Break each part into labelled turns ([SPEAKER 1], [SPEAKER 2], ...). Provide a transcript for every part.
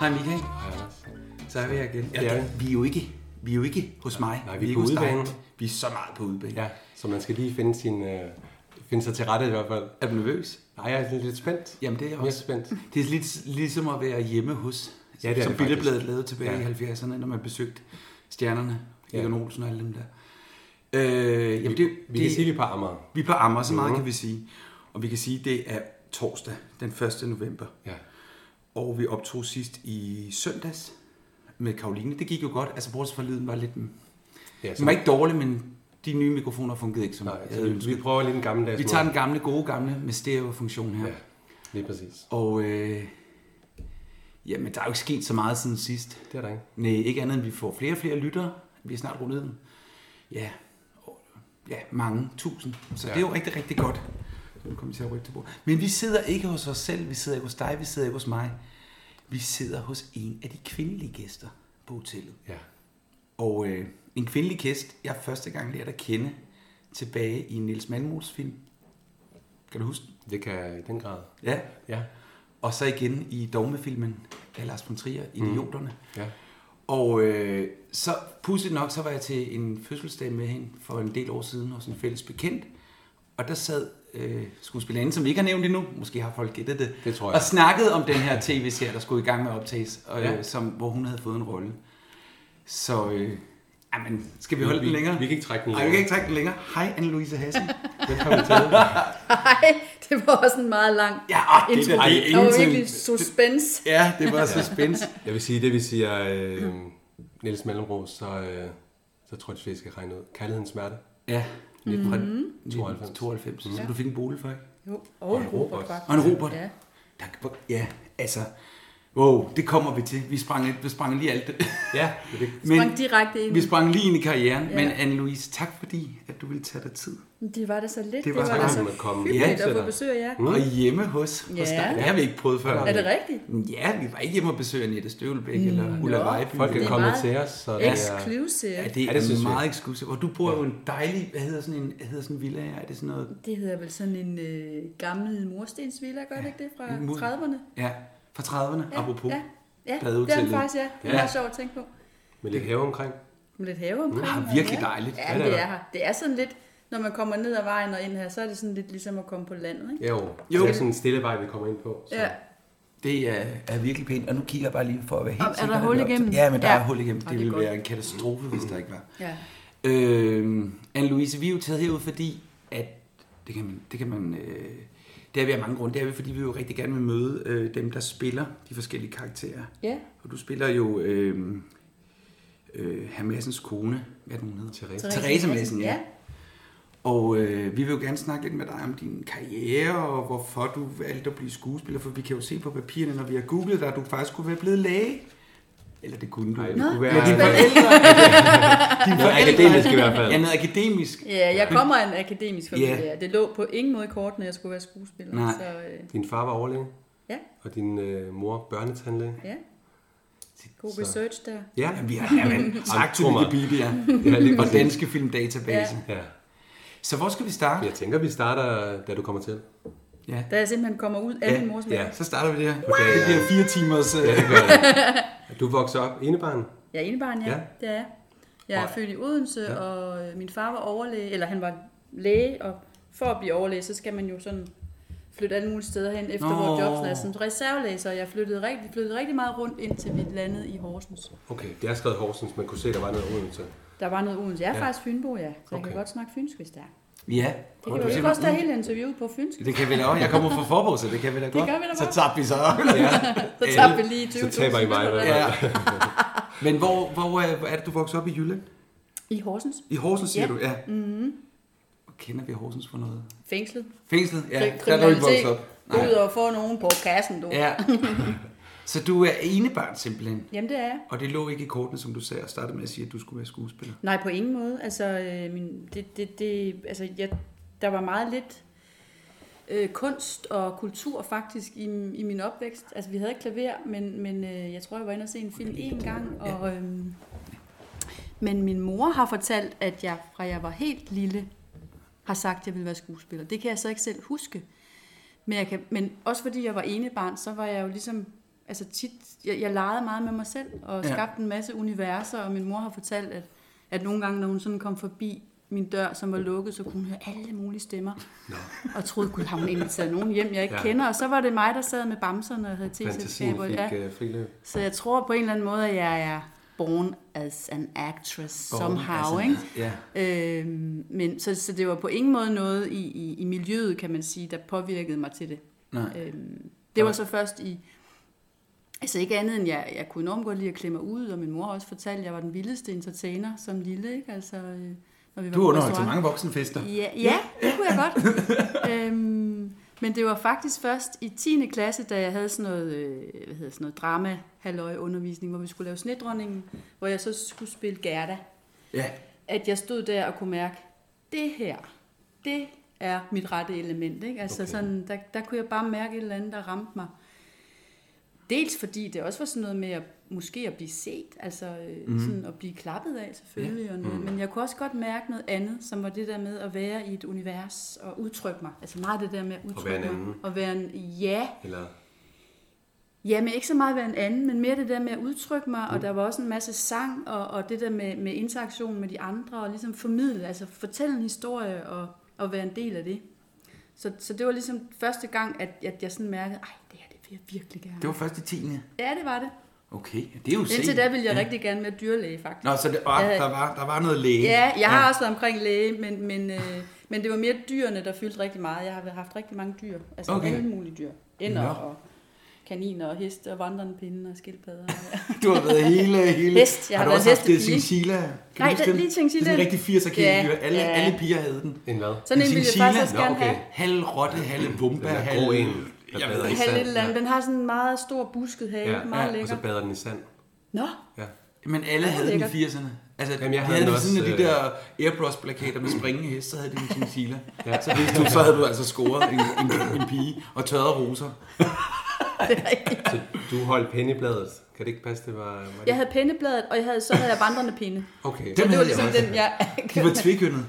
[SPEAKER 1] Hej Michael. Så er vi her igen.
[SPEAKER 2] Ja, det er
[SPEAKER 1] vi. er jo ikke, vi er jo ikke hos mig.
[SPEAKER 2] nej, vi er
[SPEAKER 1] ikke
[SPEAKER 2] på
[SPEAKER 1] hos dig.
[SPEAKER 2] udebane.
[SPEAKER 1] Vi er så meget på udebane.
[SPEAKER 2] Ja, så man skal lige finde, sin, øh, finde sig til rette i hvert fald.
[SPEAKER 1] Er du nervøs?
[SPEAKER 2] Nej, jeg er sådan lidt spændt.
[SPEAKER 1] Jamen det er jeg
[SPEAKER 2] Mere
[SPEAKER 1] også.
[SPEAKER 2] spændt.
[SPEAKER 1] Det er lidt ligesom at være hjemme hos,
[SPEAKER 2] Ja, det er
[SPEAKER 1] som
[SPEAKER 2] det faktisk.
[SPEAKER 1] Billedbladet lavede tilbage
[SPEAKER 2] Ja.
[SPEAKER 1] i 70'erne, når man besøgte stjernerne,
[SPEAKER 2] Ja.
[SPEAKER 1] Egon Olsen og alle dem der. Øh, jamen det,
[SPEAKER 2] Vi
[SPEAKER 1] det,
[SPEAKER 2] det... kan sige, Mhm. vi er på Amager.
[SPEAKER 1] vi er på Amager, så meget kan vi sige. Og vi kan sige, det er torsdag den 1. november.
[SPEAKER 2] Ja.
[SPEAKER 1] Og vi optog sidst i søndags med Karoline. Det gik jo godt. Altså bortset fra lyden var lidt...
[SPEAKER 2] ja
[SPEAKER 1] Den var ikke dårlig, men de nye mikrofoner fungerede ikke, som
[SPEAKER 2] nej,
[SPEAKER 1] jeg
[SPEAKER 2] så
[SPEAKER 1] havde
[SPEAKER 2] vi,
[SPEAKER 1] ønsket.
[SPEAKER 2] vi prøver lige en gammeldags
[SPEAKER 1] Vi tager den gamle, gode gamle med stereo-funktion her.
[SPEAKER 2] måde. Ja, lige præcis.
[SPEAKER 1] Og øh, jamen, der er jo ikke sket så meget siden sidst.
[SPEAKER 2] Det er der ikke.
[SPEAKER 1] Nej, ikke andet end vi får flere og flere lyttere. Vi er snart rundet. den. Ja, og- ja mange tusind. Så ja.
[SPEAKER 2] Ja.
[SPEAKER 1] det er jo rigtig, rigtig godt. Nu kommer vi til at rykke til bordet. Men vi sidder ikke hos os selv, vi sidder ikke hos dig, vi sidder ikke hos mig. Vi sidder hos en af de kvindelige gæster på hotellet.
[SPEAKER 2] Ja.
[SPEAKER 1] Og øh, en kvindelig gæst, jeg første gang lærte at kende tilbage i Nils Malmros film. Kan du huske den?
[SPEAKER 2] Det kan i den grad.
[SPEAKER 1] Ja.
[SPEAKER 2] Ja.
[SPEAKER 1] Og så igen i dogmefilmen af Lars von Trier, Idioterne.
[SPEAKER 2] Mm. Ja.
[SPEAKER 1] Og øh, så pudsigt nok, så var jeg til en fødselsdag med hende for en del år siden hos en fælles bekendt. Og der sad øh, skuespillerinden, som vi ikke har nævnt endnu, måske har folk gættet det,
[SPEAKER 2] Det tror jeg.
[SPEAKER 1] og snakkede om den her tv-serie, der skulle i gang med at optages, og,
[SPEAKER 2] Ja.
[SPEAKER 1] øh, som, hvor hun havde fået en rolle. Så øh, jamen, skal vi holde den længere?
[SPEAKER 2] Vi, vi kan ikke trække den
[SPEAKER 1] Nej, vi kan ikke trække den længere. Hej, Anne-Louise Hassen.
[SPEAKER 2] Velkommen til.
[SPEAKER 3] Nej, det var også en meget lang
[SPEAKER 1] Ja, åh, det er da
[SPEAKER 3] intro.
[SPEAKER 1] lige
[SPEAKER 3] der var
[SPEAKER 1] ingenting.
[SPEAKER 3] virkelig suspense.
[SPEAKER 1] ja, det var suspense.
[SPEAKER 2] Jeg vil sige, det vi siger øh, Niels Mellemros, så, øh, så tror jeg, at vi skal regne ud. Kærlighedens smerte.
[SPEAKER 1] Ja, lidt
[SPEAKER 3] Mhm.
[SPEAKER 1] fra
[SPEAKER 2] 92.
[SPEAKER 1] 92,
[SPEAKER 2] Mhm.
[SPEAKER 1] som du fik en bolig for, ikke?
[SPEAKER 3] Jo, og en
[SPEAKER 2] robot.
[SPEAKER 3] robot, faktisk.
[SPEAKER 1] Og en robot.
[SPEAKER 3] Ja.
[SPEAKER 1] Der, hvor- ja, altså. Wow, det kommer vi til. Vi sprang, vi sprang lige alt det.
[SPEAKER 2] Ja, det er det.
[SPEAKER 1] Men
[SPEAKER 3] Sprang direkte ind.
[SPEAKER 1] vi sprang lige ind i karrieren.
[SPEAKER 3] Ja.
[SPEAKER 1] Men Anne-Louise, tak fordi, at du ville tage dig tid.
[SPEAKER 3] Det var da så lidt.
[SPEAKER 1] Det
[SPEAKER 3] Det
[SPEAKER 1] var
[SPEAKER 3] var,
[SPEAKER 1] så
[SPEAKER 3] da
[SPEAKER 2] langt, man
[SPEAKER 3] så
[SPEAKER 2] kom.
[SPEAKER 3] hyggeligt
[SPEAKER 2] Ja.
[SPEAKER 3] at få besøg af jer.
[SPEAKER 1] Mm. Og hjemme hos, hos
[SPEAKER 3] Ja.
[SPEAKER 1] dig. Det har vi ikke prøvet før.
[SPEAKER 3] Er det rigtigt?
[SPEAKER 1] Ja, vi var ikke hjemme og besøge Annette Støvelbæk mm. eller Ulla
[SPEAKER 3] Nå.
[SPEAKER 1] Vejby.
[SPEAKER 2] Folk
[SPEAKER 3] Det
[SPEAKER 2] er
[SPEAKER 3] er
[SPEAKER 2] kommet
[SPEAKER 3] meget
[SPEAKER 2] til os, så det er...
[SPEAKER 3] Exclusive.
[SPEAKER 1] Ja,
[SPEAKER 3] det...
[SPEAKER 1] det er,
[SPEAKER 2] Ja, det synes vi.
[SPEAKER 1] meget eksklusivt. Og du bor jo i en dejlig, hvad hedder sådan en, hvad hedder sådan en villa her? Er det sådan noget?
[SPEAKER 3] hedder vel sådan en øh, gammel murstensvilla, gør det ikke det, fra
[SPEAKER 1] Mur-
[SPEAKER 3] 30'erne?
[SPEAKER 1] Ja, fra 30'erne, ja, apropos.
[SPEAKER 3] Ja, ja det er
[SPEAKER 1] Badehotellet.
[SPEAKER 3] den faktisk, ja. Det
[SPEAKER 1] Ja.
[SPEAKER 3] er ja. sjovt at tænke på.
[SPEAKER 2] Med lidt have omkring.
[SPEAKER 3] Med lidt have omkring.
[SPEAKER 1] Ja,
[SPEAKER 3] og-
[SPEAKER 1] virkelig dejligt.
[SPEAKER 3] Ja,
[SPEAKER 2] Ja,
[SPEAKER 3] ja
[SPEAKER 2] det
[SPEAKER 3] det,
[SPEAKER 2] er
[SPEAKER 3] er her. Det er sådan lidt, når man kommer ned ad vejen og ind her, så er det sådan lidt ligesom at komme på landet, ikke?
[SPEAKER 2] Ja, jo. jo. Det er sådan en stille vej, vi kommer ind på. Så.
[SPEAKER 3] Ja.
[SPEAKER 1] Det er, er virkelig pænt, og nu kigger jeg bare lige for at være helt
[SPEAKER 4] Og er
[SPEAKER 1] sikker.
[SPEAKER 4] der hul
[SPEAKER 1] Det op til-
[SPEAKER 4] igennem?
[SPEAKER 1] Ja, men der
[SPEAKER 4] Ja.
[SPEAKER 1] er hul igennem.
[SPEAKER 3] Og
[SPEAKER 1] Det,
[SPEAKER 3] det er
[SPEAKER 1] ville
[SPEAKER 3] godt.
[SPEAKER 1] være en katastrofe, hvis der ikke var.
[SPEAKER 3] ja.
[SPEAKER 1] Øhm, Anne-Louise, vi er jo taget herud, fordi at, det kan man, det kan man, øh, det er vi af mange grunde, det er vi, fordi vi jo rigtig gerne vil møde øh, dem, der spiller de forskellige karakterer.
[SPEAKER 3] Ja.
[SPEAKER 1] Og du spiller jo øh, øh, herr Madsens kone, hvad er det, hun hedder?
[SPEAKER 2] Therese.
[SPEAKER 1] Therese Madsen, ja.
[SPEAKER 3] ja.
[SPEAKER 1] Og øh, vi vil jo gerne snakke lidt med dig om din karriere, og hvorfor du valgte at blive skuespiller, for vi kan jo se på papirerne, når vi har googlet dig, at du faktisk kunne være blevet læge. Eller det kunne du.
[SPEAKER 2] Nej,
[SPEAKER 1] Nej,
[SPEAKER 2] det kunne
[SPEAKER 1] Men
[SPEAKER 2] være
[SPEAKER 1] dine forældre, dine
[SPEAKER 2] noget akademisk i hvert fald.
[SPEAKER 1] Ja, noget akademisk.
[SPEAKER 3] Ja, jeg kommer af en akademisk familie.
[SPEAKER 1] Ja.
[SPEAKER 3] Yeah. Det lå på ingen måde i kortene, at jeg skulle være skuespiller.
[SPEAKER 1] Nej.
[SPEAKER 3] Så, øh,
[SPEAKER 2] Din far var overlæge,
[SPEAKER 3] ja,
[SPEAKER 2] og din øh, mor børnetandlæge.
[SPEAKER 3] ja. God
[SPEAKER 2] Så-
[SPEAKER 3] research der.
[SPEAKER 2] Ja,
[SPEAKER 1] Jamen, vi har jamen, tak til
[SPEAKER 2] tro mig.
[SPEAKER 1] Wikipedia
[SPEAKER 2] Ja, lige
[SPEAKER 1] og
[SPEAKER 2] præcis.
[SPEAKER 1] Danske Filmdatabase. Ja.
[SPEAKER 2] ja.
[SPEAKER 1] Så hvor skal vi starte?
[SPEAKER 2] Jeg tænker, vi starter, da du kommer til.
[SPEAKER 1] Ja.
[SPEAKER 3] Da jeg simpelthen kommer ud af
[SPEAKER 1] Ja,
[SPEAKER 3] yeah. min mors mad.
[SPEAKER 1] ja. Så starter vi det her.
[SPEAKER 2] Okay,
[SPEAKER 1] Det
[SPEAKER 2] ja.
[SPEAKER 1] bliver fire timers... Øh,
[SPEAKER 2] Ja, det gør jeg. øh, Du vokser op enebarn.
[SPEAKER 3] Jeg er enebarn, ja.
[SPEAKER 2] Ja.
[SPEAKER 3] ja. Det er jeg. Jeg er
[SPEAKER 1] Og-
[SPEAKER 3] født i Odense, ja. og øh, min far var overlæge, eller han var læge, og for at blive overlæge, så skal man jo sådan flytte alle mulige steder hen, efter
[SPEAKER 1] Nå.
[SPEAKER 3] Nå. hvor jobs er som reservelæge, så jeg flyttede rigtig, flyttede rigtig meget rundt, indtil vi landede i Horsens.
[SPEAKER 2] Okay, det er skrevet Horsens, man kunne se, der var noget Odense.
[SPEAKER 3] Der var noget Odense. Jeg er ja. faktisk fynbo, ja, så okay. jeg
[SPEAKER 2] Okay.
[SPEAKER 3] kan godt snakke fynsk, hvis det er.
[SPEAKER 1] ja.
[SPEAKER 3] Det kan vi jo også tage hele interviewet på fynsk.
[SPEAKER 1] Det kan vi da også. Jeg kommer fra Forborg, så det kan vi da godt.
[SPEAKER 3] gør vi da
[SPEAKER 1] så
[SPEAKER 3] bare.
[SPEAKER 1] tabte vi så.
[SPEAKER 2] Ja,
[SPEAKER 3] Så tager vi lige 20.000.
[SPEAKER 2] så taber I mig. i hvert fald.
[SPEAKER 1] ja. Men hvor, hvor øh, hvor er det, du voksede op i Jylland?
[SPEAKER 3] I Horsens.
[SPEAKER 1] I Horsens, siger
[SPEAKER 3] Ja.
[SPEAKER 1] du? Ja. Mm-hmm. Kender vi Horsens for noget?
[SPEAKER 3] Fængslet.
[SPEAKER 1] Fængslet? Ja,
[SPEAKER 3] Kri-
[SPEAKER 1] der er du ikke vokset
[SPEAKER 3] kriminalitet.
[SPEAKER 1] op.
[SPEAKER 3] Ud og få nogen på kassen, du.
[SPEAKER 1] Ja. Så du er enebarn simpelthen.
[SPEAKER 3] Jamen, det er jeg.
[SPEAKER 1] Og det lå ikke i kortene, som du sagde og startede med at sige, at du skulle være skuespiller.
[SPEAKER 3] Nej, på ingen måde. Altså, øh, min, det, det, det, altså jeg, der var meget lidt øh, kunst og kultur faktisk i, i min opvækst. Altså, vi havde ikke klaver, men, men øh, jeg tror, jeg var inde og se en film en gang. Og, øh, men min mor har fortalt, at jeg fra jeg var helt lille har sagt, at jeg ville være skuespiller. Det kan jeg så ikke selv huske. Men, jeg kan, men også fordi jeg var enebarn, så var jeg jo ligesom, altså tit, jeg, jeg legede meget med mig selv, og
[SPEAKER 1] Ja.
[SPEAKER 3] ja. skabte en masse universer, og min mor har fortalt, at, at nogle gange, når hun sådan kom forbi min dør, som var lukket, så kunne hun høre alle mulige stemmer, Nå. og troede, gud, har hun inviteret nogen hjem, jeg ikke
[SPEAKER 2] Ja.
[SPEAKER 3] ja. kender, og så var det mig, der sad med bamserne og havde
[SPEAKER 2] Fantasien
[SPEAKER 3] teselskaber.
[SPEAKER 2] fik
[SPEAKER 3] Ja.
[SPEAKER 1] øh,
[SPEAKER 2] ja. friløb.
[SPEAKER 3] Så jeg tror på en eller anden måde, at jeg er born as an actress born somehow, ikke?
[SPEAKER 1] altså, Ja.
[SPEAKER 3] Øhm, men, så, så det var på ingen måde noget i, i, i miljøet, kan man sige, der påvirkede mig til det.
[SPEAKER 1] Nej.
[SPEAKER 3] Øhm, det var så først i... Altså ikke andet end, jeg, jeg kunne enormt godt lide at klemme mig ud, og min mor har også fortalte, at jeg var den vildeste entertainer som lille, ikke? Altså, øh, når vi var
[SPEAKER 1] Du
[SPEAKER 3] på
[SPEAKER 1] underholdt til
[SPEAKER 3] restaurant.
[SPEAKER 1] mange voksenfester.
[SPEAKER 3] Ja, ja, det kunne jeg godt. øhm, men det var faktisk først i 10. klasse, da jeg havde sådan noget, øh, hvad hedder sådan noget drama halløj undervisning, hvor vi skulle lave snedronningen, hvor jeg så skulle spille Gerda.
[SPEAKER 1] Ja.
[SPEAKER 3] At jeg stod der og kunne mærke, det her, det er mit rette element. Ikke? Altså okay. sådan, der, der kunne jeg bare mærke et eller andet, der ramte mig. Dels fordi det også var sådan noget med at måske at blive set, altså
[SPEAKER 2] Mhm.
[SPEAKER 3] mm. sådan at blive klappet af selvfølgelig, og noget, men jeg kunne også godt mærke noget andet, som var det der med at være i et univers og udtrykke mig. Altså meget det der med at udtrykke
[SPEAKER 2] være en
[SPEAKER 3] mig.
[SPEAKER 2] anden.
[SPEAKER 3] Og være en ja,
[SPEAKER 2] Eller,
[SPEAKER 3] ja, men ikke så meget at være en anden, men mere det der med at udtrykke mig,
[SPEAKER 1] Mm.
[SPEAKER 3] og der var også en masse sang, og, og det der med, med interaktion med de andre, og ligesom formidle, altså fortælle en historie og, og være en del af det. Så, så det var ligesom første gang, at, at jeg sådan mærkede, ej, det her, det vil jeg virkelig gerne.
[SPEAKER 1] Det var først i 10.
[SPEAKER 3] Ja, det var det.
[SPEAKER 1] Okay, det er jo
[SPEAKER 3] Indtil
[SPEAKER 1] sent.
[SPEAKER 3] da ville jeg ja. rigtig gerne være dyrlæge, faktisk.
[SPEAKER 1] Nå, så det, åh,
[SPEAKER 3] Ja.
[SPEAKER 1] der, var, der var noget læge.
[SPEAKER 3] Ja, jeg har også været omkring læge, men, men, øh, men det var mere dyrene, der fyldte rigtig meget. Jeg har haft rigtig mange dyr, altså
[SPEAKER 1] Okay.
[SPEAKER 3] okay. alle mulige dyr. Ænder
[SPEAKER 1] Nå.
[SPEAKER 3] og kaniner og heste og vandrende pinde og skildpadder.
[SPEAKER 1] Du har været hele... hele.
[SPEAKER 3] Hest. Jeg
[SPEAKER 1] har du
[SPEAKER 3] har været
[SPEAKER 1] også haft det
[SPEAKER 3] hestepige.
[SPEAKER 1] chinchilla? Kan
[SPEAKER 3] Nej,
[SPEAKER 1] du huske
[SPEAKER 3] den-
[SPEAKER 1] dem?
[SPEAKER 3] lige chinchilla.
[SPEAKER 1] Det er sådan en rigtig 80'er
[SPEAKER 3] Ja,
[SPEAKER 1] kæledyr. Alle,
[SPEAKER 3] ja.
[SPEAKER 1] alle piger havde den.
[SPEAKER 2] en hvad?
[SPEAKER 3] Sådan en ville jeg
[SPEAKER 1] chinchilla?
[SPEAKER 3] faktisk også
[SPEAKER 1] Nå,
[SPEAKER 3] gerne
[SPEAKER 2] okay.
[SPEAKER 3] have.
[SPEAKER 1] Halv rotte, halv bumpe,
[SPEAKER 2] Den er
[SPEAKER 1] halv...
[SPEAKER 2] god en. Der
[SPEAKER 1] Jeg ved
[SPEAKER 2] bader i
[SPEAKER 1] ikke.
[SPEAKER 3] Halv
[SPEAKER 2] sand.
[SPEAKER 3] et eller andet. Den har sådan en meget stor busket have,
[SPEAKER 2] Ja,
[SPEAKER 3] ja, meget
[SPEAKER 2] og
[SPEAKER 1] altså,
[SPEAKER 3] lækker.
[SPEAKER 2] så bader den i sand.
[SPEAKER 3] Nå,
[SPEAKER 2] Ja.
[SPEAKER 1] Men alle havde den i
[SPEAKER 3] lækkert.
[SPEAKER 1] 80'erne. Altså,
[SPEAKER 2] Jamen, jeg
[SPEAKER 1] de
[SPEAKER 2] havde
[SPEAKER 1] havde
[SPEAKER 2] den
[SPEAKER 1] det sådan
[SPEAKER 2] også,
[SPEAKER 1] af de
[SPEAKER 2] øh,
[SPEAKER 1] der airbrush-plakater med springende hest, så havde de en chinchilla. ja. Så hvis du, så havde du altså scoret en, en, en pige og tørrede roser.
[SPEAKER 3] det er rigtigt.
[SPEAKER 2] Så du holdt pennebladet. Kan det ikke passe, det var... var det?
[SPEAKER 3] Jeg havde pindebladet, og jeg havde, så havde jeg vandrende pinde.
[SPEAKER 2] Okay.
[SPEAKER 1] Dem
[SPEAKER 3] Det var
[SPEAKER 1] havde jeg
[SPEAKER 3] ligesom
[SPEAKER 1] også.
[SPEAKER 3] den, jeg...
[SPEAKER 1] De var tvekønnet.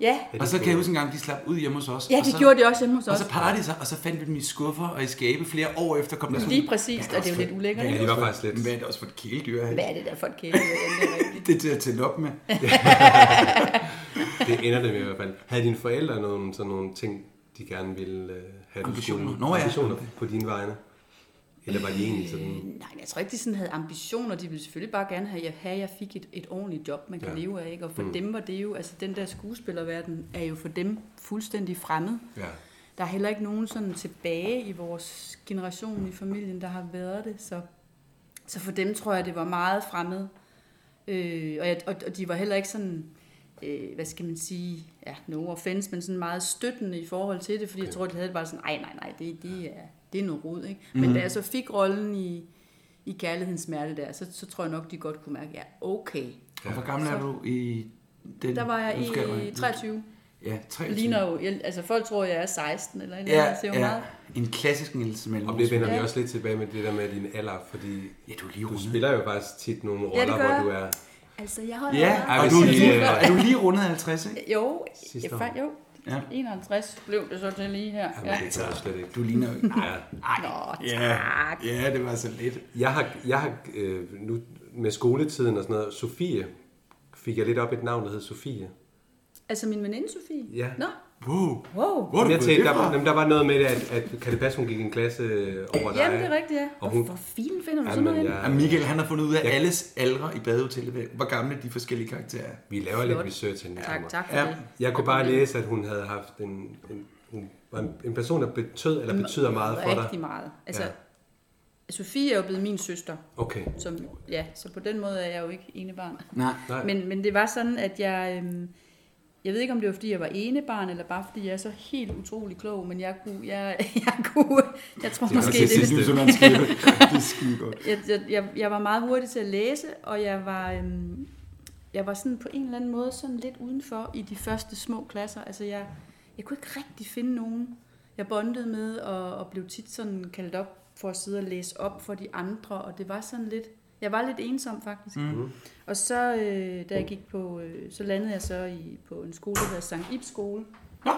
[SPEAKER 3] Ja,
[SPEAKER 1] Og så kan jeg huske en gang, de slap ud hjemme hos os.
[SPEAKER 3] ja
[SPEAKER 1] og
[SPEAKER 3] de
[SPEAKER 1] så,
[SPEAKER 3] gjorde det også hjemme hos
[SPEAKER 1] Og
[SPEAKER 3] os.
[SPEAKER 1] så parrede de sig, og så fandt vi dem i skuffer og i skabe flere år efter kom der sådan...
[SPEAKER 3] Lige præcis, og det er jo lidt ulækkert.
[SPEAKER 2] Ja,
[SPEAKER 3] ikke?
[SPEAKER 2] det var faktisk lidt...
[SPEAKER 1] Hvad er det også for et kæledyr?
[SPEAKER 3] Hvad er det der for et kæledyr? Jamen, det er rigtigt.
[SPEAKER 1] Det er til at tænde op med.
[SPEAKER 2] Det ender det med i hvert fald. Havde dine forældre nogle, sådan nogle ting, de gerne ville øh, have, du skulle-
[SPEAKER 1] Ambitioner. Nå ja.
[SPEAKER 2] ambitioner på dine vegne? Eller var de egentlig sådan...
[SPEAKER 3] Nej, jeg tror ikke, de sådan havde ambitioner. De ville selvfølgelig bare gerne have, have at jeg fik et, et ordentligt job, man kan
[SPEAKER 2] Ja.
[SPEAKER 3] ja. leve af. Ikke? Og for mm. dem var det jo, altså den der skuespillerverden er jo for dem fuldstændig fremmed.
[SPEAKER 2] Ja.
[SPEAKER 3] Der er heller ikke nogen sådan tilbage i vores generation i familien, der har været det. Så, så for dem tror jeg, det var meget fremmed. Øh, og, jeg, og, og de var heller ikke sådan, øh, hvad skal man sige, ja, no offense, men sådan meget støttende i forhold til det, fordi okay. jeg tror, de havde det bare sådan, nej, nej, nej, det, det, er, det er noget rod. Ikke? Men
[SPEAKER 1] Mhm.
[SPEAKER 3] mm-hmm. da jeg så fik rollen i, i Kærlighedens Smerte der, så, så tror jeg nok, de godt kunne mærke, ja, okay.
[SPEAKER 1] Og hvor gammel er
[SPEAKER 3] Så-
[SPEAKER 1] du i den?
[SPEAKER 3] Der var
[SPEAKER 1] nu skal
[SPEAKER 3] jeg i
[SPEAKER 1] du-
[SPEAKER 3] 23.
[SPEAKER 1] Ja, 23.
[SPEAKER 3] Ligner jo, jeg, altså folk tror, jeg er 16 eller et eller andet,
[SPEAKER 1] Ja,
[SPEAKER 3] jeg ser jo
[SPEAKER 1] ja.
[SPEAKER 3] meget
[SPEAKER 1] En klassisk Niels Malmros.
[SPEAKER 2] Og det vender vi
[SPEAKER 3] Ja.
[SPEAKER 2] også lidt tilbage med det der med din alder, fordi
[SPEAKER 1] Ja, du er lige
[SPEAKER 2] du
[SPEAKER 1] rundet.
[SPEAKER 2] spiller jo faktisk tit nogle
[SPEAKER 3] det
[SPEAKER 2] roller,
[SPEAKER 3] gør
[SPEAKER 2] hvor
[SPEAKER 3] jeg.
[SPEAKER 2] du er...
[SPEAKER 3] Altså, jeg holder
[SPEAKER 1] Ja,
[SPEAKER 2] Ej,
[SPEAKER 1] og
[SPEAKER 2] hvis
[SPEAKER 1] du er
[SPEAKER 2] I,
[SPEAKER 1] lige,
[SPEAKER 2] øh,
[SPEAKER 1] er du lige rundet 50, ikke?
[SPEAKER 3] Jo,
[SPEAKER 2] Sidste
[SPEAKER 3] jeg
[SPEAKER 2] år.
[SPEAKER 3] fandt, jo.
[SPEAKER 1] Ja.
[SPEAKER 3] Ja. 51 blev det så til lige her.
[SPEAKER 2] Jamen,
[SPEAKER 3] Ja.
[SPEAKER 2] det tager slet ikke.
[SPEAKER 1] Du ligner jo... Nej.
[SPEAKER 2] Ja.
[SPEAKER 3] Nå,
[SPEAKER 1] Ja, ja, det var så lidt.
[SPEAKER 2] Jeg har, jeg har øh, nu med skoletiden og sådan noget, Sofie fik jeg lidt op et navn, der hed Sofie.
[SPEAKER 3] Altså min veninde Sofie?
[SPEAKER 2] Ja.
[SPEAKER 3] Nå,
[SPEAKER 1] Wow.
[SPEAKER 3] wow.
[SPEAKER 1] Hvor er du
[SPEAKER 2] Jeg
[SPEAKER 1] fået
[SPEAKER 2] tænkte,
[SPEAKER 1] det
[SPEAKER 2] der,
[SPEAKER 1] fra?
[SPEAKER 2] var- jamen, der var noget med det, at, at kan det passe, hun gik en klasse øh, over dig?
[SPEAKER 3] Jamen, det er rigtigt, ja.
[SPEAKER 2] Og
[SPEAKER 3] Og
[SPEAKER 2] hun-
[SPEAKER 3] hun... Hvor filen finder du
[SPEAKER 2] Jamen,
[SPEAKER 3] sådan noget ja.
[SPEAKER 2] jeg-
[SPEAKER 1] Ja, Michael, han har fundet ud af alles aldre i badehotellet, hvor gamle de forskellige karakterer er.
[SPEAKER 2] Vi laver lidt
[SPEAKER 3] Flot.
[SPEAKER 2] research inden vi kommer.
[SPEAKER 3] Tak, tak for
[SPEAKER 1] Ja.
[SPEAKER 3] ja. det.
[SPEAKER 2] Jeg kunne bare læse, at hun havde haft en, en, hun var en, en person, der betød eller betyder meget for dig.
[SPEAKER 3] Rigtig meget. Altså,
[SPEAKER 2] Ja.
[SPEAKER 3] ja. Sofie er jo blevet min søster.
[SPEAKER 2] Okay.
[SPEAKER 3] Som, ja, så på den måde er jeg jo ikke enebarn.
[SPEAKER 1] Nej.
[SPEAKER 2] Nej.
[SPEAKER 3] Men, men det var sådan, at jeg... Øhm, jeg ved ikke, om det var, fordi jeg var enebarn, eller bare fordi jeg er så helt utrolig klog, men jeg kunne... Jeg, jeg, kunne, jeg tror
[SPEAKER 2] Det er
[SPEAKER 3] måske,
[SPEAKER 2] nok
[SPEAKER 3] det er
[SPEAKER 2] det
[SPEAKER 3] det,
[SPEAKER 2] sidste.
[SPEAKER 1] Det er sådan, skide. Det er skide godt.
[SPEAKER 3] jeg, jeg, jeg, jeg var meget hurtig til at læse, og jeg var, øhm, jeg var sådan på en eller anden måde sådan lidt udenfor i de første små klasser. Altså jeg, jeg kunne ikke rigtig finde nogen, jeg bondede med, og, og blev tit sådan kaldt op for at sidde og læse op for de andre, og det var sådan lidt, jeg var lidt ensom faktisk. Mm. Og så, øh, da jeg gik på, øh, så landede jeg så i, på en skole, der hedder Sankt Ibs skole.
[SPEAKER 1] Nå,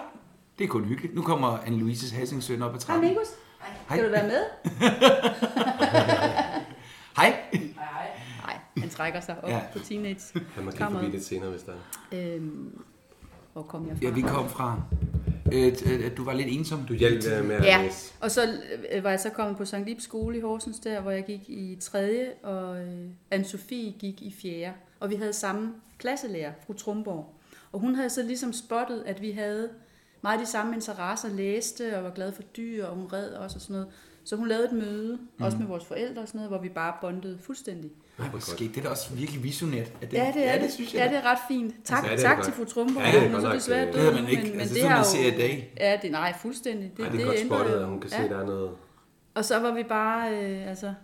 [SPEAKER 1] det er kun hyggeligt. Nu kommer Anne-Louises Hassingsøn op ad
[SPEAKER 3] Hej
[SPEAKER 1] trappen.
[SPEAKER 3] Mikos,
[SPEAKER 1] Hej.
[SPEAKER 3] skal du være med?
[SPEAKER 1] Hej.
[SPEAKER 3] Nej, han trækker sig op
[SPEAKER 1] Ja.
[SPEAKER 3] ja. på teenage.
[SPEAKER 2] Han må kigge
[SPEAKER 3] Kammeret.
[SPEAKER 2] forbi lidt senere, hvis der er.
[SPEAKER 3] Øhm, hvor kom jeg fra?
[SPEAKER 1] Ja, vi kom fra, øh, t- øh, at du var lidt ensom.
[SPEAKER 2] Du hjalp øh, med at
[SPEAKER 3] Ja,
[SPEAKER 2] læse.
[SPEAKER 3] og så øh, var jeg så kommet på Sankt Libs skole i Horsens der, hvor jeg gik i 3. og øh, Anne-Sophie gik i 4. Og vi havde samme klasselærer, fru Trumborg. Og hun havde så ligesom spottet, at vi havde meget de samme interesser, læste og var glad for dyr, og hun red også og sådan noget. Så hun lavede et møde, mm. også med vores forældre og sådan noget, hvor vi bare bondede fuldstændig.
[SPEAKER 1] Ej, hvor skægt. Det er da også virkelig visionært. at
[SPEAKER 3] Ja, det er,
[SPEAKER 1] ja,
[SPEAKER 3] det,
[SPEAKER 1] det synes jeg.
[SPEAKER 3] ja, det er ret fint. Tak,
[SPEAKER 2] Altså, Ja,
[SPEAKER 3] ja,
[SPEAKER 2] det er
[SPEAKER 3] tak
[SPEAKER 2] det
[SPEAKER 3] til
[SPEAKER 2] godt.
[SPEAKER 3] fru Trumborg.
[SPEAKER 2] Ja, det er
[SPEAKER 3] hun
[SPEAKER 2] godt
[SPEAKER 3] så
[SPEAKER 2] nok, øh,
[SPEAKER 3] desværre død.
[SPEAKER 1] Det havde man ikke. Altså, sådan,
[SPEAKER 3] har
[SPEAKER 1] man
[SPEAKER 3] jo-
[SPEAKER 1] ser i dag.
[SPEAKER 3] Ja, det nej, fuldstændig. Det,
[SPEAKER 2] Ej, det er godt
[SPEAKER 3] ændrer
[SPEAKER 2] spottet,
[SPEAKER 3] jo-
[SPEAKER 2] at hun kan se,
[SPEAKER 3] ja.
[SPEAKER 2] der er noget.
[SPEAKER 3] Og så var vi bare øh, altså,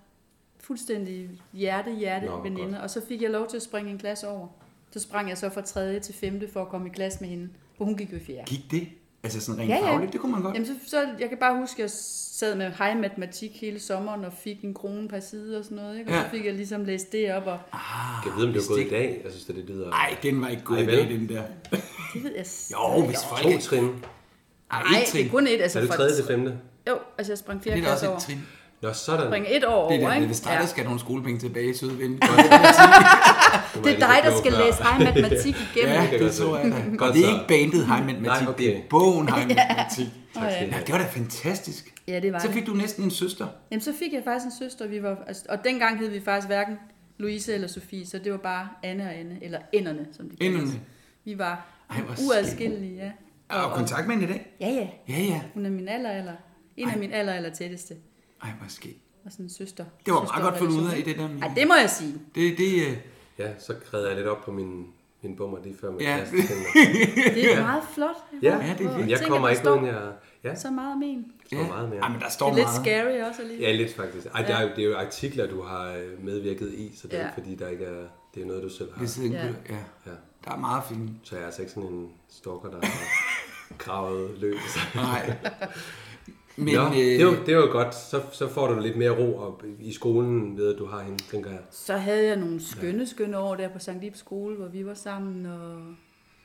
[SPEAKER 3] fuldstændig hjerte, hjerte
[SPEAKER 2] Nå, hvor
[SPEAKER 3] Nå, veninder.
[SPEAKER 2] godt.
[SPEAKER 3] Og så fik jeg lov til at springe en klasse over. Så sprang jeg så fra 3. til 5. for at komme i klasse med hende. For hun gik jo i 4.
[SPEAKER 1] Gik det? Altså sådan rent
[SPEAKER 3] Ja, ja.
[SPEAKER 1] fagligt, det kunne man godt.
[SPEAKER 3] Jamen, så, så, jeg kan bare huske, at jeg sad med hej matematik hele sommeren og fik en krone per side og sådan noget. Ikke? Og ja.
[SPEAKER 1] Ja.
[SPEAKER 3] så fik jeg ligesom læst det op, og
[SPEAKER 2] Kan jeg vide, om det
[SPEAKER 1] Ah, hvis
[SPEAKER 2] er gået
[SPEAKER 1] det-
[SPEAKER 2] i dag? Jeg synes, det, det lyder...
[SPEAKER 1] Nej, den var ikke god
[SPEAKER 2] Ej,
[SPEAKER 1] i
[SPEAKER 2] vel?
[SPEAKER 1] dag, den der.
[SPEAKER 3] det ved jeg s-
[SPEAKER 1] Jo, hvis folk...
[SPEAKER 2] To trin.
[SPEAKER 1] Ej, et
[SPEAKER 3] Nej, det
[SPEAKER 1] trin.
[SPEAKER 3] er kun et. Altså,
[SPEAKER 2] Er det
[SPEAKER 3] fra-
[SPEAKER 2] tredje til femte?
[SPEAKER 3] Jo, altså jeg sprang 4.
[SPEAKER 1] Det er da også
[SPEAKER 3] klasse over.
[SPEAKER 1] et trin.
[SPEAKER 2] Nå, sådan.
[SPEAKER 3] Springe et år
[SPEAKER 1] Det er
[SPEAKER 3] over,
[SPEAKER 1] da,
[SPEAKER 3] ikke?
[SPEAKER 1] hvis dig, der skal have nogle skolepenge tilbage, søde ven. Godt.
[SPEAKER 2] Du var
[SPEAKER 3] Det er
[SPEAKER 2] ikke så
[SPEAKER 3] dig, der
[SPEAKER 2] klog
[SPEAKER 3] skal
[SPEAKER 2] før.
[SPEAKER 3] læse hej matematik igennem.
[SPEAKER 1] Ja,
[SPEAKER 3] ja.
[SPEAKER 2] kan
[SPEAKER 1] det
[SPEAKER 2] godt
[SPEAKER 1] tror
[SPEAKER 2] se.
[SPEAKER 1] jeg da.
[SPEAKER 2] Godt
[SPEAKER 1] Og det er
[SPEAKER 2] så.
[SPEAKER 1] ikke bandet hej matematik,
[SPEAKER 2] Nej, okay.
[SPEAKER 1] det er bogen hej matematik.
[SPEAKER 2] Tak skal I
[SPEAKER 1] Ja,
[SPEAKER 2] have.
[SPEAKER 1] det var da fantastisk.
[SPEAKER 3] ja, det var
[SPEAKER 1] Så
[SPEAKER 3] det.
[SPEAKER 1] fik du næsten en søster.
[SPEAKER 3] Jamen, så fik jeg faktisk en søster, vi var, altså, og dengang hed vi faktisk hverken Louise eller Sofie, så det var bare Anne og Anne, eller Enderne, som de kaldes.
[SPEAKER 1] Enderne.
[SPEAKER 3] Vi var
[SPEAKER 1] Ej, hvor
[SPEAKER 3] uadskillige, ja.
[SPEAKER 1] Er du kontakt med hende i dag?
[SPEAKER 3] Ja, ja.
[SPEAKER 1] Ja, ja.
[SPEAKER 3] Hun er min alder, eller en af min alder, eller tætteste.
[SPEAKER 1] Ej, hvor skægt.
[SPEAKER 3] Og sådan en søster.
[SPEAKER 1] Det var meget godt fundet ud af i det der.
[SPEAKER 3] Ej,
[SPEAKER 1] Michael.
[SPEAKER 3] det må jeg sige.
[SPEAKER 1] Det, det, øh,
[SPEAKER 2] Ja, så redder jeg lidt op på min, min bummer lige før man
[SPEAKER 1] Ja.
[SPEAKER 2] ja.
[SPEAKER 3] Det er meget flot.
[SPEAKER 2] Ja,
[SPEAKER 1] Ja, det er
[SPEAKER 2] men
[SPEAKER 1] vildt.
[SPEAKER 2] jeg
[SPEAKER 3] Tænk,
[SPEAKER 2] kommer
[SPEAKER 3] at
[SPEAKER 2] ikke
[SPEAKER 3] der
[SPEAKER 2] uden jeg... Ja,
[SPEAKER 3] Så meget om en. Det
[SPEAKER 2] så meget mere.
[SPEAKER 1] Ej, men der står
[SPEAKER 3] er lidt
[SPEAKER 1] meget.
[SPEAKER 3] scary også alligevel.
[SPEAKER 2] Ja, lidt faktisk. Ej, det, er, jo- det er jo artikler, du har øh, medvirket i, så det er
[SPEAKER 3] Ja.
[SPEAKER 2] ja. fordi, der ikke er, det er noget, du selv har.
[SPEAKER 1] Ved siden,
[SPEAKER 3] Ja.
[SPEAKER 1] ja.
[SPEAKER 2] Ja.
[SPEAKER 1] Der er meget fint.
[SPEAKER 2] Så jeg er altså ikke sådan en stalker, der har gravet løs.
[SPEAKER 1] Nej. Men,
[SPEAKER 2] Men, Nå,
[SPEAKER 1] øh,
[SPEAKER 2] det, var, det var godt. Så, så får du lidt mere ro op i skolen ved, at du har hende, tænker jeg.
[SPEAKER 3] Så havde jeg nogle skønne, skønne år der på Sankt Ibs skole, hvor vi var sammen, og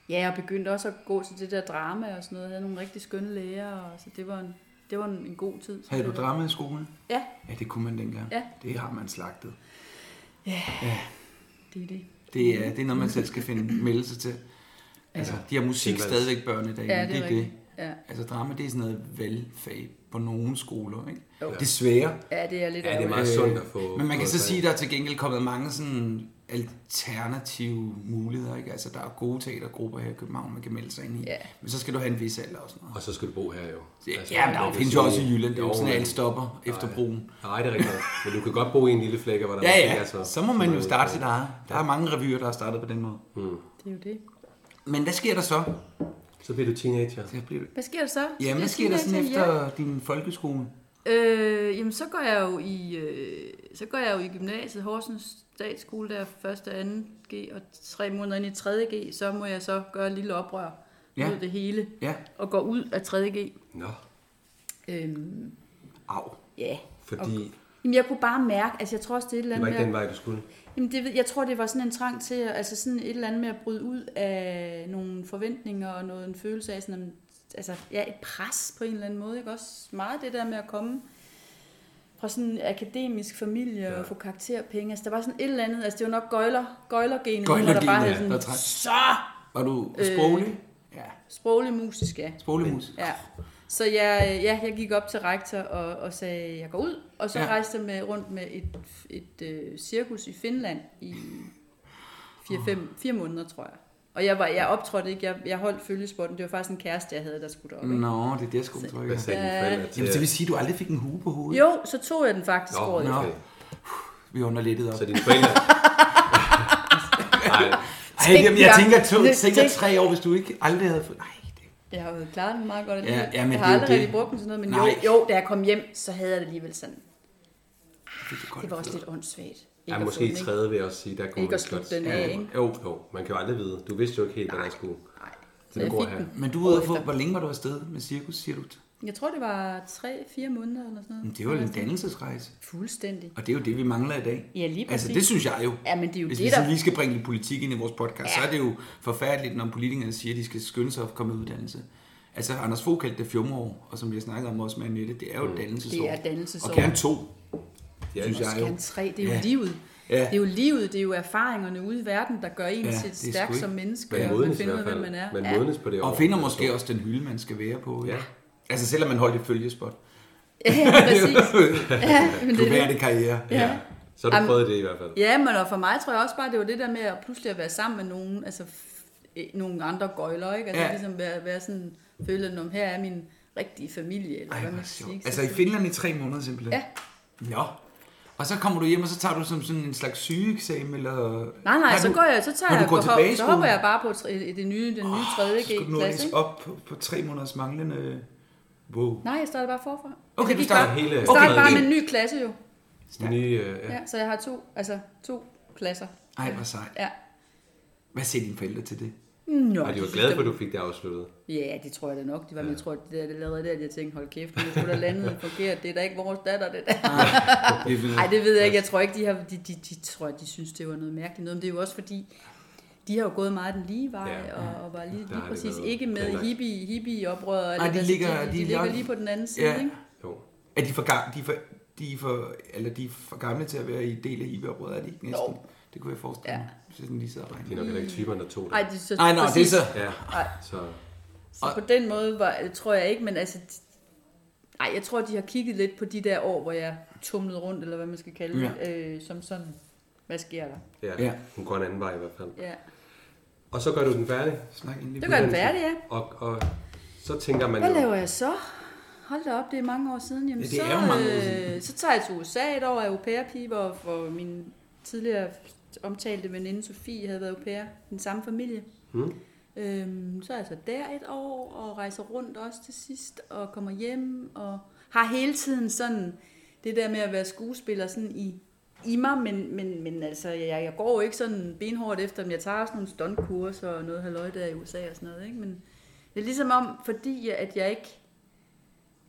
[SPEAKER 3] ja, jeg begyndte også at gå til det der drama og sådan noget. Jeg havde nogle rigtig skønne lærere, og så det var en, det var en, en god tid.
[SPEAKER 1] havde du drama i skolen?
[SPEAKER 3] Ja,
[SPEAKER 1] Ja, det kunne man dengang.
[SPEAKER 3] Ja.
[SPEAKER 1] Det har man slagtet.
[SPEAKER 3] det er det.
[SPEAKER 1] Det er, det er noget, man selv skal finde melde sig til. Altså, de har musik
[SPEAKER 2] tilvalgs.
[SPEAKER 1] stadigvæk børn i dag.
[SPEAKER 3] Ja,
[SPEAKER 1] men
[SPEAKER 3] det er rigtigt. Ja.
[SPEAKER 1] Altså, drama, det er sådan noget valgfag på nogle skoler, ikke?
[SPEAKER 2] Desværre.
[SPEAKER 3] Ja, det er lidt
[SPEAKER 2] Ja, det er
[SPEAKER 3] ærgerligt.
[SPEAKER 2] meget sundt at få...
[SPEAKER 1] Men man kan
[SPEAKER 2] få
[SPEAKER 1] så
[SPEAKER 2] sig-
[SPEAKER 1] sige, at der er til gengæld kommet mange sådan alternative muligheder, ikke? Altså, der er gode teatergrupper her i København, man kan melde sig ind i.
[SPEAKER 3] Ja.
[SPEAKER 1] Men så skal du have en vis alder og sådan noget.
[SPEAKER 2] Og så skal du bo her jo.
[SPEAKER 1] Altså, ja, men der
[SPEAKER 2] man kan
[SPEAKER 1] findes jo
[SPEAKER 2] sige-
[SPEAKER 1] også i Jylland. Det er jo sådan, at
[SPEAKER 2] men-
[SPEAKER 1] alt stopper efter broen.
[SPEAKER 2] Nej, det er rigtigt. Men du kan godt bo i en lille flække, hvor der
[SPEAKER 1] Ja,
[SPEAKER 2] måske altså,
[SPEAKER 1] ja. Så må man jo starte sit eget. Der er mange revyer, der er startet på den måde.
[SPEAKER 3] Det er jo det.
[SPEAKER 1] Men hvad sker der så?
[SPEAKER 2] Så bliver du teenager.
[SPEAKER 1] Der bliver-
[SPEAKER 3] Hvad sker der så?
[SPEAKER 1] Ja, hvad
[SPEAKER 3] Jeg
[SPEAKER 1] sker der sådan
[SPEAKER 3] teenager, ja.
[SPEAKER 1] efter din folkeskole?
[SPEAKER 3] Øh, jamen, så går jeg jo i, øh, så går jeg jo i gymnasiet, Horsens Statsskole, der første, anden G, og tre måneder ind i 3. G, så må jeg så gøre et lille oprør
[SPEAKER 1] Ja.
[SPEAKER 3] ja. mod det hele,
[SPEAKER 1] Ja.
[SPEAKER 3] og går ud af 3. G.
[SPEAKER 2] Nå,
[SPEAKER 3] Øhm,
[SPEAKER 1] Au.
[SPEAKER 3] ja.
[SPEAKER 2] fordi
[SPEAKER 3] Jamen, jeg kunne bare mærke, altså jeg tror også, det er et
[SPEAKER 2] det
[SPEAKER 3] eller andet
[SPEAKER 2] var ikke
[SPEAKER 3] med
[SPEAKER 2] den
[SPEAKER 3] at-
[SPEAKER 2] vej, du skulle.
[SPEAKER 3] Jamen, det, ved- jeg tror, det var sådan en trang til, at- altså sådan et eller andet med at bryde ud af nogle forventninger og noget, en følelse af sådan, jamen, altså, ja, et pres på en eller anden måde, ikke? Også meget det der med at komme fra sådan en akademisk familie ja. og få karakterpenge. Altså, der var sådan et eller andet, altså det var nok gøjler, gøjlergenet,
[SPEAKER 1] Gøjlergenet,
[SPEAKER 3] der bare
[SPEAKER 1] ja,
[SPEAKER 3] havde sådan,
[SPEAKER 1] der trak. Øh,
[SPEAKER 3] så
[SPEAKER 1] Var du sproglig? Ja,
[SPEAKER 3] sproglig musisk, ja.
[SPEAKER 1] sproglig
[SPEAKER 3] ja. Så jeg, øh, ja, jeg gik op til rektor og, og sagde, at jeg går ud, og så
[SPEAKER 1] Ja.
[SPEAKER 3] ja. rejste jeg med, rundt med et, et øh, cirkus i Finland i 4-5 fire måneder, tror jeg. Og jeg, var, jeg optrådte ikke, jeg, jeg holdt følgesporten. Det var faktisk en kæreste, jeg havde, der skulle derop. Mm.
[SPEAKER 1] Nå, det er det, skulle trykke.
[SPEAKER 2] Hvad sagde dine forældre til?
[SPEAKER 1] Øh, Jamen, det vil sige, at du aldrig fik en hue på hovedet?
[SPEAKER 3] Jo, så tog jeg den faktisk
[SPEAKER 2] Nå,
[SPEAKER 3] året.
[SPEAKER 1] Nå.
[SPEAKER 2] okay.
[SPEAKER 1] Vi er underlettet op.
[SPEAKER 2] Så dine forældre... Nej,
[SPEAKER 1] Ej, jeg, jeg
[SPEAKER 3] Tænk
[SPEAKER 1] tænker,
[SPEAKER 3] engang.
[SPEAKER 1] to,
[SPEAKER 3] Lidt
[SPEAKER 1] tænker
[SPEAKER 3] tænk.
[SPEAKER 1] tre år, hvis du ikke aldrig havde fået... Ej, det...
[SPEAKER 3] Jeg har jo klaret den meget godt alligevel.
[SPEAKER 1] Ja, ja, men
[SPEAKER 3] jeg har
[SPEAKER 1] det er jo
[SPEAKER 3] aldrig
[SPEAKER 1] det.
[SPEAKER 3] rigtig brugt den til noget, men jo,
[SPEAKER 1] Nej.
[SPEAKER 3] jo, da jeg kom hjem, så havde jeg det alligevel sådan.
[SPEAKER 1] Det, er godt.
[SPEAKER 3] Det var også lidt åndssvagt. Ikke
[SPEAKER 2] ja,
[SPEAKER 3] at få
[SPEAKER 2] måske i
[SPEAKER 3] den, ikke?
[SPEAKER 2] tredje vil jeg også sige, der kunne
[SPEAKER 3] Ikke
[SPEAKER 2] man
[SPEAKER 3] at slutte
[SPEAKER 2] godt-
[SPEAKER 3] den af, ikke?
[SPEAKER 2] Jo, jo, man kan jo aldrig vide. Du vidste jo ikke helt, hvad der skulle.
[SPEAKER 3] Nej, så
[SPEAKER 2] Så
[SPEAKER 3] jeg
[SPEAKER 2] det går
[SPEAKER 3] fik
[SPEAKER 2] her.
[SPEAKER 3] den.
[SPEAKER 1] Men du var ude for,
[SPEAKER 3] Året
[SPEAKER 1] hvor længe var du afsted med cirkus, siger du?
[SPEAKER 3] Jeg tror, det var 3-4 måneder eller sådan
[SPEAKER 1] Men
[SPEAKER 3] noget.
[SPEAKER 1] det var en dannelsesrejse,
[SPEAKER 3] Fuldstændig.
[SPEAKER 1] og det er jo det, vi mangler i dag.
[SPEAKER 3] Ja, lige
[SPEAKER 1] Altså,
[SPEAKER 3] præcis.
[SPEAKER 1] det synes jeg jo.
[SPEAKER 3] Ja, men det er jo
[SPEAKER 1] Hvis
[SPEAKER 3] det,
[SPEAKER 1] vi
[SPEAKER 3] der-
[SPEAKER 1] sådan lige skal bringe lidt politik ind i vores podcast, ja. så
[SPEAKER 3] Ja.
[SPEAKER 1] er det jo forfærdeligt, når politikerne siger, at de skal skynde sig at komme i uddannelse. Altså, Anders Fogh kaldte det fjumreår, og som vi har snakket om også med Annette, det er
[SPEAKER 2] Mm.
[SPEAKER 1] jo et dannelsesår.
[SPEAKER 3] Det er et dannelsesår.
[SPEAKER 1] Og gerne to,
[SPEAKER 2] Ja,
[SPEAKER 1] synes jeg jo.
[SPEAKER 3] Kan tre, det er jo
[SPEAKER 1] Ja.
[SPEAKER 3] livet.
[SPEAKER 1] Ja.
[SPEAKER 3] Det er jo livet, det er jo erfaringerne ude i verden, der gør en
[SPEAKER 1] Ja, det
[SPEAKER 3] ja,
[SPEAKER 1] er
[SPEAKER 3] til
[SPEAKER 1] sgu
[SPEAKER 3] stærk
[SPEAKER 1] ikke-
[SPEAKER 3] som menneske,
[SPEAKER 2] Man
[SPEAKER 3] og man
[SPEAKER 2] modnes i
[SPEAKER 3] finder ud af,
[SPEAKER 2] hvert
[SPEAKER 3] hvem
[SPEAKER 2] fald.
[SPEAKER 3] man er.
[SPEAKER 2] Man
[SPEAKER 3] ja.
[SPEAKER 2] modnes på det år.
[SPEAKER 1] Og finder måske også den hylde, man skal være på.
[SPEAKER 2] Ja.
[SPEAKER 1] Altså selvom man holdt et følgespot.
[SPEAKER 3] ja, præcis. Ja, men det er det.
[SPEAKER 1] Globale karriere.
[SPEAKER 3] Ja.
[SPEAKER 2] Så har du
[SPEAKER 3] Am-
[SPEAKER 2] prøvet det i hvert fald.
[SPEAKER 3] ja, men og for mig tror jeg også bare, det var det der med at pludselig at være sammen med nogen, altså f- eh, nogle andre gøjler, ikke? Altså
[SPEAKER 1] Ja.
[SPEAKER 3] ja. ligesom være, være sådan, føle, om her er min rigtige familie, eller
[SPEAKER 1] Ej,
[SPEAKER 3] hvad
[SPEAKER 1] hvor
[SPEAKER 3] man siger.
[SPEAKER 1] sjovt.
[SPEAKER 3] ikke?
[SPEAKER 1] Altså
[SPEAKER 3] Så-
[SPEAKER 1] i Finland i tre måneder simpelthen?
[SPEAKER 3] Ja.
[SPEAKER 1] Nå. Og så kommer du hjem, og så tager du som sådan en slags sygeeksamen, eller...
[SPEAKER 3] Nej, nej, så
[SPEAKER 1] du-
[SPEAKER 3] går jeg, så tager
[SPEAKER 1] når
[SPEAKER 3] jeg,
[SPEAKER 1] du går
[SPEAKER 3] hop-
[SPEAKER 1] tilbage i
[SPEAKER 3] så
[SPEAKER 1] skolen,
[SPEAKER 3] hopper jeg bare på tr- i det nye, den nye 3.
[SPEAKER 1] Så skal du nu
[SPEAKER 3] G-klasse.
[SPEAKER 1] læse
[SPEAKER 3] ikke?
[SPEAKER 1] op på, på tre måneders manglende... Wow.
[SPEAKER 3] Nej, jeg starter bare forfra. Altså,
[SPEAKER 1] Okay,
[SPEAKER 3] Jeg
[SPEAKER 1] du
[SPEAKER 3] gik
[SPEAKER 1] starter
[SPEAKER 3] bare-
[SPEAKER 2] hele-
[SPEAKER 3] Jeg starter
[SPEAKER 1] Okay,
[SPEAKER 3] bare
[SPEAKER 1] det-
[SPEAKER 3] med en ny klasse jo.
[SPEAKER 2] Nye, øh, ja.
[SPEAKER 3] Ja, så jeg har to, altså to klasser.
[SPEAKER 1] Ej, hvor sejt.
[SPEAKER 3] Ja.
[SPEAKER 1] Hvad siger dine forældre til det?
[SPEAKER 3] Nå,
[SPEAKER 2] Ej, de var glade for, at du fik det afsluttet.
[SPEAKER 3] Ja, det tror jeg da nok. Det var, men jeg tror, det der, det lavede der, at jeg tænkte, hold kæft, nu skulle der landet forkert. Det er da ikke vores datter, det der. Nej, det ved jeg ikke. Jeg tror ikke, de har, de, de, de, tror, de synes, det var noget mærkeligt noget. Men det er jo også fordi, de har jo gået meget den lige vej,
[SPEAKER 2] Ja.
[SPEAKER 3] ja, og, og var lige,
[SPEAKER 2] Der har
[SPEAKER 3] lige
[SPEAKER 2] det
[SPEAKER 3] præcis
[SPEAKER 2] været
[SPEAKER 3] ikke med
[SPEAKER 2] planlagt.
[SPEAKER 3] hippie, hippie-oprøret.
[SPEAKER 1] Nej, de ligger-
[SPEAKER 3] de,
[SPEAKER 1] de
[SPEAKER 3] de, ligger
[SPEAKER 1] ligger-
[SPEAKER 3] lige på den anden side,
[SPEAKER 1] Ja.
[SPEAKER 3] ikke?
[SPEAKER 2] Jo.
[SPEAKER 1] Er de for, gamle, de er for, de er for, eller de er for gamle til at være i del af IB-området? Er de ikke næsten?
[SPEAKER 3] Jo.
[SPEAKER 1] Det kunne jeg forestille mig. Hvis jeg sådan lige sidder og
[SPEAKER 2] Det er
[SPEAKER 1] regner.
[SPEAKER 2] nok heller ikke typerne, der tog det.
[SPEAKER 3] Ej, det, så,
[SPEAKER 1] Ej, nej, det er
[SPEAKER 3] præcis.
[SPEAKER 1] så...
[SPEAKER 2] Ja,
[SPEAKER 3] Ej.
[SPEAKER 2] så...
[SPEAKER 3] Så på den måde var, tror jeg ikke, men altså... Nej, jeg tror, de har kigget lidt på de der år, hvor jeg tumlede rundt, eller hvad man skal kalde det, øh, som sådan, hvad sker der?
[SPEAKER 2] Ja,
[SPEAKER 1] Ja.
[SPEAKER 2] hun går en anden vej i hvert fald.
[SPEAKER 3] Ja.
[SPEAKER 2] Og så gør du den færdig.
[SPEAKER 1] Snak endelig.
[SPEAKER 3] Det gør den færdig, ja.
[SPEAKER 2] Og, og så tænker man
[SPEAKER 3] Hvad
[SPEAKER 2] jo,
[SPEAKER 3] laver jeg så? Hold da op, det er mange år siden. Jamen,
[SPEAKER 1] Ja, det
[SPEAKER 3] så,
[SPEAKER 1] er jo mange år
[SPEAKER 3] øh, så tager jeg til USA et år af au pair hvor, hvor min tidligere omtalte veninde Sofie havde været au pair, den samme familie.
[SPEAKER 2] Hmm.
[SPEAKER 3] Øhm, så er jeg så der et år, og rejser rundt også til sidst, og kommer hjem, og har hele tiden sådan det der med at være skuespiller sådan i, i mig, men, men, men altså, jeg, jeg går jo ikke sådan benhårdt efter dem. Jeg tager også nogle stuntkurser og noget halvøj der i USA og sådan noget, ikke? Men det er ligesom om, fordi jeg- at jeg ikke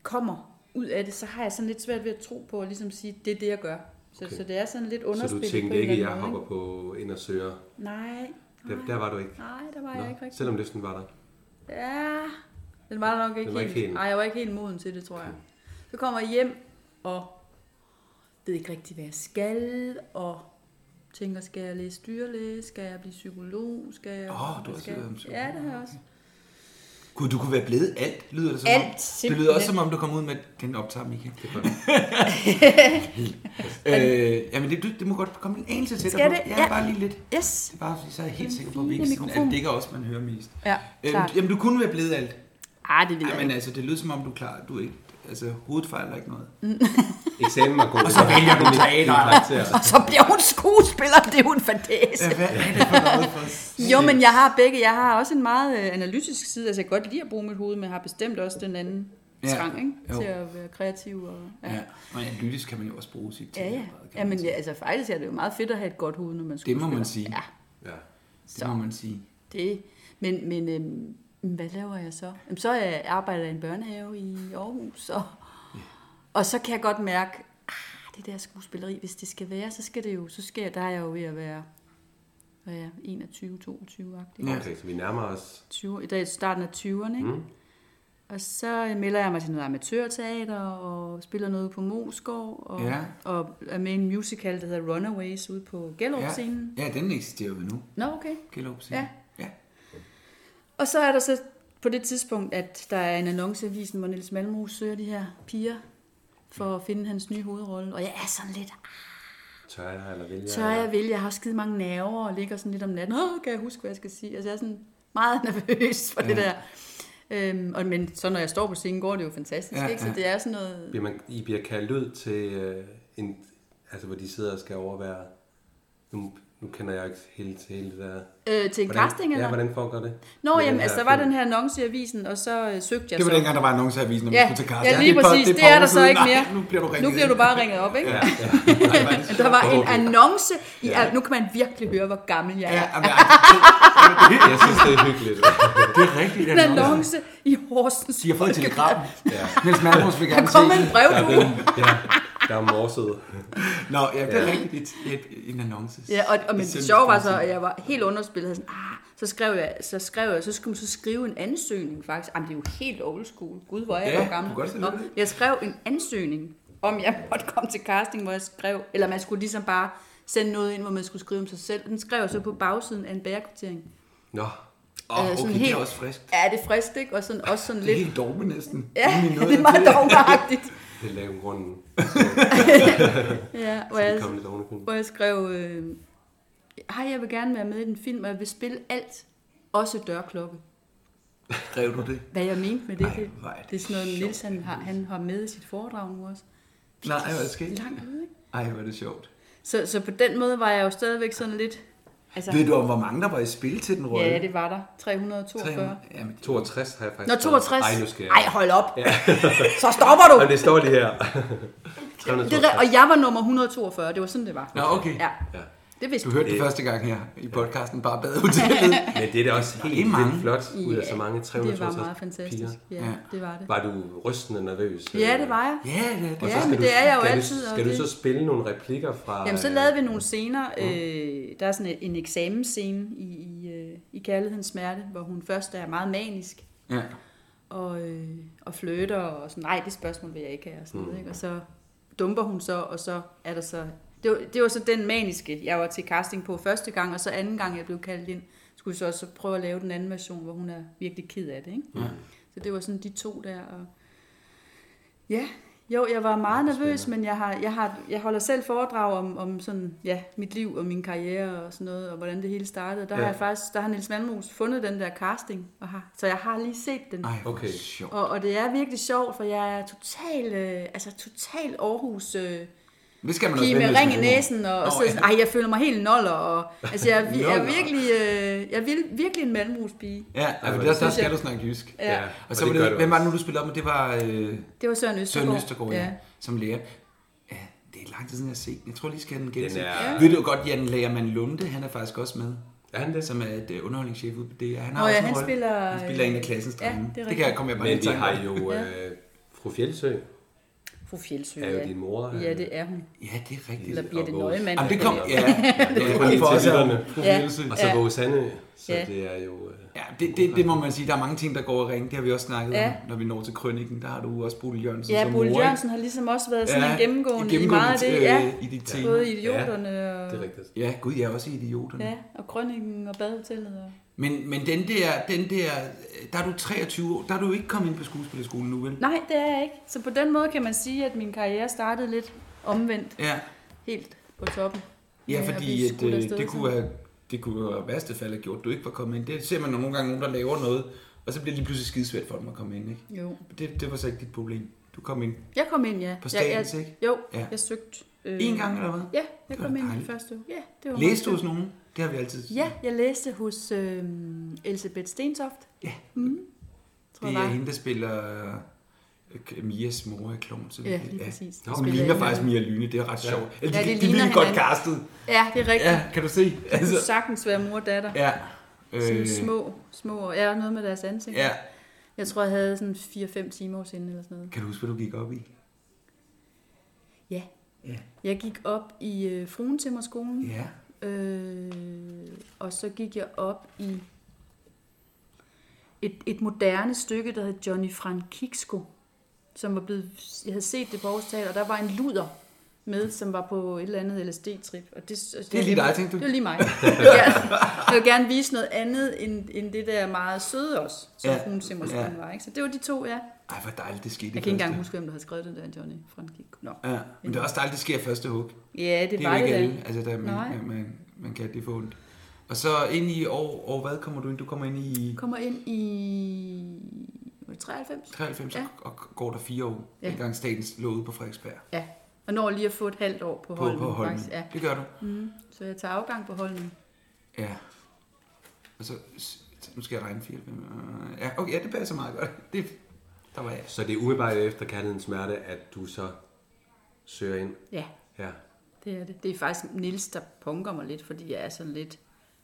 [SPEAKER 3] kommer ud af det, så har jeg sådan lidt svært ved at tro på at ligesom sige, det er det, jeg gør. Så,
[SPEAKER 2] Okay.
[SPEAKER 3] okay. så det er sådan lidt
[SPEAKER 2] så
[SPEAKER 3] underspillet.
[SPEAKER 2] du
[SPEAKER 3] på
[SPEAKER 2] tænkte
[SPEAKER 3] en
[SPEAKER 2] ikke, at
[SPEAKER 3] eller
[SPEAKER 2] jeg
[SPEAKER 3] anden måde,
[SPEAKER 2] hopper på ind og søger.
[SPEAKER 3] ikke? Nej,
[SPEAKER 2] Der, der var du ikke.
[SPEAKER 3] nej, der var jeg ikke rigtig.
[SPEAKER 2] selvom lysten var der.
[SPEAKER 3] Ja, den var der nok ikke,
[SPEAKER 2] Den var
[SPEAKER 3] helt.
[SPEAKER 2] ikke helt.
[SPEAKER 3] Nej, jeg var ikke helt moden til det, tror jeg. Så kommer jeg hjem og ved ikke rigtig, hvad jeg skal, og tænker, skal jeg læse dyrlæge? Skal jeg blive psykolog? Skal jeg...
[SPEAKER 1] Åh, du har også
[SPEAKER 3] skal...
[SPEAKER 1] været
[SPEAKER 3] jeg?
[SPEAKER 1] psykolog.
[SPEAKER 3] Ja, det har jeg også.
[SPEAKER 1] Gud, du kunne være blevet alt, lyder det som
[SPEAKER 3] Alt,
[SPEAKER 1] om. Det
[SPEAKER 3] simpelthen.
[SPEAKER 1] lyder også som om, du kom ud med den optager, Mika. Det øh, jamen, det, du- det må godt komme en anelse til
[SPEAKER 3] Skal det?
[SPEAKER 1] Ja,
[SPEAKER 3] Ja.
[SPEAKER 1] bare lige lidt.
[SPEAKER 3] Yes!
[SPEAKER 1] Det er bare, fordi så er jeg helt
[SPEAKER 3] Den
[SPEAKER 1] sikker på, at vi ikke
[SPEAKER 3] fine
[SPEAKER 1] sådan, at
[SPEAKER 3] mikrofon.
[SPEAKER 1] det ikke er os, man hører mest.
[SPEAKER 3] Ja, klart.
[SPEAKER 1] Øhm, jamen, du kunne være blevet alt.
[SPEAKER 3] Ej, det vil
[SPEAKER 1] Ej,
[SPEAKER 3] jeg
[SPEAKER 1] men
[SPEAKER 3] ikke.
[SPEAKER 1] altså, det lyder som om, du er klar. Du er ikke, altså, hovedet fejler ikke noget.
[SPEAKER 2] Eksamen var god.
[SPEAKER 1] Og så vælger du teater.
[SPEAKER 2] teater.
[SPEAKER 3] Så bliver hun skuespiller, det er hun fantæs.
[SPEAKER 1] altså- Ja, hvad er det for noget for
[SPEAKER 3] Jo, men jeg har begge. Jeg har også en meget øh, analytisk side. Altså, jeg kan godt lide at bruge mit hoved, men jeg har bestemt også den anden
[SPEAKER 1] Ja,
[SPEAKER 3] ja. trang, ikke?
[SPEAKER 1] jo.
[SPEAKER 3] Til at være kreativ og...
[SPEAKER 1] Ja, og analytisk kan man jo også bruge sit
[SPEAKER 3] Ja, ja.
[SPEAKER 1] teaterapparat, kan
[SPEAKER 3] ja
[SPEAKER 1] man
[SPEAKER 3] men
[SPEAKER 1] sige.
[SPEAKER 3] ja, altså, faktisk er det jo meget fedt at have et godt hoved, når man
[SPEAKER 1] Det må man
[SPEAKER 3] skuespiller.
[SPEAKER 1] sige.
[SPEAKER 3] Ja,
[SPEAKER 2] Ja.
[SPEAKER 1] Det må
[SPEAKER 3] så
[SPEAKER 1] man sige.
[SPEAKER 3] det... Men, men øhm, hvad laver jeg så? Jamen, så øh, arbejder jeg i en børnehave i Aarhus, og, og så kan jeg godt mærke, ah, det der skuespilleri, hvis det skal være, så skal det jo, så skal jeg, der er jeg jo ved at være, hvad er jeg, 21-22-agtig.
[SPEAKER 2] Okay, så vi nærmer os.
[SPEAKER 3] 20, i dag er starten af 20'erne, ikke? Mm. Og så øh, melder jeg mig til noget amatørteater og spiller noget på Moskov og,
[SPEAKER 1] Ja.
[SPEAKER 3] og er med i en musical, der hedder Runaways ude på Gellerup-scenen.
[SPEAKER 1] Ja, ja den eksisterer jo nu.
[SPEAKER 3] Ja. Nå, okay.
[SPEAKER 1] Gellerup-scenen.
[SPEAKER 3] Ja.
[SPEAKER 1] ja.
[SPEAKER 3] Og så er der så på det tidspunkt, at der er en annonce i avisen, hvor Niels Malmro søger de her piger for at finde hans nye hovedrolle. Og jeg er sådan lidt,
[SPEAKER 2] Tør jeg eller vil jeg?
[SPEAKER 3] tør jeg vil, jeg har skide mange nerver og ligger sådan lidt om natten. Åh, kan jeg huske, hvad jeg skal sige? Altså, jeg er sådan meget nervøs for ja. det der. Øhm, og, men så når jeg står på scenen, går det jo fantastisk,
[SPEAKER 1] Ja,
[SPEAKER 3] ja, ikke? Så
[SPEAKER 1] ja.
[SPEAKER 3] det er sådan noget...
[SPEAKER 2] Bliver man, I bliver kaldt ud til øh, en... Altså, hvor de sidder og skal overvære... Nu, nu kender jeg ikke helt til hele det der...
[SPEAKER 3] Øh, til en
[SPEAKER 2] Hvordan,
[SPEAKER 3] casting, eller?
[SPEAKER 2] Ja, hvordan foregår det?
[SPEAKER 3] Nå,
[SPEAKER 2] Med
[SPEAKER 3] jamen,
[SPEAKER 2] den
[SPEAKER 3] altså,
[SPEAKER 2] her
[SPEAKER 3] der var
[SPEAKER 2] film.
[SPEAKER 3] den her annonce i avisen, og så øh, søgte jeg
[SPEAKER 1] Det var
[SPEAKER 3] så.
[SPEAKER 1] dengang, der var annoncer i avisen, når
[SPEAKER 3] Ja,
[SPEAKER 1] man skulle til casting.
[SPEAKER 3] ja, lige
[SPEAKER 1] et par-
[SPEAKER 3] præcis.
[SPEAKER 1] et
[SPEAKER 3] Det
[SPEAKER 1] par
[SPEAKER 3] er
[SPEAKER 1] år
[SPEAKER 3] der så
[SPEAKER 1] siden.
[SPEAKER 3] ikke
[SPEAKER 1] Nej,
[SPEAKER 3] mere.
[SPEAKER 1] Nu bliver du ringet
[SPEAKER 3] Nu bliver du
[SPEAKER 1] ind.
[SPEAKER 3] bare ringet op, ikke?
[SPEAKER 1] Ja,
[SPEAKER 3] Ja.
[SPEAKER 1] ja.
[SPEAKER 3] Der var en
[SPEAKER 2] Okay.
[SPEAKER 3] annonce. I, ja. Nu kan man virkelig høre, hvor gammel jeg
[SPEAKER 1] ja
[SPEAKER 3] er.
[SPEAKER 1] men, ej,
[SPEAKER 2] Jeg synes, det er hyggeligt.
[SPEAKER 1] det er rigtigt.
[SPEAKER 3] En annonce i Horsens.
[SPEAKER 1] De har fået et telegram.
[SPEAKER 2] Ja.
[SPEAKER 1] Niels Malmros vil
[SPEAKER 3] Der
[SPEAKER 1] gerne se
[SPEAKER 3] kom en
[SPEAKER 1] det.
[SPEAKER 2] Der er,
[SPEAKER 3] brevdue.
[SPEAKER 2] den, ja, der er morset.
[SPEAKER 1] Nå, ja, det er rigtigt. Et, et, en annonce.
[SPEAKER 3] Ja, og, og men
[SPEAKER 1] Det er
[SPEAKER 3] det sjove var
[SPEAKER 1] sindssygt.
[SPEAKER 3] så, at jeg var helt underspillet. Jeg var Sådan, ah, så skrev jeg, så skrev jeg, så skulle man så skrive en ansøgning faktisk. Jamen, det er jo helt old school. Gud, hvor er jeg
[SPEAKER 1] Ja,
[SPEAKER 3] ja, gammel.
[SPEAKER 1] du kan godt se
[SPEAKER 3] Nå,
[SPEAKER 1] det.
[SPEAKER 3] jeg skrev en ansøgning, om jeg måtte komme til casting, hvor jeg skrev, eller man skulle ligesom bare sende noget ind, hvor man skulle skrive om sig selv. Den skrev jeg så på bagsiden af en bærekvartering.
[SPEAKER 2] Nå,
[SPEAKER 1] Åh,
[SPEAKER 3] Øh, sådan
[SPEAKER 1] okay, det er
[SPEAKER 3] helt-
[SPEAKER 1] også frisk.
[SPEAKER 3] Ja, det er frisk, ikke? Og sådan, også sådan
[SPEAKER 1] Det er
[SPEAKER 3] lidt...
[SPEAKER 1] helt dogme næsten.
[SPEAKER 3] Ja,
[SPEAKER 1] Uden i noget
[SPEAKER 3] det er
[SPEAKER 1] af
[SPEAKER 3] meget dogmagtigt.
[SPEAKER 2] det lavede grunden.
[SPEAKER 3] Ja, hvor
[SPEAKER 2] Det
[SPEAKER 3] jeg,
[SPEAKER 2] kom lidt oven i hunden.
[SPEAKER 3] hvor jeg skrev, øh, hej, jeg vil gerne være med i den film, og jeg vil spille alt, også dørklokke.
[SPEAKER 1] Skrev du det?
[SPEAKER 3] Hvad jeg mente med det,
[SPEAKER 1] Ej,
[SPEAKER 3] det,
[SPEAKER 1] hvor er det
[SPEAKER 3] det er sådan noget,
[SPEAKER 1] sjovt.
[SPEAKER 3] Niels han har, han har med i sit foredrag nu også.
[SPEAKER 1] Nej, hvor er det sket?
[SPEAKER 3] Langt ude, ikke?
[SPEAKER 1] Ej, hvor er det sjovt.
[SPEAKER 3] Så, så på den måde var jeg jo stadigvæk sådan lidt... Altså,
[SPEAKER 1] Ved du om, hvor mange der var i spil til den rolle?
[SPEAKER 3] ja, det var der. 342.
[SPEAKER 1] Jamen,
[SPEAKER 2] 62 har jeg faktisk.
[SPEAKER 3] Nå, 62.
[SPEAKER 2] Ej, nu skal jeg.
[SPEAKER 3] Ej, hold op. Ja. så stopper du.
[SPEAKER 2] Og det står lige her.
[SPEAKER 3] Det, er re-
[SPEAKER 2] 362.
[SPEAKER 3] og jeg var nummer 142. Det var sådan, det var.
[SPEAKER 1] Nå, okay.
[SPEAKER 3] Ja,
[SPEAKER 2] Ja.
[SPEAKER 3] det vidste
[SPEAKER 1] Du hørte det
[SPEAKER 2] Det-
[SPEAKER 1] første gang her i podcasten, bare badehotellet.
[SPEAKER 2] Men det er da også
[SPEAKER 1] er
[SPEAKER 2] helt vildt
[SPEAKER 1] mange.
[SPEAKER 2] flot ud af så mange
[SPEAKER 3] Det var
[SPEAKER 2] 362
[SPEAKER 3] meget fantastisk.
[SPEAKER 2] piger.
[SPEAKER 3] Ja,
[SPEAKER 1] Ja.
[SPEAKER 3] det var det.
[SPEAKER 2] Var du rystende nervøs? øh,
[SPEAKER 3] Ja, det var jeg.
[SPEAKER 1] ja, det er det.
[SPEAKER 2] Og så
[SPEAKER 3] Ja,
[SPEAKER 2] skal
[SPEAKER 3] men
[SPEAKER 2] du-
[SPEAKER 3] det er jeg jo
[SPEAKER 2] skal
[SPEAKER 3] altid,
[SPEAKER 2] Du,
[SPEAKER 3] og
[SPEAKER 2] skal du
[SPEAKER 3] det-
[SPEAKER 2] så spille nogle replikker fra...
[SPEAKER 3] Jamen, så
[SPEAKER 2] øh,
[SPEAKER 3] lavede vi nogle scener. Øh, der er sådan en, en eksamensscene i, i, øh, i Kærlighedens Smerte, hvor hun først er meget manisk
[SPEAKER 1] Ja.
[SPEAKER 3] og, øh, og flytter og sådan, nej, det spørgsmål vil jeg ikke have, og sådan noget, ikke? Og så dumper hun så, og så er der så... Det var, det var så den maniske, jeg var til casting på første gang, og så anden gang, jeg blev kaldt ind, skulle vi så også prøve at lave den anden version, hvor hun er virkelig ked af det, ikke?
[SPEAKER 1] Ja.
[SPEAKER 3] Så det var sådan de to der, og... Ja, jo, jeg var meget nervøs, men jeg, har, jeg, har, jeg holder selv foredrag om, om sådan, ja, mit liv og min karriere og sådan noget, og hvordan det hele startede. Og Der ja.
[SPEAKER 1] Ja.
[SPEAKER 3] har jeg faktisk, der har Niels Malmos fundet den der casting, og har, så jeg har lige set den.
[SPEAKER 1] Ej, okay.
[SPEAKER 2] Okay.
[SPEAKER 1] sjovt.
[SPEAKER 3] Og, og det er virkelig sjovt, for jeg er total, øh, altså total Aarhus øh,
[SPEAKER 1] Det skal man også
[SPEAKER 3] pige med
[SPEAKER 1] vende,
[SPEAKER 3] ring i
[SPEAKER 1] hvis man-
[SPEAKER 3] næsen, og, og
[SPEAKER 1] Nå,
[SPEAKER 3] så sådan, ej, jeg føler mig helt noller, og altså jeg er, vi- jeg er virkelig, øh, jeg er vir- virkelig en malmorspige.
[SPEAKER 1] Ja, ja men der, der
[SPEAKER 3] synes
[SPEAKER 1] skal
[SPEAKER 3] jeg-
[SPEAKER 1] du snakke jysk.
[SPEAKER 3] Ja.
[SPEAKER 1] Og så var
[SPEAKER 2] gør
[SPEAKER 1] det,
[SPEAKER 2] du
[SPEAKER 1] hvem var det
[SPEAKER 2] også.
[SPEAKER 1] nu, du spillede op med? Det var øh,
[SPEAKER 3] Det var Søren Østergaard.
[SPEAKER 1] Søren Østergaard, ja. som lærer. Ja, det er lang tid siden, jeg har set den. Jeg tror lige, skal den gense.
[SPEAKER 2] Den er-
[SPEAKER 1] Ved du godt, Jan Lagermann Lunde, han er faktisk også med.
[SPEAKER 2] Er han det?
[SPEAKER 1] Som er et øh, underholdningschef ude på DR. Han har
[SPEAKER 3] Nå
[SPEAKER 1] også
[SPEAKER 3] ja,
[SPEAKER 1] en
[SPEAKER 3] han
[SPEAKER 1] rolle.
[SPEAKER 3] spiller,
[SPEAKER 1] Han spiller en af
[SPEAKER 3] øh,
[SPEAKER 1] klassens
[SPEAKER 3] ja,
[SPEAKER 1] drenge.
[SPEAKER 3] det er
[SPEAKER 1] det kan jeg komme jeg bare
[SPEAKER 2] Men vi
[SPEAKER 1] lige
[SPEAKER 2] har jo...
[SPEAKER 3] Ja.
[SPEAKER 2] Øh, fru Fjeldsø
[SPEAKER 3] Fru Fjeldsø,
[SPEAKER 2] er jo din mor.
[SPEAKER 3] Ja, det er hun.
[SPEAKER 1] Ja, det er rigtigt.
[SPEAKER 3] Eller bliver det
[SPEAKER 2] Og vores-
[SPEAKER 3] nøglemand?
[SPEAKER 1] øh, Jamen, det kom... Ja,
[SPEAKER 2] Det er kun lige til lytterne.
[SPEAKER 1] Fru
[SPEAKER 3] Ja.
[SPEAKER 1] Nielsen.
[SPEAKER 2] øh, Og så
[SPEAKER 3] Ja.
[SPEAKER 2] Våge Sande, så
[SPEAKER 3] Ja.
[SPEAKER 2] det er jo... øh,
[SPEAKER 1] Ja, det, det, det, må man sige. Der er mange ting, der går og ringe. Det har vi også snakket
[SPEAKER 3] Ja.
[SPEAKER 1] ja. om, når vi når til krønningen. Der har du også Bolig Jørgensen
[SPEAKER 3] Ja,
[SPEAKER 1] som
[SPEAKER 3] Bolle
[SPEAKER 1] mor. ikke?
[SPEAKER 3] Jørgensen har ligesom også været sådan en gennemgående,
[SPEAKER 1] gennemgående
[SPEAKER 3] i meget af det.
[SPEAKER 1] øh,
[SPEAKER 3] Ja,
[SPEAKER 1] i dit tema.
[SPEAKER 3] både idioterne og,
[SPEAKER 2] Det er rigtigt.
[SPEAKER 1] Ja, gud, jeg er også i idioterne.
[SPEAKER 3] ja, og Grønningen og Badehotellet. Og,
[SPEAKER 1] Men, men den der, den der, øh, der er du 23 år, der er du ikke kommet ind på skuespillerskolen nu, vel?
[SPEAKER 3] nej, det er jeg ikke. Så på den måde kan man sige, at min karriere startede lidt omvendt,
[SPEAKER 1] Ja,
[SPEAKER 3] helt på toppen.
[SPEAKER 1] ja
[SPEAKER 3] med at
[SPEAKER 1] fordi
[SPEAKER 3] blive
[SPEAKER 1] at,
[SPEAKER 3] skudt
[SPEAKER 1] øh,
[SPEAKER 3] afsted
[SPEAKER 1] det,
[SPEAKER 3] sådan.
[SPEAKER 1] kunne have, det kunne have i værste fald have gjort, at du ikke var kommet ind. Det ser man jo nogle gange, nogen der laver noget, og så bliver det lige pludselig skidesvært for dem at komme ind, ikke?
[SPEAKER 3] Jo.
[SPEAKER 1] Det, det var så ikke dit problem. Du kom ind
[SPEAKER 3] Jeg kom ind, ja.
[SPEAKER 1] på
[SPEAKER 3] Jeg- jeg-
[SPEAKER 1] statens, ikke?
[SPEAKER 3] Jo,
[SPEAKER 1] Ja.
[SPEAKER 3] ja. jeg søgte. Øh,
[SPEAKER 1] En gang eller hvad?
[SPEAKER 3] Ja,
[SPEAKER 1] Det
[SPEAKER 3] jeg
[SPEAKER 1] var
[SPEAKER 3] kom ind
[SPEAKER 1] dejligt.
[SPEAKER 3] i første uge. Ja, det var meget
[SPEAKER 1] Læste du
[SPEAKER 3] fedt.
[SPEAKER 1] hos nogen? Det har vi altid.
[SPEAKER 3] Ja, jeg læste hos øh, Elisabeth Stentoft.
[SPEAKER 1] Ja.
[SPEAKER 3] Mm. Tror
[SPEAKER 1] Det
[SPEAKER 3] jeg
[SPEAKER 1] er
[SPEAKER 3] var.
[SPEAKER 1] hende, der spiller øh, k- Mias mor i Klovn. så
[SPEAKER 3] Ja,
[SPEAKER 1] det-
[SPEAKER 3] lige præcis.
[SPEAKER 1] Nå,
[SPEAKER 3] Det
[SPEAKER 1] hun
[SPEAKER 3] spiller
[SPEAKER 1] ligner
[SPEAKER 3] hende.
[SPEAKER 1] faktisk Mia Lyne, det er ret sjovt. Ja.
[SPEAKER 3] Ja,
[SPEAKER 1] de,
[SPEAKER 3] det
[SPEAKER 1] de,
[SPEAKER 3] ligner
[SPEAKER 1] ligner godt
[SPEAKER 3] hinanden.
[SPEAKER 1] castet.
[SPEAKER 3] Ja, det er rigtigt.
[SPEAKER 1] Ja,
[SPEAKER 3] Ja,
[SPEAKER 1] kan du se?
[SPEAKER 3] altså. Du kunne sagtens være mor og datter.
[SPEAKER 1] ja. øh,
[SPEAKER 3] Sådan små, små, ja, noget med deres ansigt.
[SPEAKER 1] Ja.
[SPEAKER 3] Jeg tror, jeg havde sådan 4-5 timer hos hende eller sådan noget.
[SPEAKER 1] Kan du huske, hvad du gik op i?
[SPEAKER 3] Ja.
[SPEAKER 1] Ja.
[SPEAKER 3] Jeg gik op i øh, fruentimmerskolen,
[SPEAKER 1] Ja.
[SPEAKER 3] øh, og så gik jeg op i et, et moderne stykke, der hed Johnny Francisco, som var blevet, jeg havde set det på Aarhus Teater, og der var en luder med, som var på et eller andet LSD-trip. Og det,
[SPEAKER 1] Det er lige dig, tænkte du?
[SPEAKER 3] Det var lige mig. Jeg vil gerne, jeg vil gerne vise noget andet, end, end det der meget søde også, som
[SPEAKER 1] Ja.
[SPEAKER 3] ja. hun simpelthen
[SPEAKER 1] Ja.
[SPEAKER 3] ja. var. Ikke? Så det var de to, ja.
[SPEAKER 1] Ej, hvor dejligt det skete. i
[SPEAKER 3] Jeg kan ikke engang
[SPEAKER 1] første.
[SPEAKER 3] huske, hvem der havde skrevet den der Johnny Francisco. Nå.
[SPEAKER 1] Ja, men det er også dejligt, det sker i første hug. Det,
[SPEAKER 3] Ja, det,
[SPEAKER 1] det er
[SPEAKER 3] var
[SPEAKER 1] jo
[SPEAKER 3] det
[SPEAKER 1] ikke
[SPEAKER 3] da.
[SPEAKER 1] alle. Altså, der, man,
[SPEAKER 3] Nej.
[SPEAKER 1] man, man, man kan det få ondt. Og så ind i år, år, hvad kommer du ind? Du kommer ind i
[SPEAKER 3] Kommer ind i... var det 93?
[SPEAKER 1] 93
[SPEAKER 3] Ja.
[SPEAKER 1] og, og går der fire år. Ja.
[SPEAKER 3] Ja.
[SPEAKER 1] Dengang statens lå ude på Frederiksberg.
[SPEAKER 3] Ja. Og når lige at få et halvt år på
[SPEAKER 1] På,
[SPEAKER 3] Holmen.
[SPEAKER 1] på Holmen.
[SPEAKER 3] faktisk. Ja.
[SPEAKER 1] Det gør du.
[SPEAKER 3] Mm. Så jeg tager afgang på Holmen.
[SPEAKER 1] Ja. Og så, s- nu skal jeg regne 4, 5, ja, okay, ja, det passer meget godt. Det, der var jeg.
[SPEAKER 2] Så det er umiddelbart efter kærlighedens smerte, at du så søger ind.
[SPEAKER 3] Ja,
[SPEAKER 2] Ja.
[SPEAKER 3] det er det. Det er faktisk Nils der punker mig lidt, fordi jeg er sådan lidt...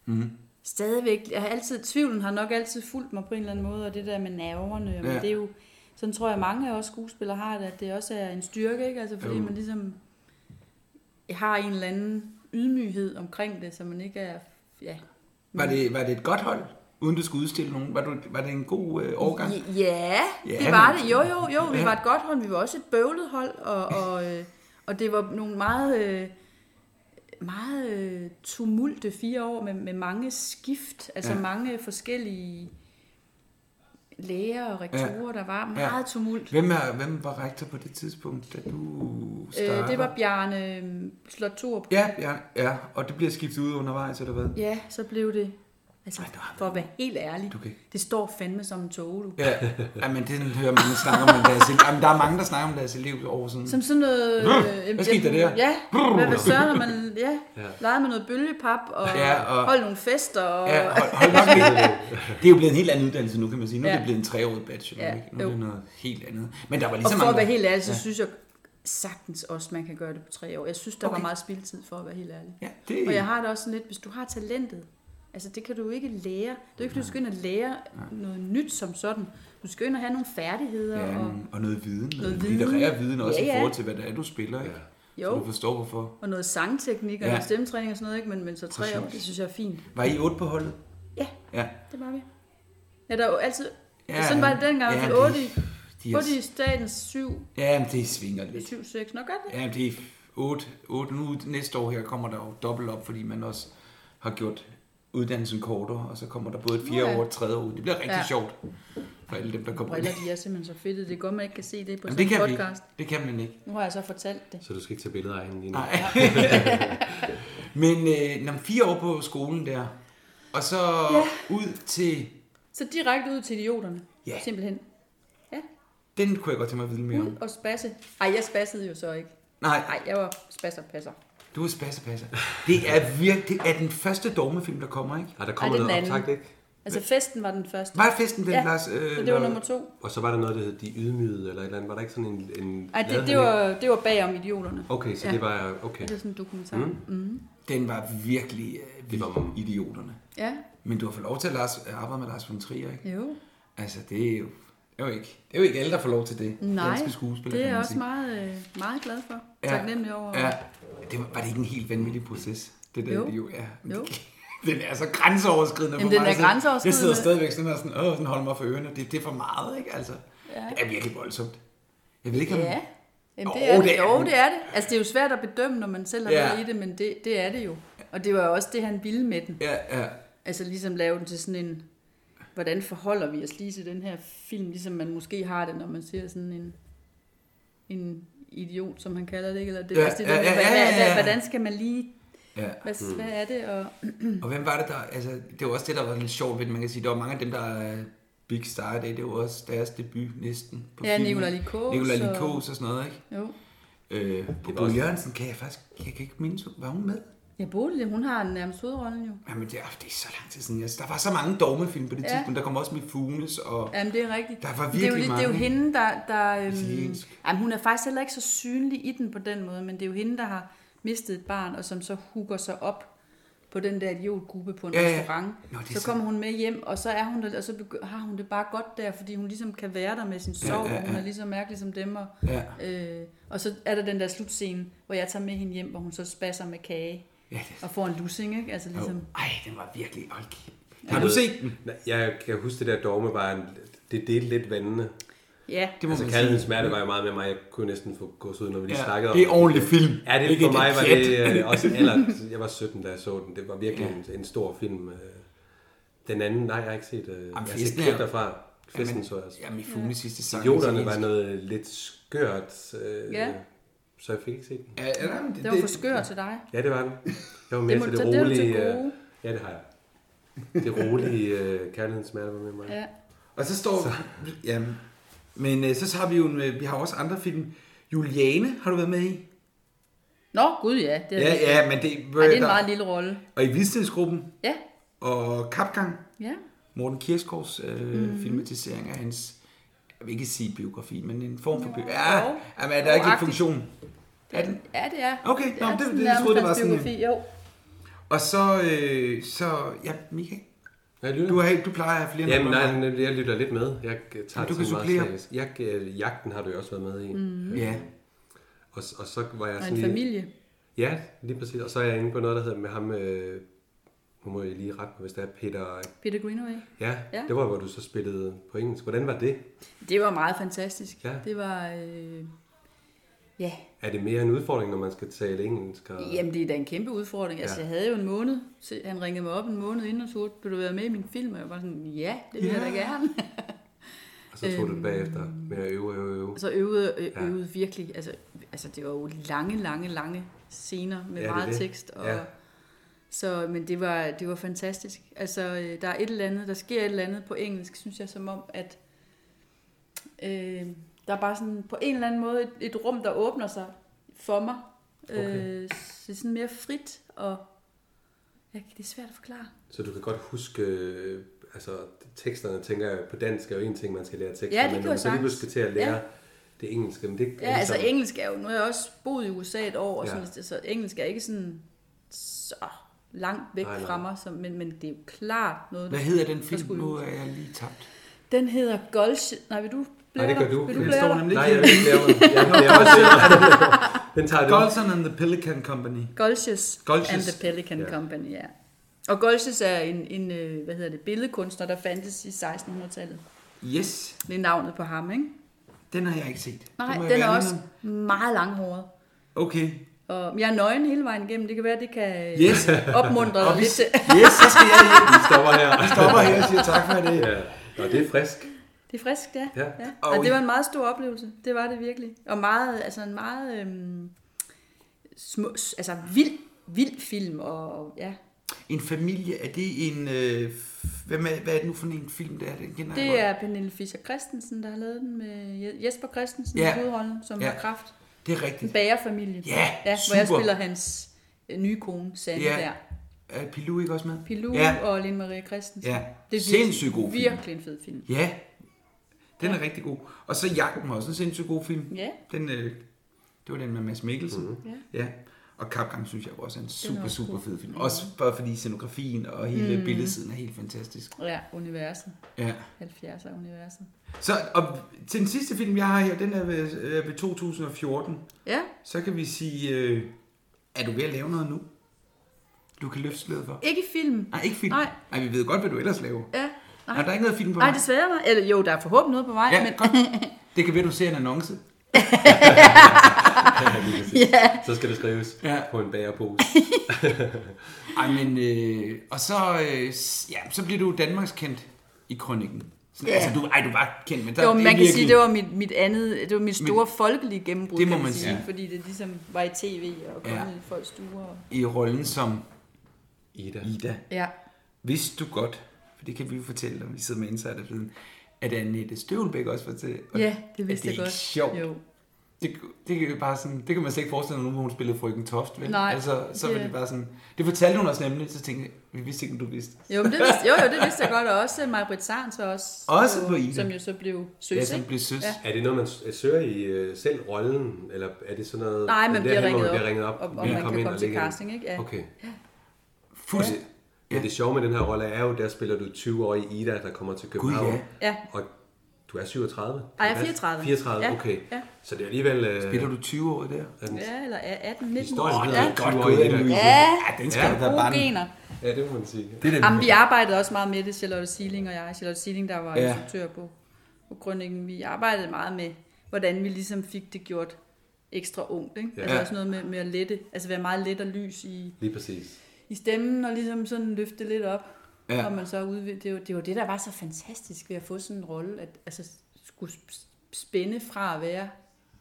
[SPEAKER 3] Mm. Stadigvæk, jeg har altid, tvivlen har nok altid fulgt mig på en eller anden måde, og det der med nerverne, ja. men
[SPEAKER 1] Ja.
[SPEAKER 3] det er jo, sådan tror jeg mange af os skuespillere har det, at det også er en styrke, ikke? Altså fordi
[SPEAKER 1] Jo.
[SPEAKER 3] man ligesom har en eller anden ydmyghed omkring det, så man ikke er, ja,
[SPEAKER 1] Var det, var det et godt hold, uden du skulle udstille nogen? Var, du, var det en god øh, årgang?
[SPEAKER 3] Ja, ja,
[SPEAKER 1] Ja,
[SPEAKER 3] det var
[SPEAKER 1] men-
[SPEAKER 3] det. Jo, jo, jo. Vi
[SPEAKER 1] Ja.
[SPEAKER 3] var et godt hold. Vi var også et bøvlet hold, og, og, øh, og det var nogle meget, øh, meget øh, tumulte fire år med, med mange skift. Altså
[SPEAKER 1] Ja.
[SPEAKER 3] ja. mange forskellige læger og rektorer, ja. der var meget
[SPEAKER 1] Ja.
[SPEAKER 3] ja. tumult.
[SPEAKER 1] Hvem, er, hvem var rektor på det tidspunkt, da du startede?
[SPEAKER 3] Øh, det var Bjarne øh, Slot Torup.
[SPEAKER 1] Ja, ja, ja, og det bliver skiftet ud undervejs, eller hvad?
[SPEAKER 3] Ja, så blev det... Altså,
[SPEAKER 1] Ej, det var-
[SPEAKER 3] for at være helt ærlig,
[SPEAKER 1] Du kan ikke-
[SPEAKER 3] det står fandme som en tåge,
[SPEAKER 1] Ja, ja men det hører mange snakke om, deres, jamen, der er mange, der snakker om deres elev over sådan.
[SPEAKER 3] Mm. Som sådan noget... Øh,
[SPEAKER 1] Hvad skete der der?
[SPEAKER 3] Ja, hvad, hvad sørger når man... Ja,
[SPEAKER 2] Ja.
[SPEAKER 3] ja. legede med noget bølgepap og,
[SPEAKER 1] Ja,
[SPEAKER 3] ja,
[SPEAKER 1] og-
[SPEAKER 3] og holdt nogle fester. Og,
[SPEAKER 1] Ja, hold, hold nok lidt. Det er jo blevet en helt anden uddannelse nu, kan man sige. Nu er
[SPEAKER 3] Ja.
[SPEAKER 1] det blevet en treårig bachelor,
[SPEAKER 3] Ja,
[SPEAKER 1] ikke? Nu er det
[SPEAKER 3] jo.
[SPEAKER 1] noget helt andet. Men der var lige
[SPEAKER 3] og
[SPEAKER 1] så
[SPEAKER 3] for at
[SPEAKER 1] mange...
[SPEAKER 3] være helt ærlig, så ja. synes jeg sagtens også, man kan gøre det på tre år. Jeg synes, der okay.
[SPEAKER 1] Okay.
[SPEAKER 3] var meget spildtid for at være helt ærlig.
[SPEAKER 1] Ja, det...
[SPEAKER 3] Og jeg har det også sådan lidt, hvis du har talentet, altså det kan du jo ikke lære. Det er jo ikke, fordi du skal ind og lære noget nyt som sådan. Du skal ind og have nogle færdigheder.
[SPEAKER 1] Ja,
[SPEAKER 3] Og,
[SPEAKER 1] og noget viden, noget,
[SPEAKER 3] Noget
[SPEAKER 1] noget
[SPEAKER 3] viden.
[SPEAKER 1] litterær viden også
[SPEAKER 3] Ja,
[SPEAKER 1] ja, ja. i
[SPEAKER 3] ja.
[SPEAKER 1] forhold til, hvad det er, du spiller, ikke?
[SPEAKER 2] Ja.
[SPEAKER 1] Så du
[SPEAKER 3] jo,
[SPEAKER 1] forstår, hvorfor.
[SPEAKER 3] og noget sangteknik og
[SPEAKER 1] Ja.
[SPEAKER 3] noget stemmetræning og sådan noget, ikke? Men, men så tre år,
[SPEAKER 1] Præcis.
[SPEAKER 3] det synes jeg er fint.
[SPEAKER 1] Var I otte på holdet?
[SPEAKER 3] Ja.
[SPEAKER 1] Ja.
[SPEAKER 3] Det var vi. Ja, der er jo altid...
[SPEAKER 1] Ja,
[SPEAKER 3] Ja, sådan var det dengang, ja, 8 i,
[SPEAKER 1] de,
[SPEAKER 3] 8 i
[SPEAKER 1] er,
[SPEAKER 3] statens 7,
[SPEAKER 1] ja, men det svinger lidt.
[SPEAKER 3] 7, 6. Nå, godt det.
[SPEAKER 1] Ja, men det er 8, 8. Nu næste år her kommer der jo dobbelt op, fordi man også har gjort uddannelsen kortere, og så kommer der både et fjerde
[SPEAKER 3] ja.
[SPEAKER 1] år og et tredje år. ud. Det bliver rigtig ja.
[SPEAKER 3] Ja.
[SPEAKER 1] sjovt for alle dem, der kommer
[SPEAKER 3] Briller, de er simpelthen så fedte. Det er godt, man ikke kan se det på
[SPEAKER 1] Jamen,
[SPEAKER 3] sådan
[SPEAKER 1] det
[SPEAKER 3] en
[SPEAKER 1] kan vi ikke.
[SPEAKER 3] podcast.
[SPEAKER 1] Det kan man ikke.
[SPEAKER 3] Nu har jeg så fortalt det.
[SPEAKER 2] Så du skal ikke tage billeder af hende lige nu?
[SPEAKER 1] Nej. men øh, når man fire år på skolen der, og så ja. ud til...
[SPEAKER 3] Så direkte ud til idioterne.
[SPEAKER 1] Ja.
[SPEAKER 3] Simpelthen.
[SPEAKER 1] Den kunne jeg godt tænke mig at vide mere om.
[SPEAKER 3] Ud og spasse. Ej, jeg spassede jo så ikke.
[SPEAKER 1] Nej,
[SPEAKER 3] Mm. Nej, jeg var spasserpasser.
[SPEAKER 1] du er spassepasser. Det er virkelig er den første dogmefilm, der kommer, ikke?
[SPEAKER 2] Ej, der kommer
[SPEAKER 3] Ej, det er
[SPEAKER 2] noget
[SPEAKER 3] den
[SPEAKER 2] optagt, ikke?
[SPEAKER 3] Altså festen var den første.
[SPEAKER 1] Var festen den,
[SPEAKER 3] Ja,
[SPEAKER 1] Lars? Øh,
[SPEAKER 3] Så det var
[SPEAKER 1] når-
[SPEAKER 3] nummer to.
[SPEAKER 2] Og så var der noget, der hed De Ydmygede, eller et eller andet. Var der ikke sådan en... en
[SPEAKER 3] Ej, det, det, var, det var bagom idioterne.
[SPEAKER 2] Okay, så ja.
[SPEAKER 3] Ja.
[SPEAKER 2] det var... Okay.
[SPEAKER 3] Det er sådan en dokumentar. Mm.
[SPEAKER 1] Den var virkelig øh, det var
[SPEAKER 2] var-
[SPEAKER 1] idioterne.
[SPEAKER 3] Ja,
[SPEAKER 1] Men du har fået lov til at Lars, at arbejde med Lars von Trier, ikke?
[SPEAKER 3] jo.
[SPEAKER 1] Altså, det er jo, det er jo ikke, det er jo ikke alle, der får lov til det.
[SPEAKER 3] Nej,
[SPEAKER 1] Danske skuespillere,
[SPEAKER 3] det er
[SPEAKER 1] kan
[SPEAKER 3] jeg
[SPEAKER 1] man
[SPEAKER 3] også
[SPEAKER 1] sige.
[SPEAKER 3] meget, øh, meget glad for. Ja. Taknemmelig over.
[SPEAKER 1] Ja, det var, var det ikke en helt vanvittig proces? Det der,
[SPEAKER 3] Jo.
[SPEAKER 1] Det jo, ja.
[SPEAKER 3] Jo.
[SPEAKER 1] Den er så grænseoverskridende
[SPEAKER 3] Jamen,
[SPEAKER 1] for
[SPEAKER 3] den
[SPEAKER 1] mig.
[SPEAKER 3] er
[SPEAKER 1] sådan- Jeg
[SPEAKER 3] grænseoverskridende.
[SPEAKER 1] sidder stadigvæk sådan og sådan, åh, den holder mig for ørerne. Det, det er for meget, ikke? Altså,
[SPEAKER 3] Ja.
[SPEAKER 1] Det er virkelig voldsomt. Jeg ved ikke, om...
[SPEAKER 3] Ja. Jamen, det
[SPEAKER 1] Jo,
[SPEAKER 3] er det.
[SPEAKER 1] oh, det er
[SPEAKER 3] Jo,
[SPEAKER 1] den.
[SPEAKER 3] det er det. Altså, det er jo svært at bedømme, når man selv har
[SPEAKER 1] Ja.
[SPEAKER 3] været i det, men det, det er det jo. Og det var jo også det, han ville med den.
[SPEAKER 1] Ja, ja.
[SPEAKER 3] Altså ligesom lave den til sådan en, hvordan forholder vi os lige til den her film, ligesom man måske har det, når man ser sådan en, en idiot, som han kalder det, ikke? Eller det,
[SPEAKER 1] Ja,
[SPEAKER 3] ja, det
[SPEAKER 1] ja,
[SPEAKER 3] der,
[SPEAKER 1] ja,
[SPEAKER 3] hvordan,
[SPEAKER 1] ja, ja, ja.
[SPEAKER 3] hvordan skal man lige,
[SPEAKER 1] ja.
[SPEAKER 3] hvad, mm. hvad er det? Og,
[SPEAKER 1] Og hvem var det der, altså det var også det, der var lidt sjovt ved det. man kan sige, der var mange af dem, der er Big Star i dag, det var også deres debut næsten på
[SPEAKER 3] Ja,
[SPEAKER 1] filmen.
[SPEAKER 3] Nikolaj Likos
[SPEAKER 1] Nikolaj
[SPEAKER 3] og-
[SPEAKER 1] Likos og sådan noget, ikke?
[SPEAKER 3] jo.
[SPEAKER 1] Øh, på Bo
[SPEAKER 2] også-
[SPEAKER 1] Jørgensen kan jeg faktisk, jeg kan ikke mindes, var hun med?
[SPEAKER 3] Ja, Bodil, hun har nærmest hovedrollen jo.
[SPEAKER 1] Jamen det er, det er så lang tid siden, altså, der var så mange dogmefilm på det
[SPEAKER 3] Ja.
[SPEAKER 1] tidspunkt, der kom også med Funes og...
[SPEAKER 3] Jamen, det er rigtigt.
[SPEAKER 1] Der var
[SPEAKER 3] det er jo,
[SPEAKER 1] virkelig
[SPEAKER 3] lidt- Det er jo
[SPEAKER 1] mange.
[SPEAKER 3] hende, der... der øhm,
[SPEAKER 1] Italiensk.
[SPEAKER 3] jamen, hun er faktisk heller ikke så synlig i den på den måde, men det er jo hende, der har mistet et barn, og som så hugger sig op på den der idiotgruppe på en
[SPEAKER 1] Ja,
[SPEAKER 3] ja,
[SPEAKER 1] ja.
[SPEAKER 3] restaurant.
[SPEAKER 1] Nå, det er
[SPEAKER 3] så
[SPEAKER 1] så-
[SPEAKER 3] kommer hun med hjem, og så er hun der, og så begy- har hun det bare godt der, fordi hun ligesom kan være der med sin sorg, ja, ja, ja. og hun er lige så mærkelig som dem. Og,
[SPEAKER 1] Ja.
[SPEAKER 3] øh, og så er der den der slutscene, hvor jeg tager med hende hjem, hvor hun så spasser med kage
[SPEAKER 1] Ja, det,
[SPEAKER 3] og får en lussing, ikke? Altså ligesom...
[SPEAKER 1] ej, den var virkelig, hold kæft. Har du set den?
[SPEAKER 2] Nej, Jeg kan huske det der dogme var en, det delte lidt vandene.
[SPEAKER 3] Ja,
[SPEAKER 1] Det må
[SPEAKER 2] Altså
[SPEAKER 1] man sige.
[SPEAKER 2] kærlighedens smerte var jo meget med mig. Jeg kunne næsten få gås ud, når vi lige
[SPEAKER 1] Ja,
[SPEAKER 2] snakkede om
[SPEAKER 1] det er ordentlig film.
[SPEAKER 2] Ja, det,
[SPEAKER 1] Ikke
[SPEAKER 2] for mig
[SPEAKER 1] det
[SPEAKER 2] var
[SPEAKER 1] pjat.
[SPEAKER 2] det øh, også alder. Jeg var 17, da jeg så den. Det var virkelig en, en stor film. øh. Den anden, nej, jeg har ikke set. Øh, jeg har set
[SPEAKER 1] festen er-
[SPEAKER 2] klip derfra. Festen så jeg også.
[SPEAKER 1] Jamen i Funes sidste sang.
[SPEAKER 2] Idioterne var noget lidt skørt, øh,
[SPEAKER 3] Ja.
[SPEAKER 2] så jeg fik ikke set den.
[SPEAKER 1] Ja, ja, nej, men det,
[SPEAKER 3] det var for skør til dig.
[SPEAKER 2] Ja, det var den. Jeg var
[SPEAKER 3] Det
[SPEAKER 2] med
[SPEAKER 3] må
[SPEAKER 2] til
[SPEAKER 3] du
[SPEAKER 2] det
[SPEAKER 3] tage- det er du til
[SPEAKER 2] rolige...
[SPEAKER 3] gode.
[SPEAKER 2] øh, Ja, det har jeg. Det rolige øh, kærlighedssmerte var med mig.
[SPEAKER 3] Ja.
[SPEAKER 1] Og så står... Så. Ja, men øh, så har vi jo en, øh, vi har også andre film. Juliane har du været med i?
[SPEAKER 3] Nå, gud ja. Det er,
[SPEAKER 1] Ja, ja, men det...
[SPEAKER 3] Ej, det er en meget lille rolle.
[SPEAKER 1] Og i Vidstidsgruppen
[SPEAKER 3] Ja,
[SPEAKER 1] og Kapgang,
[SPEAKER 3] ja.
[SPEAKER 1] Morten Kiersgaards øh,
[SPEAKER 3] Mhm.
[SPEAKER 1] mm. filmatisering af hans, jeg vil ikke sige biografi, men en form for biografi. Ja,
[SPEAKER 3] jo.
[SPEAKER 1] jamen, er der ikke en
[SPEAKER 3] Agtigt.
[SPEAKER 1] funktion? Er den?
[SPEAKER 3] Ja, det er.
[SPEAKER 1] Okay,
[SPEAKER 3] det
[SPEAKER 1] nå,
[SPEAKER 3] er
[SPEAKER 1] det-
[SPEAKER 3] sådan
[SPEAKER 1] det
[SPEAKER 3] nærmest
[SPEAKER 1] troede jeg, det
[SPEAKER 3] hans
[SPEAKER 1] var sådan en-
[SPEAKER 3] biografi, Jo.
[SPEAKER 1] Og så, øh, så ja, Michael,
[SPEAKER 2] Jeg lytter.
[SPEAKER 1] du, har, du plejer at have flere
[SPEAKER 2] Jamen
[SPEAKER 1] numre
[SPEAKER 2] nej,
[SPEAKER 1] end mig.
[SPEAKER 2] nej, jeg lytter lidt med. Jeg øh, tager
[SPEAKER 1] du
[SPEAKER 2] det
[SPEAKER 1] kan
[SPEAKER 2] sådan meget
[SPEAKER 1] supplere.
[SPEAKER 2] slags. Jeg, øh, jagten har du jo også været med i. Mm.
[SPEAKER 1] Ja,
[SPEAKER 2] Og, og så var jeg
[SPEAKER 1] Altså
[SPEAKER 3] Og
[SPEAKER 2] sådan
[SPEAKER 3] en
[SPEAKER 2] lige-
[SPEAKER 3] familie.
[SPEAKER 2] Ja, lige præcis. Og så er jeg inde på noget, der hedder med ham... Øh, nu må jeg lige rette mig, hvis det er Peter...
[SPEAKER 3] Peter Greenaway.
[SPEAKER 2] Ja, ja,
[SPEAKER 3] Ja.
[SPEAKER 2] det var, hvor du så spillede på engelsk. Hvordan var det?
[SPEAKER 3] Det var meget fantastisk.
[SPEAKER 2] Ja.
[SPEAKER 3] Det var... Øh... Ja,
[SPEAKER 2] Er det mere en udfordring, når man skal tale engelsk? Og...
[SPEAKER 3] Jamen, det er da en kæmpe udfordring. Altså,
[SPEAKER 2] Ja.
[SPEAKER 3] jeg havde jo en måned. til- Han ringede mig op en måned inden og spurgte, vil du være med i min film? Og jeg var sådan, ja, det vil jeg da gerne.
[SPEAKER 2] Og så tog du det bagefter
[SPEAKER 3] øhm.
[SPEAKER 2] med at øve, øve, øve.
[SPEAKER 3] Og så Altså øvede, ø-
[SPEAKER 2] Ja.
[SPEAKER 3] øvede virkelig. Altså, altså, det var jo lange, lange, lange scener med
[SPEAKER 2] Ja, det er
[SPEAKER 3] meget
[SPEAKER 2] det.
[SPEAKER 3] tekst. Og,
[SPEAKER 2] Ja.
[SPEAKER 3] Så, men det var, det var fantastisk. Altså, øh, der er et eller andet, der sker et eller andet på engelsk, synes jeg, som om, at øh, der er bare sådan på en eller anden måde et, et rum, der åbner sig for mig.
[SPEAKER 2] Okay.
[SPEAKER 3] Øh, så det er sådan mere frit, og jeg, det er svært at forklare.
[SPEAKER 2] Så du kan godt huske, øh, altså teksterne, tænker jeg, på dansk er jo en ting, man skal lære tekster,
[SPEAKER 3] Ja,
[SPEAKER 2] men
[SPEAKER 3] det kan
[SPEAKER 2] når man
[SPEAKER 3] jeg
[SPEAKER 2] så lige
[SPEAKER 3] sagtens.
[SPEAKER 2] pludselig skal til at lære
[SPEAKER 3] Ja.
[SPEAKER 2] det engelske, men det er
[SPEAKER 3] Ja, altså
[SPEAKER 2] ligesom-
[SPEAKER 3] engelsk er jo, nu har jeg også boet i USA et år, og
[SPEAKER 2] Ja.
[SPEAKER 3] sådan, så engelsk er ikke sådan så langt væk
[SPEAKER 2] Nej, nej.
[SPEAKER 3] fra mig, som, men, men det er jo klart noget.
[SPEAKER 1] hvad
[SPEAKER 3] der-
[SPEAKER 1] hedder den
[SPEAKER 3] der
[SPEAKER 1] film?
[SPEAKER 3] skulle-
[SPEAKER 1] Nu øh? er jeg lige tabt.
[SPEAKER 3] Den hedder Goldshed. Nej, vil du blære
[SPEAKER 2] Nej, det gør
[SPEAKER 3] dig?
[SPEAKER 2] du.
[SPEAKER 3] Vil
[SPEAKER 2] Den
[SPEAKER 3] du
[SPEAKER 1] står
[SPEAKER 3] blære dig?
[SPEAKER 1] nemlig-
[SPEAKER 2] Nej, jeg vil ikke lære mig. Jeg lærer mig selv. Den tager du.
[SPEAKER 1] Golson and the Pelican Company.
[SPEAKER 3] Goldshes
[SPEAKER 1] Goldsches.
[SPEAKER 3] and the Pelican
[SPEAKER 2] Ja.
[SPEAKER 3] ja. Company, ja. Og Goldshes er en, en øh, hvad hedder det, billedkunstner, der fandtes i 1600-tallet.
[SPEAKER 1] Yes,
[SPEAKER 3] Det er navnet på ham, ikke?
[SPEAKER 1] den har jeg ikke set.
[SPEAKER 3] Nej,
[SPEAKER 1] Det må jeg
[SPEAKER 3] den er
[SPEAKER 1] være
[SPEAKER 3] også
[SPEAKER 1] ærlig
[SPEAKER 3] meget langhåret.
[SPEAKER 1] om. Okay,
[SPEAKER 3] Og jeg er nøgen hele vejen igennem. Det kan være, det kan øh,
[SPEAKER 1] yes.
[SPEAKER 3] opmuntre dig lidt til.
[SPEAKER 1] Yes, så skal jeg hjem.
[SPEAKER 2] Vi stopper her.
[SPEAKER 1] stopper her og siger tak for i dag.
[SPEAKER 2] Ja. Nå, det er frisk.
[SPEAKER 3] Det er frisk, det er.
[SPEAKER 2] Ja.
[SPEAKER 3] Ja. ja.
[SPEAKER 1] Og
[SPEAKER 3] Og,
[SPEAKER 1] I-
[SPEAKER 3] det var en meget stor oplevelse. Det var det virkelig. Og meget, altså en meget øhm, små, altså vild, vild film. Og, og ja.
[SPEAKER 1] En familie, er det en... Øh, f- hvad, med, hvad er det nu for en film, der er? Den kender jeg
[SPEAKER 3] Det
[SPEAKER 1] godt.
[SPEAKER 3] er Pernille Fischer Christensen, der har lavet den med Je- Jesper Christensen
[SPEAKER 1] Ja.
[SPEAKER 3] ja. i hovedrollen, som
[SPEAKER 1] Ja.
[SPEAKER 3] ja. har kraft.
[SPEAKER 1] det er
[SPEAKER 3] En
[SPEAKER 1] rigtigt.
[SPEAKER 3] bagerfamilie.
[SPEAKER 1] Ja,
[SPEAKER 3] ja hvor jeg
[SPEAKER 1] super.
[SPEAKER 3] spiller hans øh, nye kone, Sanne
[SPEAKER 1] Ja.
[SPEAKER 3] ja. der.
[SPEAKER 1] Er Pilou ikke også med?
[SPEAKER 3] Pilu
[SPEAKER 1] Ja.
[SPEAKER 3] ja. og Lene Marie Christensen.
[SPEAKER 1] Ja.
[SPEAKER 3] Det er
[SPEAKER 1] Sindssygt
[SPEAKER 3] virkelig,
[SPEAKER 1] god film.
[SPEAKER 3] virkelig en fed film.
[SPEAKER 1] Ja, den er rigtig god. Og så Jagten var også en sindssygt god film.
[SPEAKER 3] Ja. Mhm.
[SPEAKER 1] Den, øh, det var den med Mads Mikkelsen. Mm-hmm.
[SPEAKER 3] Ja.
[SPEAKER 1] ja. Og Kapgang synes jeg også er en super,
[SPEAKER 3] også
[SPEAKER 1] super
[SPEAKER 3] god. Mhm.
[SPEAKER 1] fed film. Også bare fordi scenografien og hele mm. billedsiden er helt fantastisk.
[SPEAKER 3] Ja, universet.
[SPEAKER 1] Ja.
[SPEAKER 3] 70'er universet.
[SPEAKER 1] Så og til den sidste film, jeg har her, den er ved, øh, ved 2014.
[SPEAKER 3] Ja,
[SPEAKER 1] Så kan vi sige, øh, er du ved at lave noget nu? du kan løfte sløret for?
[SPEAKER 3] Ikke i film.
[SPEAKER 1] Nej, ikke film.
[SPEAKER 3] Nej.
[SPEAKER 1] Nej, vi ved godt, hvad du ellers laver.
[SPEAKER 3] Ja. Nej,
[SPEAKER 1] Nej, der er ikke noget film på
[SPEAKER 3] nej
[SPEAKER 1] vej.
[SPEAKER 3] desværre. Nej. Eller jo, der er forhåbentlig noget på vej.
[SPEAKER 1] Ja,
[SPEAKER 3] men,
[SPEAKER 1] godt. Det kan være, du ser en annonce.
[SPEAKER 2] ja. Så skal det skrives
[SPEAKER 1] Ja.
[SPEAKER 2] ja. på en bærepose.
[SPEAKER 1] Ej, men, øh, og så, øh, s- ja, så bliver du Danmarks kendt i kronikken. Sådan,
[SPEAKER 3] Ja.
[SPEAKER 1] Altså, du, ej, du var kendt, men der,
[SPEAKER 3] det var,
[SPEAKER 1] det er
[SPEAKER 3] man kan
[SPEAKER 1] virkelig-
[SPEAKER 3] sige, det var mit, mit andet, det var mit store men, folkelige gennembrud,
[SPEAKER 1] det må
[SPEAKER 3] kan
[SPEAKER 1] man
[SPEAKER 3] sige,
[SPEAKER 1] sige.
[SPEAKER 3] fordi det ligesom var i tv og kom
[SPEAKER 1] Ja.
[SPEAKER 3] ja. i folks stuer. Og...
[SPEAKER 1] i rollen som
[SPEAKER 2] Ida.
[SPEAKER 1] Ida.
[SPEAKER 3] Ja.
[SPEAKER 1] Vidste du godt, for det kan vi jo fortælle, når vi sidder med insiderviden, at Annette Støvlbæk også var til. og
[SPEAKER 3] ja, det vidste
[SPEAKER 1] at det er
[SPEAKER 3] jeg godt.
[SPEAKER 1] ikke sjovt.
[SPEAKER 3] Jo.
[SPEAKER 1] Det, det, kan jo bare sådan, det kan man slet ikke forestille sig, når hun spillede Frøken Toft. Vel?
[SPEAKER 3] Nej,
[SPEAKER 1] altså, så var
[SPEAKER 3] det-
[SPEAKER 1] det bare sådan, det fortalte hun os nemlig, så tænkte jeg, vi vidste ikke, om du vidste.
[SPEAKER 3] Jo, men det vidste, jo, jo, det vidste jeg godt, og også Maj-Britt Sarns også.
[SPEAKER 1] Også
[SPEAKER 3] jo,
[SPEAKER 1] på Ida.
[SPEAKER 3] Som jo så blev søs,
[SPEAKER 1] Ja, som
[SPEAKER 3] ikke?
[SPEAKER 1] blev søs.
[SPEAKER 3] Ja.
[SPEAKER 1] Ja.
[SPEAKER 2] Er det noget, man s- søger i øh, selv rollen, eller er det sådan noget...
[SPEAKER 3] Nej, man
[SPEAKER 2] Det er
[SPEAKER 3] bliver
[SPEAKER 2] derhen, hvor
[SPEAKER 3] ringet
[SPEAKER 2] man
[SPEAKER 3] op,
[SPEAKER 2] bliver ringet op,
[SPEAKER 3] og- og
[SPEAKER 2] vil du
[SPEAKER 3] man kan
[SPEAKER 2] ind
[SPEAKER 3] komme
[SPEAKER 2] og
[SPEAKER 3] til
[SPEAKER 2] lægge ind?
[SPEAKER 3] casting, ikke? Ja.
[SPEAKER 2] Okay.
[SPEAKER 1] Fuldst.
[SPEAKER 2] Men det sjove med den her rolle er jo, der spiller du 20 år i Ida, der kommer til København.
[SPEAKER 1] ja.
[SPEAKER 3] Ja.
[SPEAKER 2] Og du er 37?
[SPEAKER 3] Ej, jeg er 34.
[SPEAKER 2] 34,
[SPEAKER 3] Ja,
[SPEAKER 2] okay.
[SPEAKER 3] ja.
[SPEAKER 2] Så det er alligevel... Øh,
[SPEAKER 1] Spiller du 20 år der?
[SPEAKER 2] at den-
[SPEAKER 3] Ja, eller er 18, 19.
[SPEAKER 2] Historien
[SPEAKER 1] Åh,
[SPEAKER 2] hedder
[SPEAKER 1] det er
[SPEAKER 2] jo 20
[SPEAKER 1] godt
[SPEAKER 2] år
[SPEAKER 1] gået,
[SPEAKER 2] i Ida.
[SPEAKER 1] Louise.
[SPEAKER 3] Ja,
[SPEAKER 1] den skal da
[SPEAKER 3] gode
[SPEAKER 1] bare...
[SPEAKER 3] gener.
[SPEAKER 2] Ja, det må man sige.
[SPEAKER 1] Det er den.
[SPEAKER 3] Jamen, vi arbejdede også meget med det, Charlotte Seeling og jeg. Charlotte Seeling, der var
[SPEAKER 1] Ja.
[SPEAKER 3] ja. instruktør på, på Grønningen. Vi arbejdede meget med, hvordan vi ligesom fik det gjort ekstra ungt. Ikke? Ja. Altså
[SPEAKER 1] Ja.
[SPEAKER 3] også noget med, med at lette, altså være meget let og lys i,
[SPEAKER 2] Lige præcis.
[SPEAKER 3] i stemmen, og ligesom sådan løfte lidt op.
[SPEAKER 1] Ja.
[SPEAKER 3] Ja. Og man så udvind... det, var, det var det, der var så fantastisk ved at få sådan en rolle, at altså, skulle sp- spænde fra at være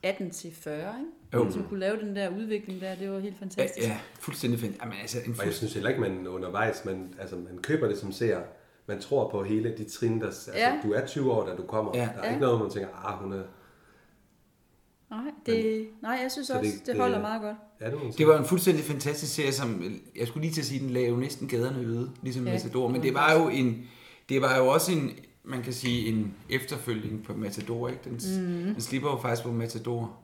[SPEAKER 3] 18 til 40, ikke?
[SPEAKER 1] Jo.
[SPEAKER 3] Som kunne lave den der udvikling der, det var helt
[SPEAKER 1] Ja,
[SPEAKER 3] fantastisk.
[SPEAKER 1] ja, fuldstændig fint. Jamen, altså, en
[SPEAKER 2] Og jeg
[SPEAKER 1] fuldstændig...
[SPEAKER 2] synes heller ikke, man undervejs, man, altså, man køber det som ser. Man tror på hele de trin, der... Altså,
[SPEAKER 3] Ja.
[SPEAKER 2] Du er 20 år, da du kommer.
[SPEAKER 1] Ja.
[SPEAKER 2] Der er ikke noget, hvor man tænker, ah, hun er...
[SPEAKER 3] Nej, det, nej, jeg synes også,
[SPEAKER 2] det-
[SPEAKER 3] det, det holder
[SPEAKER 2] det-
[SPEAKER 3] meget godt.
[SPEAKER 2] Ja, det, må man sige.
[SPEAKER 1] Det var en fuldstændig fantastisk serie, som jeg skulle lige til at sige, den lavede næsten gaderne øde, ligesom ja.
[SPEAKER 3] Ja.
[SPEAKER 1] Matador, men det var jo en, det var jo også en, man kan sige, en efterfølgning på Matador, ikke? Den, mm. den slipper jo faktisk, hvor Matador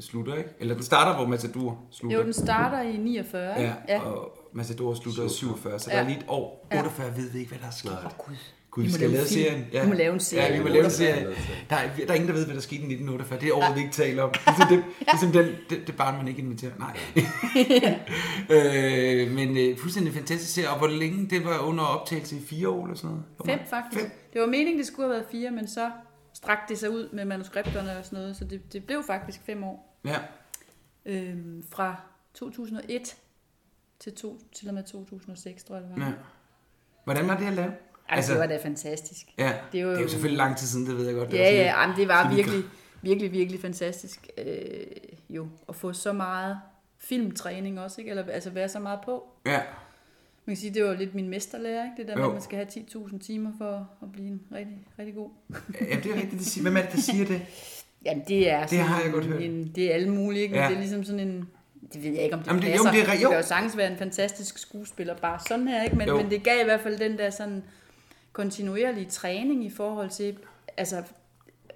[SPEAKER 1] slutter, ikke? Eller den starter, hvor Matador slutter.
[SPEAKER 3] Jo, den starter i 49.
[SPEAKER 1] ja,
[SPEAKER 3] ikke? ja.
[SPEAKER 1] og Matador slutter i 47, så der
[SPEAKER 3] Ja.
[SPEAKER 1] er lige et år.
[SPEAKER 3] Ja.
[SPEAKER 1] 48 ved vi ikke, hvad der er sket.
[SPEAKER 2] Nej.
[SPEAKER 3] Gud.
[SPEAKER 1] Gud,
[SPEAKER 3] Vi
[SPEAKER 1] vi
[SPEAKER 3] må
[SPEAKER 1] skal
[SPEAKER 3] lave
[SPEAKER 1] lave
[SPEAKER 3] en film.
[SPEAKER 1] serien. Ja.
[SPEAKER 3] Vi må lave en serie.
[SPEAKER 1] Ja, vi må lave en
[SPEAKER 2] Vi må
[SPEAKER 1] serie.
[SPEAKER 2] lave en serie.
[SPEAKER 1] Der er, der er ingen, der ved, hvad der skete i 1948. Det er året, ja. vi ikke taler om. Ligesom det, ligesom den, det, det barn, man ikke inviterer. Nej. øh, men øh, fuldstændig fantastisk serie. Og hvor længe det var under optagelse i fire år eller sådan noget? Hvor
[SPEAKER 3] Fem
[SPEAKER 1] mange?
[SPEAKER 3] faktisk.
[SPEAKER 1] Fem.
[SPEAKER 3] Det var meningen, det skulle have været fire, men så strakte det sig ud med manuskripterne og sådan noget, så det, det blev faktisk fem år.
[SPEAKER 1] Ja.
[SPEAKER 3] Øhm, fra 2001 til, to, til og med 2006, tror jeg det var.
[SPEAKER 1] ja. Hvordan var det at lave?
[SPEAKER 3] Altså, det var da fantastisk.
[SPEAKER 1] Ja, det
[SPEAKER 3] det
[SPEAKER 1] er,
[SPEAKER 3] er
[SPEAKER 1] jo,
[SPEAKER 3] jo-
[SPEAKER 1] det er jo selvfølgelig lang tid siden, det ved jeg godt. Det var
[SPEAKER 3] Ja,
[SPEAKER 1] sådan
[SPEAKER 3] ja, jamen, det
[SPEAKER 1] sådan
[SPEAKER 3] var
[SPEAKER 1] lidt-
[SPEAKER 3] virkelig, virkelig, virkelig fantastisk øh, jo, at få så meget filmtræning også, ikke? Eller, altså være så meget på.
[SPEAKER 1] Ja,
[SPEAKER 3] Man kan sige, det var lidt min mesterlærer, ikke? Det der med,
[SPEAKER 1] Jo.
[SPEAKER 3] at man skal have 10.000 timer for at blive en rigtig, rigtig god.
[SPEAKER 1] ja det er rigtigt. Det siger. Hvem er det, der siger det?
[SPEAKER 3] Jamen, det er sådan
[SPEAKER 1] har jeg godt
[SPEAKER 3] en,
[SPEAKER 1] hørt.
[SPEAKER 3] En, det er alle mulige, ikke? Men
[SPEAKER 1] Ja.
[SPEAKER 3] det er ligesom sådan en... Det ved jeg ikke, om det
[SPEAKER 1] Jamen, det- jo,
[SPEAKER 3] passer.
[SPEAKER 1] men det er re- jo.
[SPEAKER 3] kan jo sagtens være en fantastisk skuespiller, bare sådan her, ikke? Men,
[SPEAKER 1] Jo.
[SPEAKER 3] men det gav i hvert fald den der sådan kontinuerlige træning i forhold til... Altså,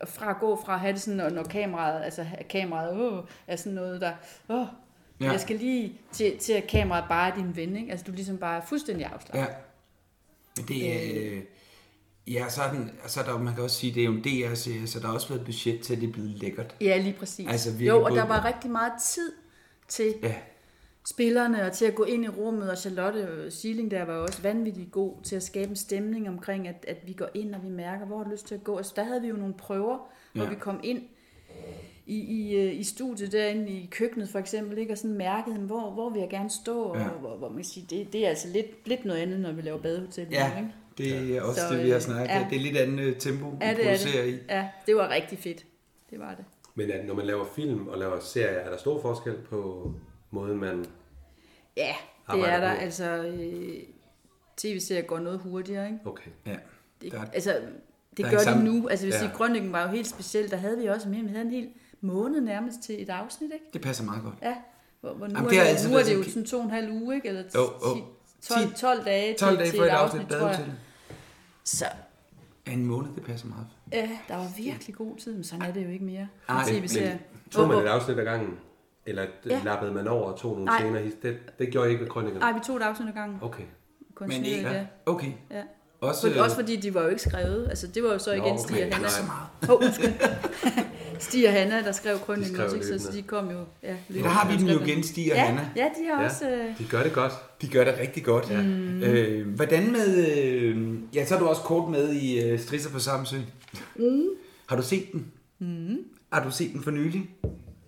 [SPEAKER 3] fra at gå fra at have det sådan, og når kameraet, altså at kameraet, åh, er sådan noget, der, åh,
[SPEAKER 1] Ja.
[SPEAKER 3] ja. jeg skal lige til, til at kameraet bare er din ven, ikke? Altså, du ligesom bare er fuldstændig afslappet.
[SPEAKER 1] Ja. Men det er... Øh, ja, så er, den, så er der, jo- man kan også sige, det er jo en DR-serie, så der har også været budget til, at det er blevet lækkert.
[SPEAKER 3] Ja, lige præcis.
[SPEAKER 1] Altså, virkelig
[SPEAKER 3] jo, og
[SPEAKER 1] både-
[SPEAKER 3] der var rigtig meget tid til
[SPEAKER 1] Ja.
[SPEAKER 3] spillerne og til at gå ind i rummet, og Charlotte Siling der var jo også vanvittigt god til at skabe en stemning omkring, at, at vi går ind, og vi mærker, hvor har du lyst til at gå. Altså, der havde vi jo nogle prøver, hvor
[SPEAKER 1] Ja.
[SPEAKER 3] vi kom ind i, i, øh, i studiet derinde i køkkenet for eksempel, ikke? og sådan mærkede, "Jamen, hvor, hvor vil jeg gerne stå, og
[SPEAKER 1] Ja.
[SPEAKER 3] hvor, hvor man kan sige, det, det er altså lidt, lidt noget andet, når vi laver badehotel.
[SPEAKER 1] Ja,
[SPEAKER 3] ikke?
[SPEAKER 1] det er også
[SPEAKER 3] Så,
[SPEAKER 1] det, vi har
[SPEAKER 3] øh,
[SPEAKER 1] snakket
[SPEAKER 3] ja.
[SPEAKER 1] ja. Det er lidt andet øh, tempo, vi
[SPEAKER 3] Ja, det er
[SPEAKER 1] producerer i.
[SPEAKER 3] det. Ja, det var rigtig fedt. Det var det.
[SPEAKER 2] Men at når man laver film og laver serier, er der stor forskel på måden, man...
[SPEAKER 3] Ja, det
[SPEAKER 2] Arbejder
[SPEAKER 3] er der.
[SPEAKER 2] på.
[SPEAKER 3] Altså, øh, tv-serier går noget hurtigere, ikke?
[SPEAKER 2] Okay.
[SPEAKER 1] Ja.
[SPEAKER 3] Det,
[SPEAKER 1] Der,
[SPEAKER 3] altså, det
[SPEAKER 1] der er
[SPEAKER 3] gør
[SPEAKER 1] en
[SPEAKER 3] de
[SPEAKER 1] sammen-
[SPEAKER 3] nu. Altså, hvis
[SPEAKER 2] Ja.
[SPEAKER 3] ja. sige, Grønningen var jo helt speciel. Der havde vi også med, vi havde en hel måned nærmest til et afsnit, ikke?
[SPEAKER 1] det passer meget godt.
[SPEAKER 3] Ja. Hvor, hvor nu,
[SPEAKER 1] Jamen,
[SPEAKER 3] Jamen,
[SPEAKER 1] det har
[SPEAKER 3] er det,
[SPEAKER 1] altid
[SPEAKER 3] nu er
[SPEAKER 1] været
[SPEAKER 3] det jo
[SPEAKER 1] sådan-
[SPEAKER 3] sådan to og en halv uge, ikke? Eller
[SPEAKER 1] Jo, jo.
[SPEAKER 3] 12, 12 dage,
[SPEAKER 1] 12 dage
[SPEAKER 3] til,
[SPEAKER 1] for
[SPEAKER 3] til
[SPEAKER 1] et afsnit
[SPEAKER 3] tror jeg.
[SPEAKER 1] badehotel.
[SPEAKER 3] Så
[SPEAKER 1] Ja, En måned, det passer meget.
[SPEAKER 3] ja, der var virkelig god tid, men sådan er det jo ikke mere.
[SPEAKER 1] Ej,
[SPEAKER 3] Ej, tv-serier.
[SPEAKER 2] Tog man
[SPEAKER 3] Hvor-
[SPEAKER 2] et afsnit ad gangen? Eller ja.
[SPEAKER 3] Ja.
[SPEAKER 2] lappede man over og tog nogle
[SPEAKER 3] Nej.
[SPEAKER 2] scener? Det, det gjorde I ikke ved
[SPEAKER 3] hvor-
[SPEAKER 2] krønningen?
[SPEAKER 3] Ej, vi tog et afsnit ad gangen.
[SPEAKER 2] Okay.
[SPEAKER 1] Men
[SPEAKER 3] Kontinuerligt,
[SPEAKER 1] ikke,
[SPEAKER 3] ja.
[SPEAKER 1] ja. okay.
[SPEAKER 3] ja.
[SPEAKER 1] Også, øh,
[SPEAKER 3] For, også fordi de var jo ikke skrevet. Altså, det var jo så
[SPEAKER 2] Øh. Nå,
[SPEAKER 3] igen Stig og
[SPEAKER 2] okay.
[SPEAKER 3] Hanna.
[SPEAKER 2] Nej.
[SPEAKER 3] Hov, undskyld. Stig og Hanna, der skrev krønningen
[SPEAKER 2] skrev
[SPEAKER 3] også, ikke? så
[SPEAKER 2] løbende.
[SPEAKER 3] de kom jo... Ja,
[SPEAKER 1] Der har vi dem jo igen, Stig og
[SPEAKER 3] ja,
[SPEAKER 1] Hanna.
[SPEAKER 3] Ja, de har
[SPEAKER 2] Ja,
[SPEAKER 3] også... Øh,
[SPEAKER 2] de gør det godt.
[SPEAKER 1] De gør det rigtig godt. Ja. Øh, hvordan med... Øh, ja, så er du også kort med i øh, Strisser på Samsø. Mm. Har du set den? Mm. Har du set den for nylig?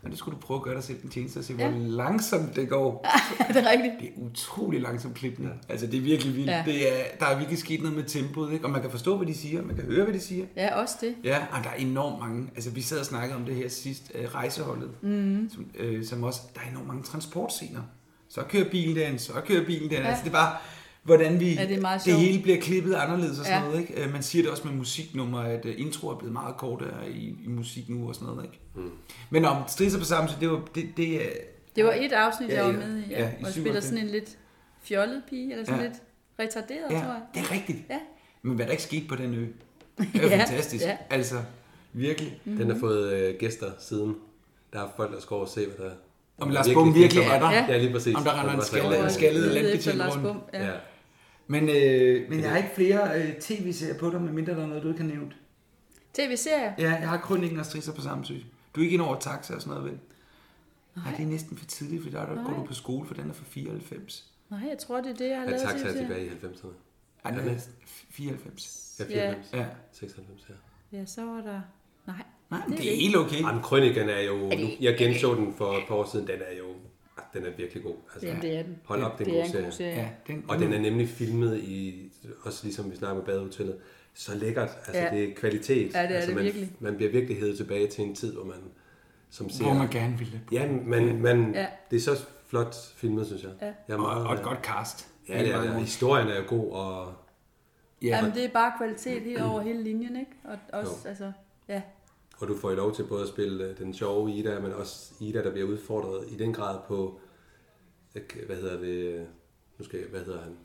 [SPEAKER 1] Ja, det skulle du prøve at gøre dig selv en tjeneste og se, ja. hvor langsomt det går.
[SPEAKER 3] er det rigtigt?
[SPEAKER 1] Det er utrolig langsomt klippende. Ja. Altså, det er virkelig vildt. Ja.
[SPEAKER 3] Ja.
[SPEAKER 1] Det er, der er virkelig sket noget med tempoet, ikke? Og man kan forstå, hvad de siger. Man kan høre, hvad de siger.
[SPEAKER 3] Ja, også det.
[SPEAKER 1] Ja, og der er enormt mange. Altså, vi sad og snakkede om det her sidst, øh, rejseholdet,
[SPEAKER 3] Mhm.
[SPEAKER 1] mm. som, øh, som også, der er enormt mange transportscener. Så kører bilen den, så kører bilen den. Ja. Altså, det er bare, hvordan vi,
[SPEAKER 3] Ja, det er meget
[SPEAKER 1] det
[SPEAKER 3] sjovt.
[SPEAKER 1] hele bliver klippet anderledes og sådan ja.
[SPEAKER 3] Ja.
[SPEAKER 1] noget, ikke? Øh, Man siger det også med musiknummer, at øh, intro er blevet meget kortere i, i musik nu og sådan noget, ikke? Mm. Men om strisser på samme, så det var, det, det, er-
[SPEAKER 3] Det var et afsnit,
[SPEAKER 1] Ja,
[SPEAKER 3] jeg var
[SPEAKER 1] ja.
[SPEAKER 3] med i,
[SPEAKER 1] Ja,
[SPEAKER 3] ja,
[SPEAKER 1] i
[SPEAKER 3] ja, hvor jeg
[SPEAKER 1] 97.
[SPEAKER 3] spiller sådan en lidt fjollet pige, eller sådan
[SPEAKER 1] Ja.
[SPEAKER 3] ja. lidt retarderet,
[SPEAKER 1] ja,
[SPEAKER 3] tror jeg.
[SPEAKER 1] det er rigtigt.
[SPEAKER 3] Ja.
[SPEAKER 1] Men hvad der ikke skete på den ø, det er ja.
[SPEAKER 3] Ja,
[SPEAKER 1] fantastisk. Ja.
[SPEAKER 3] ja.
[SPEAKER 1] Altså, virkelig.
[SPEAKER 2] Den
[SPEAKER 3] Mhm.
[SPEAKER 2] har fået øh, gæster siden. Der er folk, der skal over og se, hvad der
[SPEAKER 1] Om Lars Bum virkelig er der.
[SPEAKER 2] Ja. ja, lige præcis.
[SPEAKER 1] Om der render en
[SPEAKER 2] Hvad
[SPEAKER 1] skalle-
[SPEAKER 2] laver
[SPEAKER 1] en
[SPEAKER 2] han?
[SPEAKER 1] skaldet
[SPEAKER 3] Lede
[SPEAKER 1] landbetjent
[SPEAKER 3] efter Lars
[SPEAKER 1] rundt.
[SPEAKER 3] Bum, Ja.
[SPEAKER 2] Ja.
[SPEAKER 1] Men, øh, men jeg har ikke flere øh, tv-serier på dig, medmindre der er noget, du ikke har nævnt.
[SPEAKER 3] TV-serier?
[SPEAKER 1] Ja, jeg har krønningen og strisser på Samsø. Du er ikke ind over taxa og sådan noget, vel? Nej, det er næsten for tidligt, for der, der går du på skole, for den er fra 94.
[SPEAKER 3] Nej, jeg tror, det er det, jeg har
[SPEAKER 2] Ja,
[SPEAKER 3] lavet
[SPEAKER 2] taxa er
[SPEAKER 3] TV-serier.
[SPEAKER 2] tilbage i 90'erne.
[SPEAKER 1] Ej, den er 94.
[SPEAKER 2] Ja, 94.
[SPEAKER 1] Ja.
[SPEAKER 2] 96, ja.
[SPEAKER 3] Ja, så var der... Nej.
[SPEAKER 1] Nej, men det er helt okay.
[SPEAKER 2] Jamen, Krøniken er jo... Nu, jeg genså den for et par år siden. Den er jo... ah, Den er virkelig god. Altså,
[SPEAKER 3] Jamen, det er den.
[SPEAKER 2] Hold op, det
[SPEAKER 3] Det
[SPEAKER 2] er
[SPEAKER 3] er
[SPEAKER 2] en
[SPEAKER 3] en
[SPEAKER 2] god
[SPEAKER 3] god
[SPEAKER 2] serie.
[SPEAKER 3] serie.
[SPEAKER 1] Ja,
[SPEAKER 3] Mhm.
[SPEAKER 1] den,
[SPEAKER 2] Og den er nemlig filmet i, også ligesom vi snakker med badehotellet, så lækkert. Altså,
[SPEAKER 3] Ja.
[SPEAKER 2] det er kvalitet.
[SPEAKER 3] Ja, det er
[SPEAKER 2] altså,
[SPEAKER 3] det
[SPEAKER 2] man,
[SPEAKER 3] virkelig.
[SPEAKER 2] Man bliver virkelig hævet tilbage til en tid, hvor man som ser...
[SPEAKER 1] hvor man gerne ville.
[SPEAKER 2] Ja, man, man,
[SPEAKER 3] Ja.
[SPEAKER 2] ja. det er så flot filmet, synes jeg. Ja. Jeg er
[SPEAKER 1] Og,
[SPEAKER 2] meget,
[SPEAKER 1] og et godt cast.
[SPEAKER 2] Ja, det er, det. historien er jo god, og
[SPEAKER 1] Ja.
[SPEAKER 3] Jamen, det er bare kvalitet helt over hele linjen, ikke? Og også,
[SPEAKER 2] Jo.
[SPEAKER 3] altså... Ja,
[SPEAKER 2] Og du får jo lov til både at spille øh, den sjove Ida, men også Ida, der bliver udfordret i den grad på, øh, hvad hedder det, øh, nu skal jeg, hvad hedder han,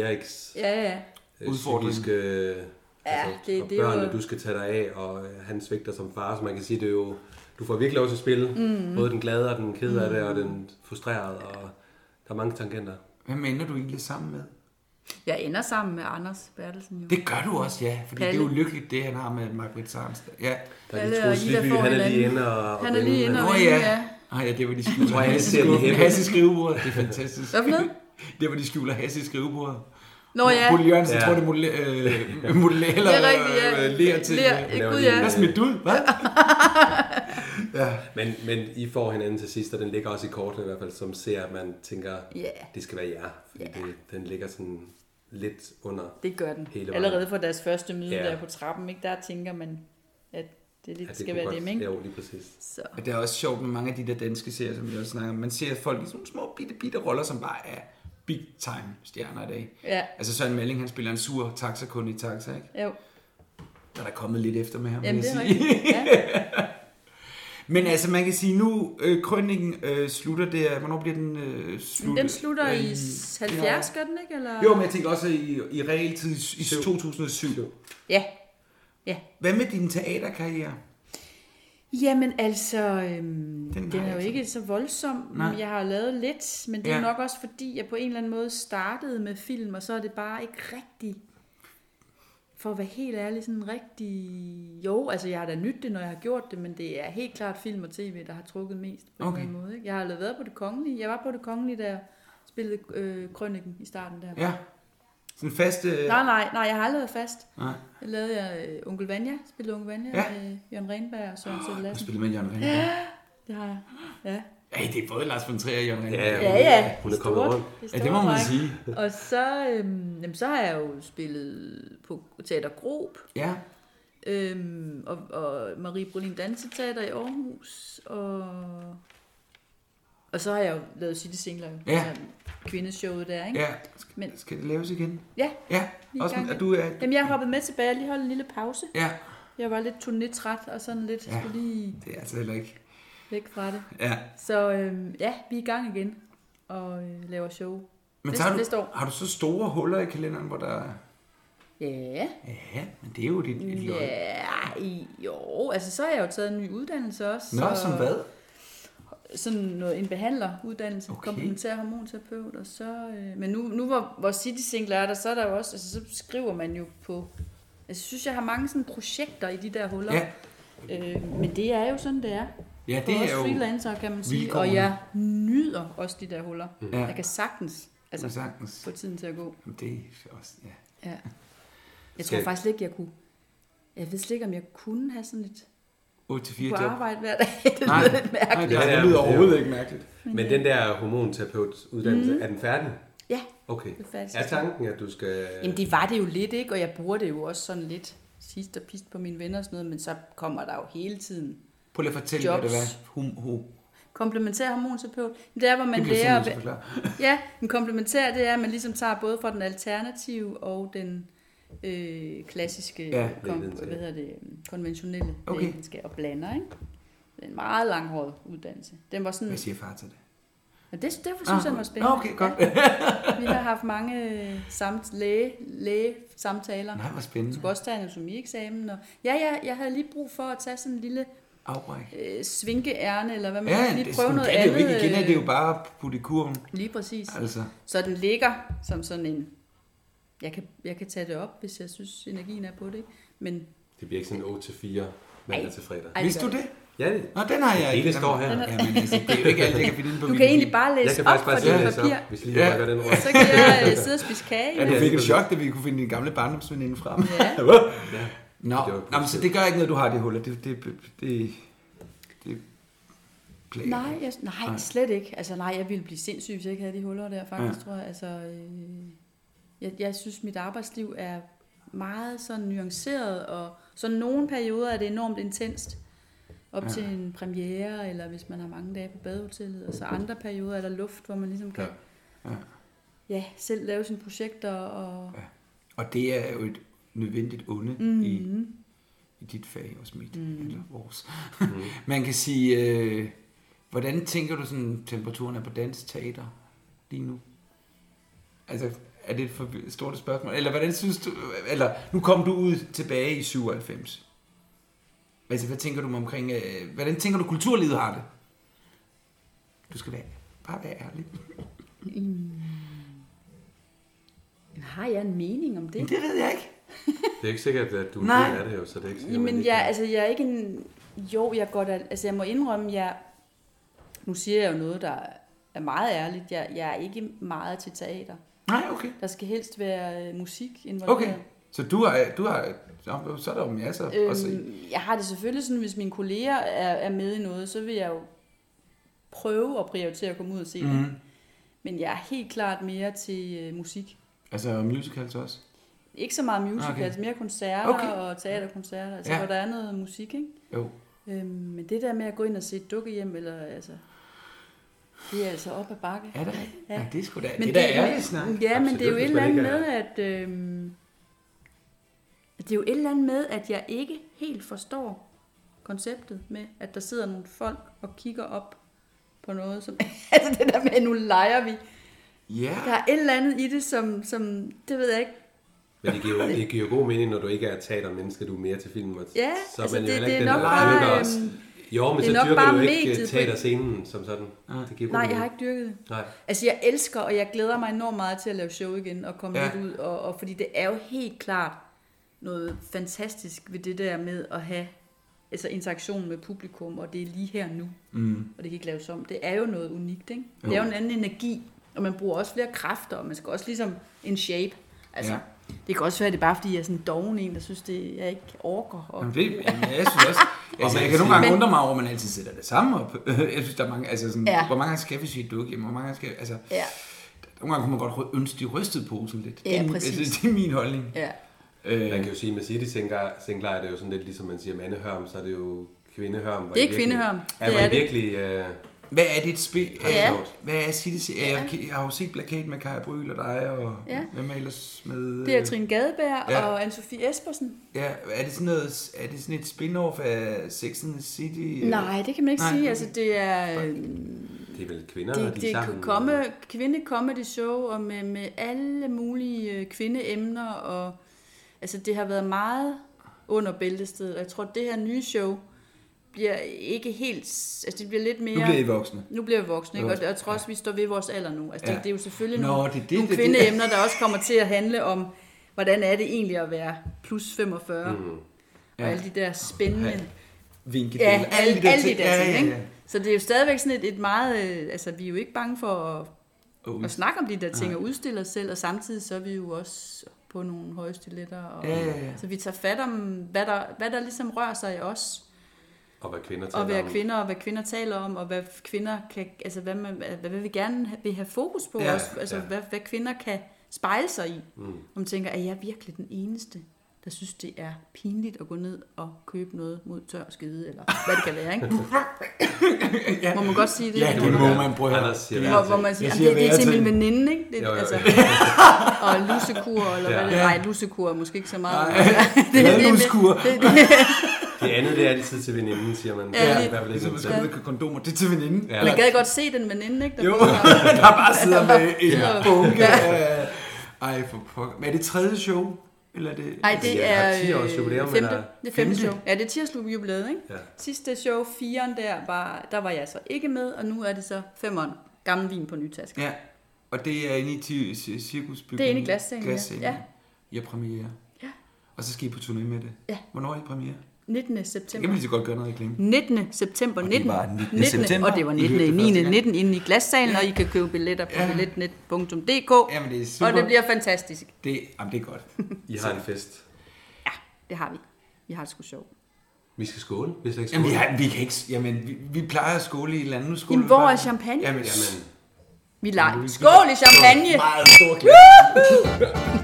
[SPEAKER 2] Eriks
[SPEAKER 3] ja, ja.
[SPEAKER 2] øh,
[SPEAKER 1] Udfordring.
[SPEAKER 2] psykiske, øh, altså,
[SPEAKER 3] det-
[SPEAKER 2] og
[SPEAKER 3] det er jo-
[SPEAKER 2] børnene, du skal tage dig af, og øh, han svigter som far, så man kan sige, det er jo, du får virkelig lov til at spille,
[SPEAKER 3] Mhm.
[SPEAKER 2] mm. både den glade og den kede af det, og den frustrerede, og der er mange tangenter.
[SPEAKER 1] Hvem ender du egentlig sammen med?
[SPEAKER 3] Jeg ender sammen med Anders Bertelsen, jo.
[SPEAKER 1] Det gør du også, ja. Fordi
[SPEAKER 3] Palle.
[SPEAKER 1] det er jo lykkeligt, det han har med Maj-Britt Sarnstad. Ja.
[SPEAKER 2] Der er
[SPEAKER 3] Palle
[SPEAKER 2] lige
[SPEAKER 3] og
[SPEAKER 2] Troels
[SPEAKER 3] Ida
[SPEAKER 2] Lyby,
[SPEAKER 3] får
[SPEAKER 2] han er lige
[SPEAKER 3] hinanden.
[SPEAKER 2] inde og... og
[SPEAKER 3] Han er lige
[SPEAKER 2] vende,
[SPEAKER 3] inde
[SPEAKER 2] men-
[SPEAKER 1] Nå
[SPEAKER 3] Nå,
[SPEAKER 1] ja.
[SPEAKER 3] ja.
[SPEAKER 1] Ej, ja, det var de skjuler.
[SPEAKER 2] Hvor Hasse
[SPEAKER 1] Hasse
[SPEAKER 2] ser den
[SPEAKER 1] skrivebordet.
[SPEAKER 2] hæppe.
[SPEAKER 1] Hasse skrivebordet, det er fantastisk.
[SPEAKER 3] Hvad for noget?
[SPEAKER 1] Det var de skjuler Hasse i skrivebordet.
[SPEAKER 3] Nå ja,
[SPEAKER 1] Bodil Jørgensen
[SPEAKER 2] Ja.
[SPEAKER 1] tror, det er model- øh, modeller,
[SPEAKER 3] det er rigtigt, ja.
[SPEAKER 1] øh, lærer til...
[SPEAKER 3] Ler,
[SPEAKER 2] laver
[SPEAKER 3] gud,
[SPEAKER 2] de
[SPEAKER 3] ja.
[SPEAKER 2] en
[SPEAKER 1] Hvad er smidt ud, hvad?
[SPEAKER 2] Men, men I får hinanden til sidst, og den ligger også i kortene i hvert fald, som ser, at man tænker,
[SPEAKER 3] Ja.
[SPEAKER 2] det skal være jer. Fordi yeah. det, den ligger sådan lidt under.
[SPEAKER 3] Det gør den.
[SPEAKER 2] Hele vejen.
[SPEAKER 3] Allerede fra deres første møde
[SPEAKER 2] Ja.
[SPEAKER 3] der på trappen, ikke? Der tænker man, at det lidt
[SPEAKER 2] Ja,
[SPEAKER 3] ja,
[SPEAKER 2] det
[SPEAKER 3] skal
[SPEAKER 2] kunne
[SPEAKER 3] være
[SPEAKER 2] godt-
[SPEAKER 3] dem, ikke?
[SPEAKER 2] Jo, lige præcis.
[SPEAKER 3] Så.
[SPEAKER 1] Og det er også sjovt med mange af de der danske serier, som vi også snakker om. Man ser folk i sådan nogle små bitte, bitte roller, som bare er big time stjerner i dag.
[SPEAKER 3] Ja.
[SPEAKER 1] Altså Søren Malling, han spiller en sur taxakunde i taxa, ikke?
[SPEAKER 3] Jo.
[SPEAKER 1] Der er der kommet lidt efter med ham,
[SPEAKER 3] Jamen,
[SPEAKER 1] vil
[SPEAKER 3] det
[SPEAKER 1] jeg
[SPEAKER 3] er
[SPEAKER 1] sige.
[SPEAKER 3] rigtigt. Ja.
[SPEAKER 1] Men altså, man kan sige, nu øh, krønningen øh, slutter der. Hvornår bliver den øh, slut?
[SPEAKER 3] Men den slutter i
[SPEAKER 1] Øh,
[SPEAKER 3] 70, gør den ikke? Eller?
[SPEAKER 1] Jo, men jeg tænker også i, i realtid i 2007.
[SPEAKER 3] Ja.
[SPEAKER 1] Hvad med din teaterkarriere?
[SPEAKER 3] Jamen altså, øhm, den, den
[SPEAKER 1] har
[SPEAKER 3] er jo
[SPEAKER 1] jeg
[SPEAKER 3] ikke så voldsom.
[SPEAKER 1] Nej.
[SPEAKER 3] Nej. Jeg har jo lavet lidt, men det er
[SPEAKER 1] Ja.
[SPEAKER 3] ja. nok også fordi, jeg på en eller anden måde startede med film, og så er det bare ikke rigtig, for at være helt ærlig, sådan rigtig... Jo, altså jeg har da nyt det, når jeg har gjort det, men det er helt klart film og tv, der har trukket mest på
[SPEAKER 1] Okay.
[SPEAKER 3] okay. en måde. Ikke? Jeg har aldrig været på det kongelige. Jeg var på det kongelige, da jeg spillede øh, Krønningen i starten der. Ja.
[SPEAKER 1] Ja. Sådan fast... Øh,
[SPEAKER 3] Nej, nej, nej, jeg har aldrig været fast.
[SPEAKER 1] Nej.
[SPEAKER 3] Der lavede jeg øh, Onkel Vanja, spillede Onkel Vanja
[SPEAKER 1] Ja.
[SPEAKER 3] ja. med Jørgen Renberg og Søren Sætte
[SPEAKER 1] Nu
[SPEAKER 3] Lassen.
[SPEAKER 1] spiller man Jørgen Renberg.
[SPEAKER 3] Det har jeg. Ja,
[SPEAKER 1] Ej, det er både Lars von Trier og Jørgen Renberg.
[SPEAKER 2] Ja,
[SPEAKER 3] ja. ja.
[SPEAKER 2] Hun er kommet rundt.
[SPEAKER 1] Ja, det må man sige.
[SPEAKER 3] Og så, øhm, jamen, så har jeg jo spillet på Teater Grob,
[SPEAKER 1] Ja.
[SPEAKER 3] øhm, og, og Marie Brolin Danseteater i Aarhus, og, og så har jeg jo lavet City Singler,
[SPEAKER 1] Ja.
[SPEAKER 3] altså kvindeshowet der, ikke?
[SPEAKER 1] Ja.
[SPEAKER 3] Men-
[SPEAKER 1] Skal det laves igen?
[SPEAKER 3] ja.
[SPEAKER 1] Ja.
[SPEAKER 3] Vi er i
[SPEAKER 1] Også,
[SPEAKER 3] gang
[SPEAKER 1] at
[SPEAKER 3] igen.
[SPEAKER 1] du er...
[SPEAKER 3] Jamen, jeg har hoppet med tilbage, jeg har lige holdt en lille pause.
[SPEAKER 1] Ja.
[SPEAKER 3] Jeg var lidt turnétræt og sådan lidt,
[SPEAKER 1] Ja.
[SPEAKER 3] ja. skulle lige
[SPEAKER 1] Det er altså heller ikke...
[SPEAKER 3] væk fra det.
[SPEAKER 1] Ja.
[SPEAKER 3] Så øhm, ja, vi er i gang igen og øh, laver show.
[SPEAKER 1] Men så
[SPEAKER 3] Næste-
[SPEAKER 1] har, du,
[SPEAKER 3] næste år.
[SPEAKER 1] har du så store huller i kalenderen, hvor der...
[SPEAKER 3] Ja,
[SPEAKER 1] Ja, men det er jo dit et løg.
[SPEAKER 3] ja i, jo, altså så har jeg jo taget en ny uddannelse også.
[SPEAKER 1] Nå,
[SPEAKER 3] og-
[SPEAKER 1] som hvad?
[SPEAKER 3] sådan noget, en behandleruddannelse,
[SPEAKER 1] Okay.
[SPEAKER 3] okay. komplementær hormonterapeut, og så, øh, men nu, nu hvor, hvor City Single er der, så er der jo også, altså så skriver man jo på, altså, jeg synes, jeg har mange sådan projekter i de der huller,
[SPEAKER 1] Ja.
[SPEAKER 3] Øh, men det er jo sådan, det er.
[SPEAKER 1] Ja,
[SPEAKER 3] Det er jo
[SPEAKER 1] jo...
[SPEAKER 3] freelancer, kan man sige.
[SPEAKER 1] vilkårene.
[SPEAKER 3] Og jeg nyder også de der huller.
[SPEAKER 1] Ja.
[SPEAKER 3] Jeg kan sagtens altså,
[SPEAKER 1] Altså, sagtens.
[SPEAKER 3] få tiden til at gå.
[SPEAKER 1] Jamen, Det er også, ja.
[SPEAKER 3] Ja. Jeg tror
[SPEAKER 2] Skal-
[SPEAKER 3] faktisk ikke, jeg kunne... Jeg ved slet ikke, om jeg kunne have sådan et
[SPEAKER 1] 8-4
[SPEAKER 3] på
[SPEAKER 1] job.
[SPEAKER 3] arbejde hver dag. Det
[SPEAKER 1] Nej.
[SPEAKER 3] lyder lidt mærkeligt.
[SPEAKER 1] Nej,
[SPEAKER 2] Ja,
[SPEAKER 1] det lyder
[SPEAKER 2] ja, men det er
[SPEAKER 1] overhovedet ikke mærkeligt.
[SPEAKER 2] Men
[SPEAKER 3] øh,
[SPEAKER 2] den der hormonterapeutuddannelse, mm. er den færdig?
[SPEAKER 3] Ja,
[SPEAKER 2] Okay.
[SPEAKER 3] Mhm. det er faktisk.
[SPEAKER 2] Er tanken, at du skal...
[SPEAKER 3] Jamen, det var det jo lidt, ikke? Og jeg bruger det jo også sådan lidt sidst og pist på mine venner og sådan noget, men så kommer der jo hele tiden
[SPEAKER 1] Prøv lige at fortælle, hvad det
[SPEAKER 3] Jobs.
[SPEAKER 1] var. Hum, hum.
[SPEAKER 3] komplementær hormonterapeut. Men det er, hvor man
[SPEAKER 1] Det bliver
[SPEAKER 3] lærer...
[SPEAKER 1] jeg
[SPEAKER 3] at
[SPEAKER 1] simpelthen
[SPEAKER 3] væ-
[SPEAKER 1] forklare.
[SPEAKER 3] Ja, en komplementær, det er, at man ligesom tager både fra den alternative og den øh, klassiske,
[SPEAKER 1] Ja,
[SPEAKER 3] ja, kom,
[SPEAKER 2] lægevidenskab.
[SPEAKER 3] hvad hedder det, øhm, konventionelle
[SPEAKER 1] Okay.
[SPEAKER 3] okay. lægevidenskab og blander, ikke? Det er en meget langhåret uddannelse. Den var sådan,
[SPEAKER 1] Hvad
[SPEAKER 3] det,
[SPEAKER 1] siger far til det?
[SPEAKER 3] det, det synes
[SPEAKER 1] Ah,
[SPEAKER 3] ah, jeg var spændende.
[SPEAKER 1] okay, godt.
[SPEAKER 3] Ja, vi har haft mange øh, samt, læge, læge samtaler.
[SPEAKER 1] Nej, hvor
[SPEAKER 3] Jeg
[SPEAKER 1] spændende.
[SPEAKER 3] skulle også tage anatomieksamen. Og, ja, ja, jeg havde lige brug for at tage sådan en lille
[SPEAKER 1] Afbræk.
[SPEAKER 3] øh, svinkeærne, eller hvad man
[SPEAKER 1] Ja,
[SPEAKER 3] ja,
[SPEAKER 1] det,
[SPEAKER 3] lige prøve
[SPEAKER 1] sådan
[SPEAKER 3] noget
[SPEAKER 1] kan det
[SPEAKER 3] andet.
[SPEAKER 1] jo ikke igen, at det er
[SPEAKER 3] øh,
[SPEAKER 1] jo bare at putte i kurven.
[SPEAKER 3] Lige præcis.
[SPEAKER 1] Altså,
[SPEAKER 3] Så den ligger som sådan en... Jeg kan, jeg kan tage det op, hvis jeg synes, energien er på det. ikke? Men
[SPEAKER 2] Det bliver ikke sådan 8 til 4 mandag til fredag.
[SPEAKER 3] Ej,
[SPEAKER 1] vidste du
[SPEAKER 3] gør
[SPEAKER 1] det?
[SPEAKER 2] Ja, det.
[SPEAKER 1] Nå, den har jeg
[SPEAKER 2] Hele
[SPEAKER 1] ikke.
[SPEAKER 2] står her. Den er-
[SPEAKER 1] Jamen, altså, det er jo ikke alt, jeg kan finde inde på
[SPEAKER 3] du
[SPEAKER 1] min
[SPEAKER 3] kan
[SPEAKER 1] bil.
[SPEAKER 3] egentlig bare
[SPEAKER 2] Jeg
[SPEAKER 3] læse
[SPEAKER 2] kan
[SPEAKER 3] op
[SPEAKER 2] faktisk
[SPEAKER 3] fra
[SPEAKER 2] bare sidde og
[SPEAKER 3] dit
[SPEAKER 2] læse op,
[SPEAKER 3] papir.
[SPEAKER 2] hvis lige
[SPEAKER 1] Ja.
[SPEAKER 2] ja. rykker den rundt.
[SPEAKER 3] Så kan jeg øh, sidde og spise kage.
[SPEAKER 1] Ja, du
[SPEAKER 3] jo.
[SPEAKER 1] fik et chok, da vi kunne finde din gamle barndomsveninde frem.
[SPEAKER 3] Ja.
[SPEAKER 1] Nå,
[SPEAKER 2] Det var
[SPEAKER 1] Nå men så det gør ikke noget, du har det huller. Det, det, det, det plager.
[SPEAKER 3] Nej, jeg, nej, slet ikke. Altså, nej, jeg ville blive sindssyg, hvis jeg ikke havde de huller der, faktisk, ja. tror jeg. Altså, øh, jeg. Jeg synes, mit arbejdsliv er meget sådan nuanceret, og så nogle perioder er det enormt intenst. Op ja. til en premiere, eller hvis man har mange dage på badehotellet, og så andre perioder er der luft, hvor man ligesom kan
[SPEAKER 1] Ja.
[SPEAKER 3] ja.
[SPEAKER 1] Ja.
[SPEAKER 3] Ja. Ja, selv lave sine projekter. Og, ja.
[SPEAKER 1] Og det er jo et nødvendigt onde mm. i, i dit fag, også mit, mm. eller vores. Mm. Man kan sige, øh, hvordan tænker du sådan, temperaturen er på dansk teater lige nu? Altså, er det et for stort et spørgsmål? Eller hvordan synes du, eller nu kom du ud tilbage i 97. Altså, hvad tænker du omkring, øh, hvordan tænker du kulturlivet har det? Du skal være, bare være ærlig.
[SPEAKER 3] Har jeg en mening om det?
[SPEAKER 1] Det ved jeg ikke.
[SPEAKER 2] Det er ikke sikkert, at du
[SPEAKER 1] Nej.
[SPEAKER 2] Nej. er det jo, så det er ikke sikkert, man
[SPEAKER 3] Jamen,
[SPEAKER 2] ikke
[SPEAKER 3] jeg,
[SPEAKER 2] kan.
[SPEAKER 3] altså, jeg er ikke en... Jo, jeg er godt... al- Altså, jeg må indrømme, jeg... Nu siger jeg jo noget, der er meget ærligt. Jeg, jeg er ikke meget til teater.
[SPEAKER 1] Nej, okay.
[SPEAKER 3] Der skal helst være øh, musik involveret.
[SPEAKER 1] Okay, så du har, du har nå, så er der jo masser øhm, at se.
[SPEAKER 3] Øhm, jeg har det selvfølgelig sådan, hvis mine kolleger er, er med i noget, så vil jeg jo prøve at prioritere at komme ud og se mm. det.
[SPEAKER 1] Mm.
[SPEAKER 3] Men jeg er helt klart mere til øh, musik.
[SPEAKER 1] Altså musicals også.
[SPEAKER 3] Ikke så meget music,
[SPEAKER 1] Okay.
[SPEAKER 3] okay. altså mere koncerter
[SPEAKER 1] Okay.
[SPEAKER 3] okay. og teaterkoncerter, altså
[SPEAKER 1] Ja.
[SPEAKER 3] ja. hvor der er noget musik, ikke?
[SPEAKER 1] Jo.
[SPEAKER 3] Øhm, men det der med at gå ind og se et dukkehjem, eller altså, det er altså op ad bakke.
[SPEAKER 1] Er der? Ja,
[SPEAKER 3] Ja.
[SPEAKER 1] ja det er sgu da. Men
[SPEAKER 3] Men
[SPEAKER 1] det, der
[SPEAKER 3] det er-
[SPEAKER 1] er det snak.
[SPEAKER 3] Ja, men det er jo
[SPEAKER 2] Absolut,
[SPEAKER 3] et
[SPEAKER 2] hvis
[SPEAKER 3] eller
[SPEAKER 2] man
[SPEAKER 3] andet
[SPEAKER 2] ikke
[SPEAKER 3] med, at... Øhm, det er jo et eller andet med, at jeg ikke helt forstår konceptet med, at der sidder nogle folk og kigger op på noget, som... altså det der med, nu leger vi.
[SPEAKER 1] Ja.
[SPEAKER 3] Der er et eller andet i det, som... som det ved jeg ikke.
[SPEAKER 2] Men det giver, jo, det giver jo god mening, når du ikke er teatermenneske, du er mere til film. Og
[SPEAKER 3] Ja,
[SPEAKER 2] så er
[SPEAKER 3] altså,
[SPEAKER 2] man jo
[SPEAKER 3] det-
[SPEAKER 2] heller
[SPEAKER 3] det
[SPEAKER 2] ikke
[SPEAKER 3] er
[SPEAKER 2] den,
[SPEAKER 3] nok
[SPEAKER 2] der
[SPEAKER 3] bare,
[SPEAKER 2] dyrker
[SPEAKER 3] øhm,
[SPEAKER 2] også. Jo, men
[SPEAKER 3] det
[SPEAKER 2] så
[SPEAKER 3] er nok
[SPEAKER 2] dyrker
[SPEAKER 3] bare
[SPEAKER 2] du jo
[SPEAKER 3] mediet
[SPEAKER 2] ikke
[SPEAKER 3] på-
[SPEAKER 2] teaterscenen som sådan. Det giver god
[SPEAKER 3] Nej, jeg
[SPEAKER 2] mening.
[SPEAKER 3] har ikke dyrket det.
[SPEAKER 2] Nej.
[SPEAKER 3] Altså, jeg elsker, og jeg glæder mig enormt meget til at lave show igen og komme
[SPEAKER 1] Ja.
[SPEAKER 3] ja. lidt ud. Og, og, fordi det er jo helt klart noget fantastisk ved det der med at have altså interaktion med publikum, og det er lige her nu, mm. og det kan ikke laves om. Det er jo noget unikt, ikke? Det er jo en anden energi, og man bruger også flere kræfter, og man skal også ligesom en shape. Altså,
[SPEAKER 1] Ja.
[SPEAKER 3] ja. det kan også være, at det er bare fordi, jeg er sådan en doven en, der synes, det jeg ikke orker. Og...
[SPEAKER 1] Jamen, det, jamen, jeg synes også, altså, jeg kan nogle gange undre mig over, at man altid sætter det samme op. Jeg synes, der er mange, altså sådan, ja.
[SPEAKER 3] Ja.
[SPEAKER 1] hvor mange gange skal vi sige dukke hjem, hvor mange gange skal, altså,
[SPEAKER 3] Ja,
[SPEAKER 1] nogle gange kunne man godt ønske, de rystede posen lidt.
[SPEAKER 3] Ja,
[SPEAKER 1] Det er-
[SPEAKER 3] præcis.
[SPEAKER 1] Jeg synes, det er min holdning.
[SPEAKER 3] ja.
[SPEAKER 1] Øh,
[SPEAKER 2] Man kan jo sige, med City Sinclair er det jo sådan lidt ligesom man siger mandehørm, så er det jo kvindehørm. hvor
[SPEAKER 3] Det er
[SPEAKER 2] I virkelig-
[SPEAKER 3] kvindehørm.
[SPEAKER 2] Ja,
[SPEAKER 3] Det
[SPEAKER 2] hvor
[SPEAKER 3] er
[SPEAKER 2] I
[SPEAKER 3] det.
[SPEAKER 2] virkelig... Øh,
[SPEAKER 1] hvad er dit spil?
[SPEAKER 2] ja.
[SPEAKER 1] Hvad er City? Ja. Jeg, jeg har jo set plakaten med Kaja Bryl og dig, og
[SPEAKER 3] Ja.
[SPEAKER 1] hvem er ellers med...
[SPEAKER 3] Det er
[SPEAKER 1] øh,
[SPEAKER 3] Trine Gadeberg
[SPEAKER 1] Ja.
[SPEAKER 3] ja. og Anne-Sophie Espersen.
[SPEAKER 1] Ja, er det sådan, noget, er det sådan et spin-off af Sex and the City?
[SPEAKER 3] Nej, det kan man ikke
[SPEAKER 1] Nej,
[SPEAKER 3] sige.
[SPEAKER 1] okay.
[SPEAKER 3] Altså, det er... Øh,
[SPEAKER 2] det er vel kvinder, når
[SPEAKER 3] Det,
[SPEAKER 2] de
[SPEAKER 3] det
[SPEAKER 2] er
[SPEAKER 3] kunne
[SPEAKER 2] sammen.
[SPEAKER 3] komme kvinde show og med, med alle mulige øh, kvindeemner. Og, altså, det har været meget under bæltestedet. Og jeg tror, det her nye show bliver ikke helt... s- Altså, det bliver lidt mere...
[SPEAKER 1] Nu bliver I voksne.
[SPEAKER 3] nu bliver vi voksne, ikke? Og
[SPEAKER 1] Voksne,
[SPEAKER 3] jeg tror også, vi står ved vores alder nu. Altså,
[SPEAKER 1] Ja.
[SPEAKER 3] det, det er jo selvfølgelig
[SPEAKER 1] Nå,
[SPEAKER 3] nogle,
[SPEAKER 1] det er det,
[SPEAKER 3] nogle
[SPEAKER 1] det er det.
[SPEAKER 3] kvindeemner, der også kommer til at handle om, hvordan er det egentlig at være plus 45. Mm. Og alle de der spændende
[SPEAKER 1] vinkedel.
[SPEAKER 3] Ja, alle, alle, alle de der ting,
[SPEAKER 1] ja,
[SPEAKER 3] ikke?
[SPEAKER 1] ja, ja.
[SPEAKER 3] Så det er jo stadigvæk sådan et, et meget... øh, Altså, vi er jo ikke bange for at,
[SPEAKER 1] Og ud-
[SPEAKER 3] at snakke om de der ting og udstille os selv, og samtidig så er vi jo også på nogle høje stiletter. Og,
[SPEAKER 1] Ja, ja, ja.
[SPEAKER 3] Så vi tager fat om, hvad der, hvad der ligesom rører sig i os,
[SPEAKER 2] Og hvad kvinder taler
[SPEAKER 3] og hvad
[SPEAKER 2] om.
[SPEAKER 3] kvinder, og hvad kvinder taler om, og hvad kvinder kan, altså hvad, man, hvad hvad vi gerne ha- vil have fokus på
[SPEAKER 1] Ja,
[SPEAKER 3] ja, også, altså
[SPEAKER 2] ja.
[SPEAKER 3] ja. hvad, hvad kvinder kan spejle sig i. Mm. Om tænker, er jeg virkelig den eneste, der synes, det er pinligt at gå ned og købe noget mod tør skide, eller hvad det kan være, ikke? ja. Må man godt sige det?
[SPEAKER 1] Ja, det må man prøve.
[SPEAKER 2] Anders siger
[SPEAKER 1] Det-
[SPEAKER 2] hver
[SPEAKER 3] Hvor, hvor man siger,
[SPEAKER 1] Jeg
[SPEAKER 3] siger det, det er
[SPEAKER 1] hver
[SPEAKER 3] til min
[SPEAKER 1] ting."
[SPEAKER 3] veninde, ikke? Det,
[SPEAKER 2] Jo, jo,
[SPEAKER 3] Altså,
[SPEAKER 2] jo.
[SPEAKER 3] og lusekur, eller hvad det
[SPEAKER 1] Ja.
[SPEAKER 3] er. Nej, lusekur er måske ikke så meget.
[SPEAKER 1] Nej.
[SPEAKER 3] det, er-
[SPEAKER 1] Madluskur.
[SPEAKER 3] det, det, det,
[SPEAKER 2] Det andet, det er altid til veninden, siger man.
[SPEAKER 3] Ja,
[SPEAKER 2] I
[SPEAKER 3] lige-
[SPEAKER 2] hvert fald ikke
[SPEAKER 1] Ligesom
[SPEAKER 2] om
[SPEAKER 1] at
[SPEAKER 2] selv.
[SPEAKER 1] skrive ud af kondomer. Det er til veninden.
[SPEAKER 2] Ja.
[SPEAKER 3] man gad godt se den veninde, ikke? Der
[SPEAKER 1] Jo,
[SPEAKER 3] bor der.
[SPEAKER 1] der bare sidder med en
[SPEAKER 3] Ja.
[SPEAKER 1] bunke af... Ej, for pokker. Men er det tredje show? Eller er det...
[SPEAKER 3] Nej, det
[SPEAKER 2] Jeg har
[SPEAKER 3] er
[SPEAKER 2] 10 års
[SPEAKER 3] øh,
[SPEAKER 2] jubilæum,
[SPEAKER 3] femte.
[SPEAKER 2] eller?
[SPEAKER 3] Det er femte
[SPEAKER 1] Femte?
[SPEAKER 3] show. Ja, det er tirsdagsjubilæet, ikke?
[SPEAKER 2] Ja.
[SPEAKER 3] Sidste show, firen der, var, der var jeg så ikke med, og nu er det så femeren. Gammel vin på ny taske.
[SPEAKER 1] Ja, og det er inde i ti- ci- cirkusbygningen.
[SPEAKER 3] Det er inde i glassalen, ja.
[SPEAKER 1] glassalen.
[SPEAKER 3] Ja.
[SPEAKER 1] I har premiere.
[SPEAKER 3] Ja.
[SPEAKER 1] Og så skal I på turné med det.
[SPEAKER 3] Ja.
[SPEAKER 1] Hvornår er I premiere?
[SPEAKER 3] 19.
[SPEAKER 1] Det kan man
[SPEAKER 3] september.
[SPEAKER 1] lige så godt gøre noget reklame.
[SPEAKER 3] 19. september 19.
[SPEAKER 1] var 19. september.
[SPEAKER 3] Og det var
[SPEAKER 1] I
[SPEAKER 3] 19.
[SPEAKER 1] hørte
[SPEAKER 3] i
[SPEAKER 1] det første
[SPEAKER 3] 9.
[SPEAKER 1] gang.
[SPEAKER 3] 19 inde i glassalen, og I kan købe billetter på
[SPEAKER 1] Ja.
[SPEAKER 3] billetnet.dk.
[SPEAKER 1] Jamen, det er super.
[SPEAKER 3] Og det bliver fantastisk.
[SPEAKER 1] Det, jamen, det er godt.
[SPEAKER 2] I har en fest.
[SPEAKER 3] Ja, det har vi. Vi har det sgu sjovt.
[SPEAKER 2] Vi skal skåle, hvis der ikke
[SPEAKER 1] Jamen,
[SPEAKER 2] skåle.
[SPEAKER 1] vi, har, vi kan ikke... s- Jamen, vi, vi plejer at skåle i et eller andet. Nu skåler
[SPEAKER 3] Jamen,
[SPEAKER 1] vi
[SPEAKER 3] hvor
[SPEAKER 1] bare.
[SPEAKER 3] er
[SPEAKER 1] Jamen,
[SPEAKER 3] champagne?
[SPEAKER 2] Jamen,
[SPEAKER 1] jamen.
[SPEAKER 3] Vi leger. Skål i champagne!
[SPEAKER 1] Meget stor glas.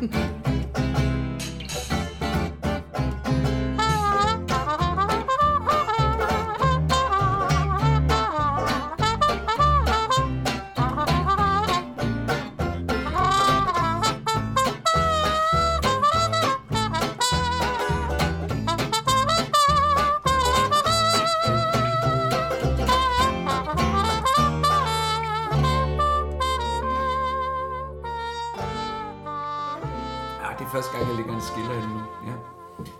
[SPEAKER 1] Ja, Ah, det er første gang, jeg lægger en skiller ind nu. Ja.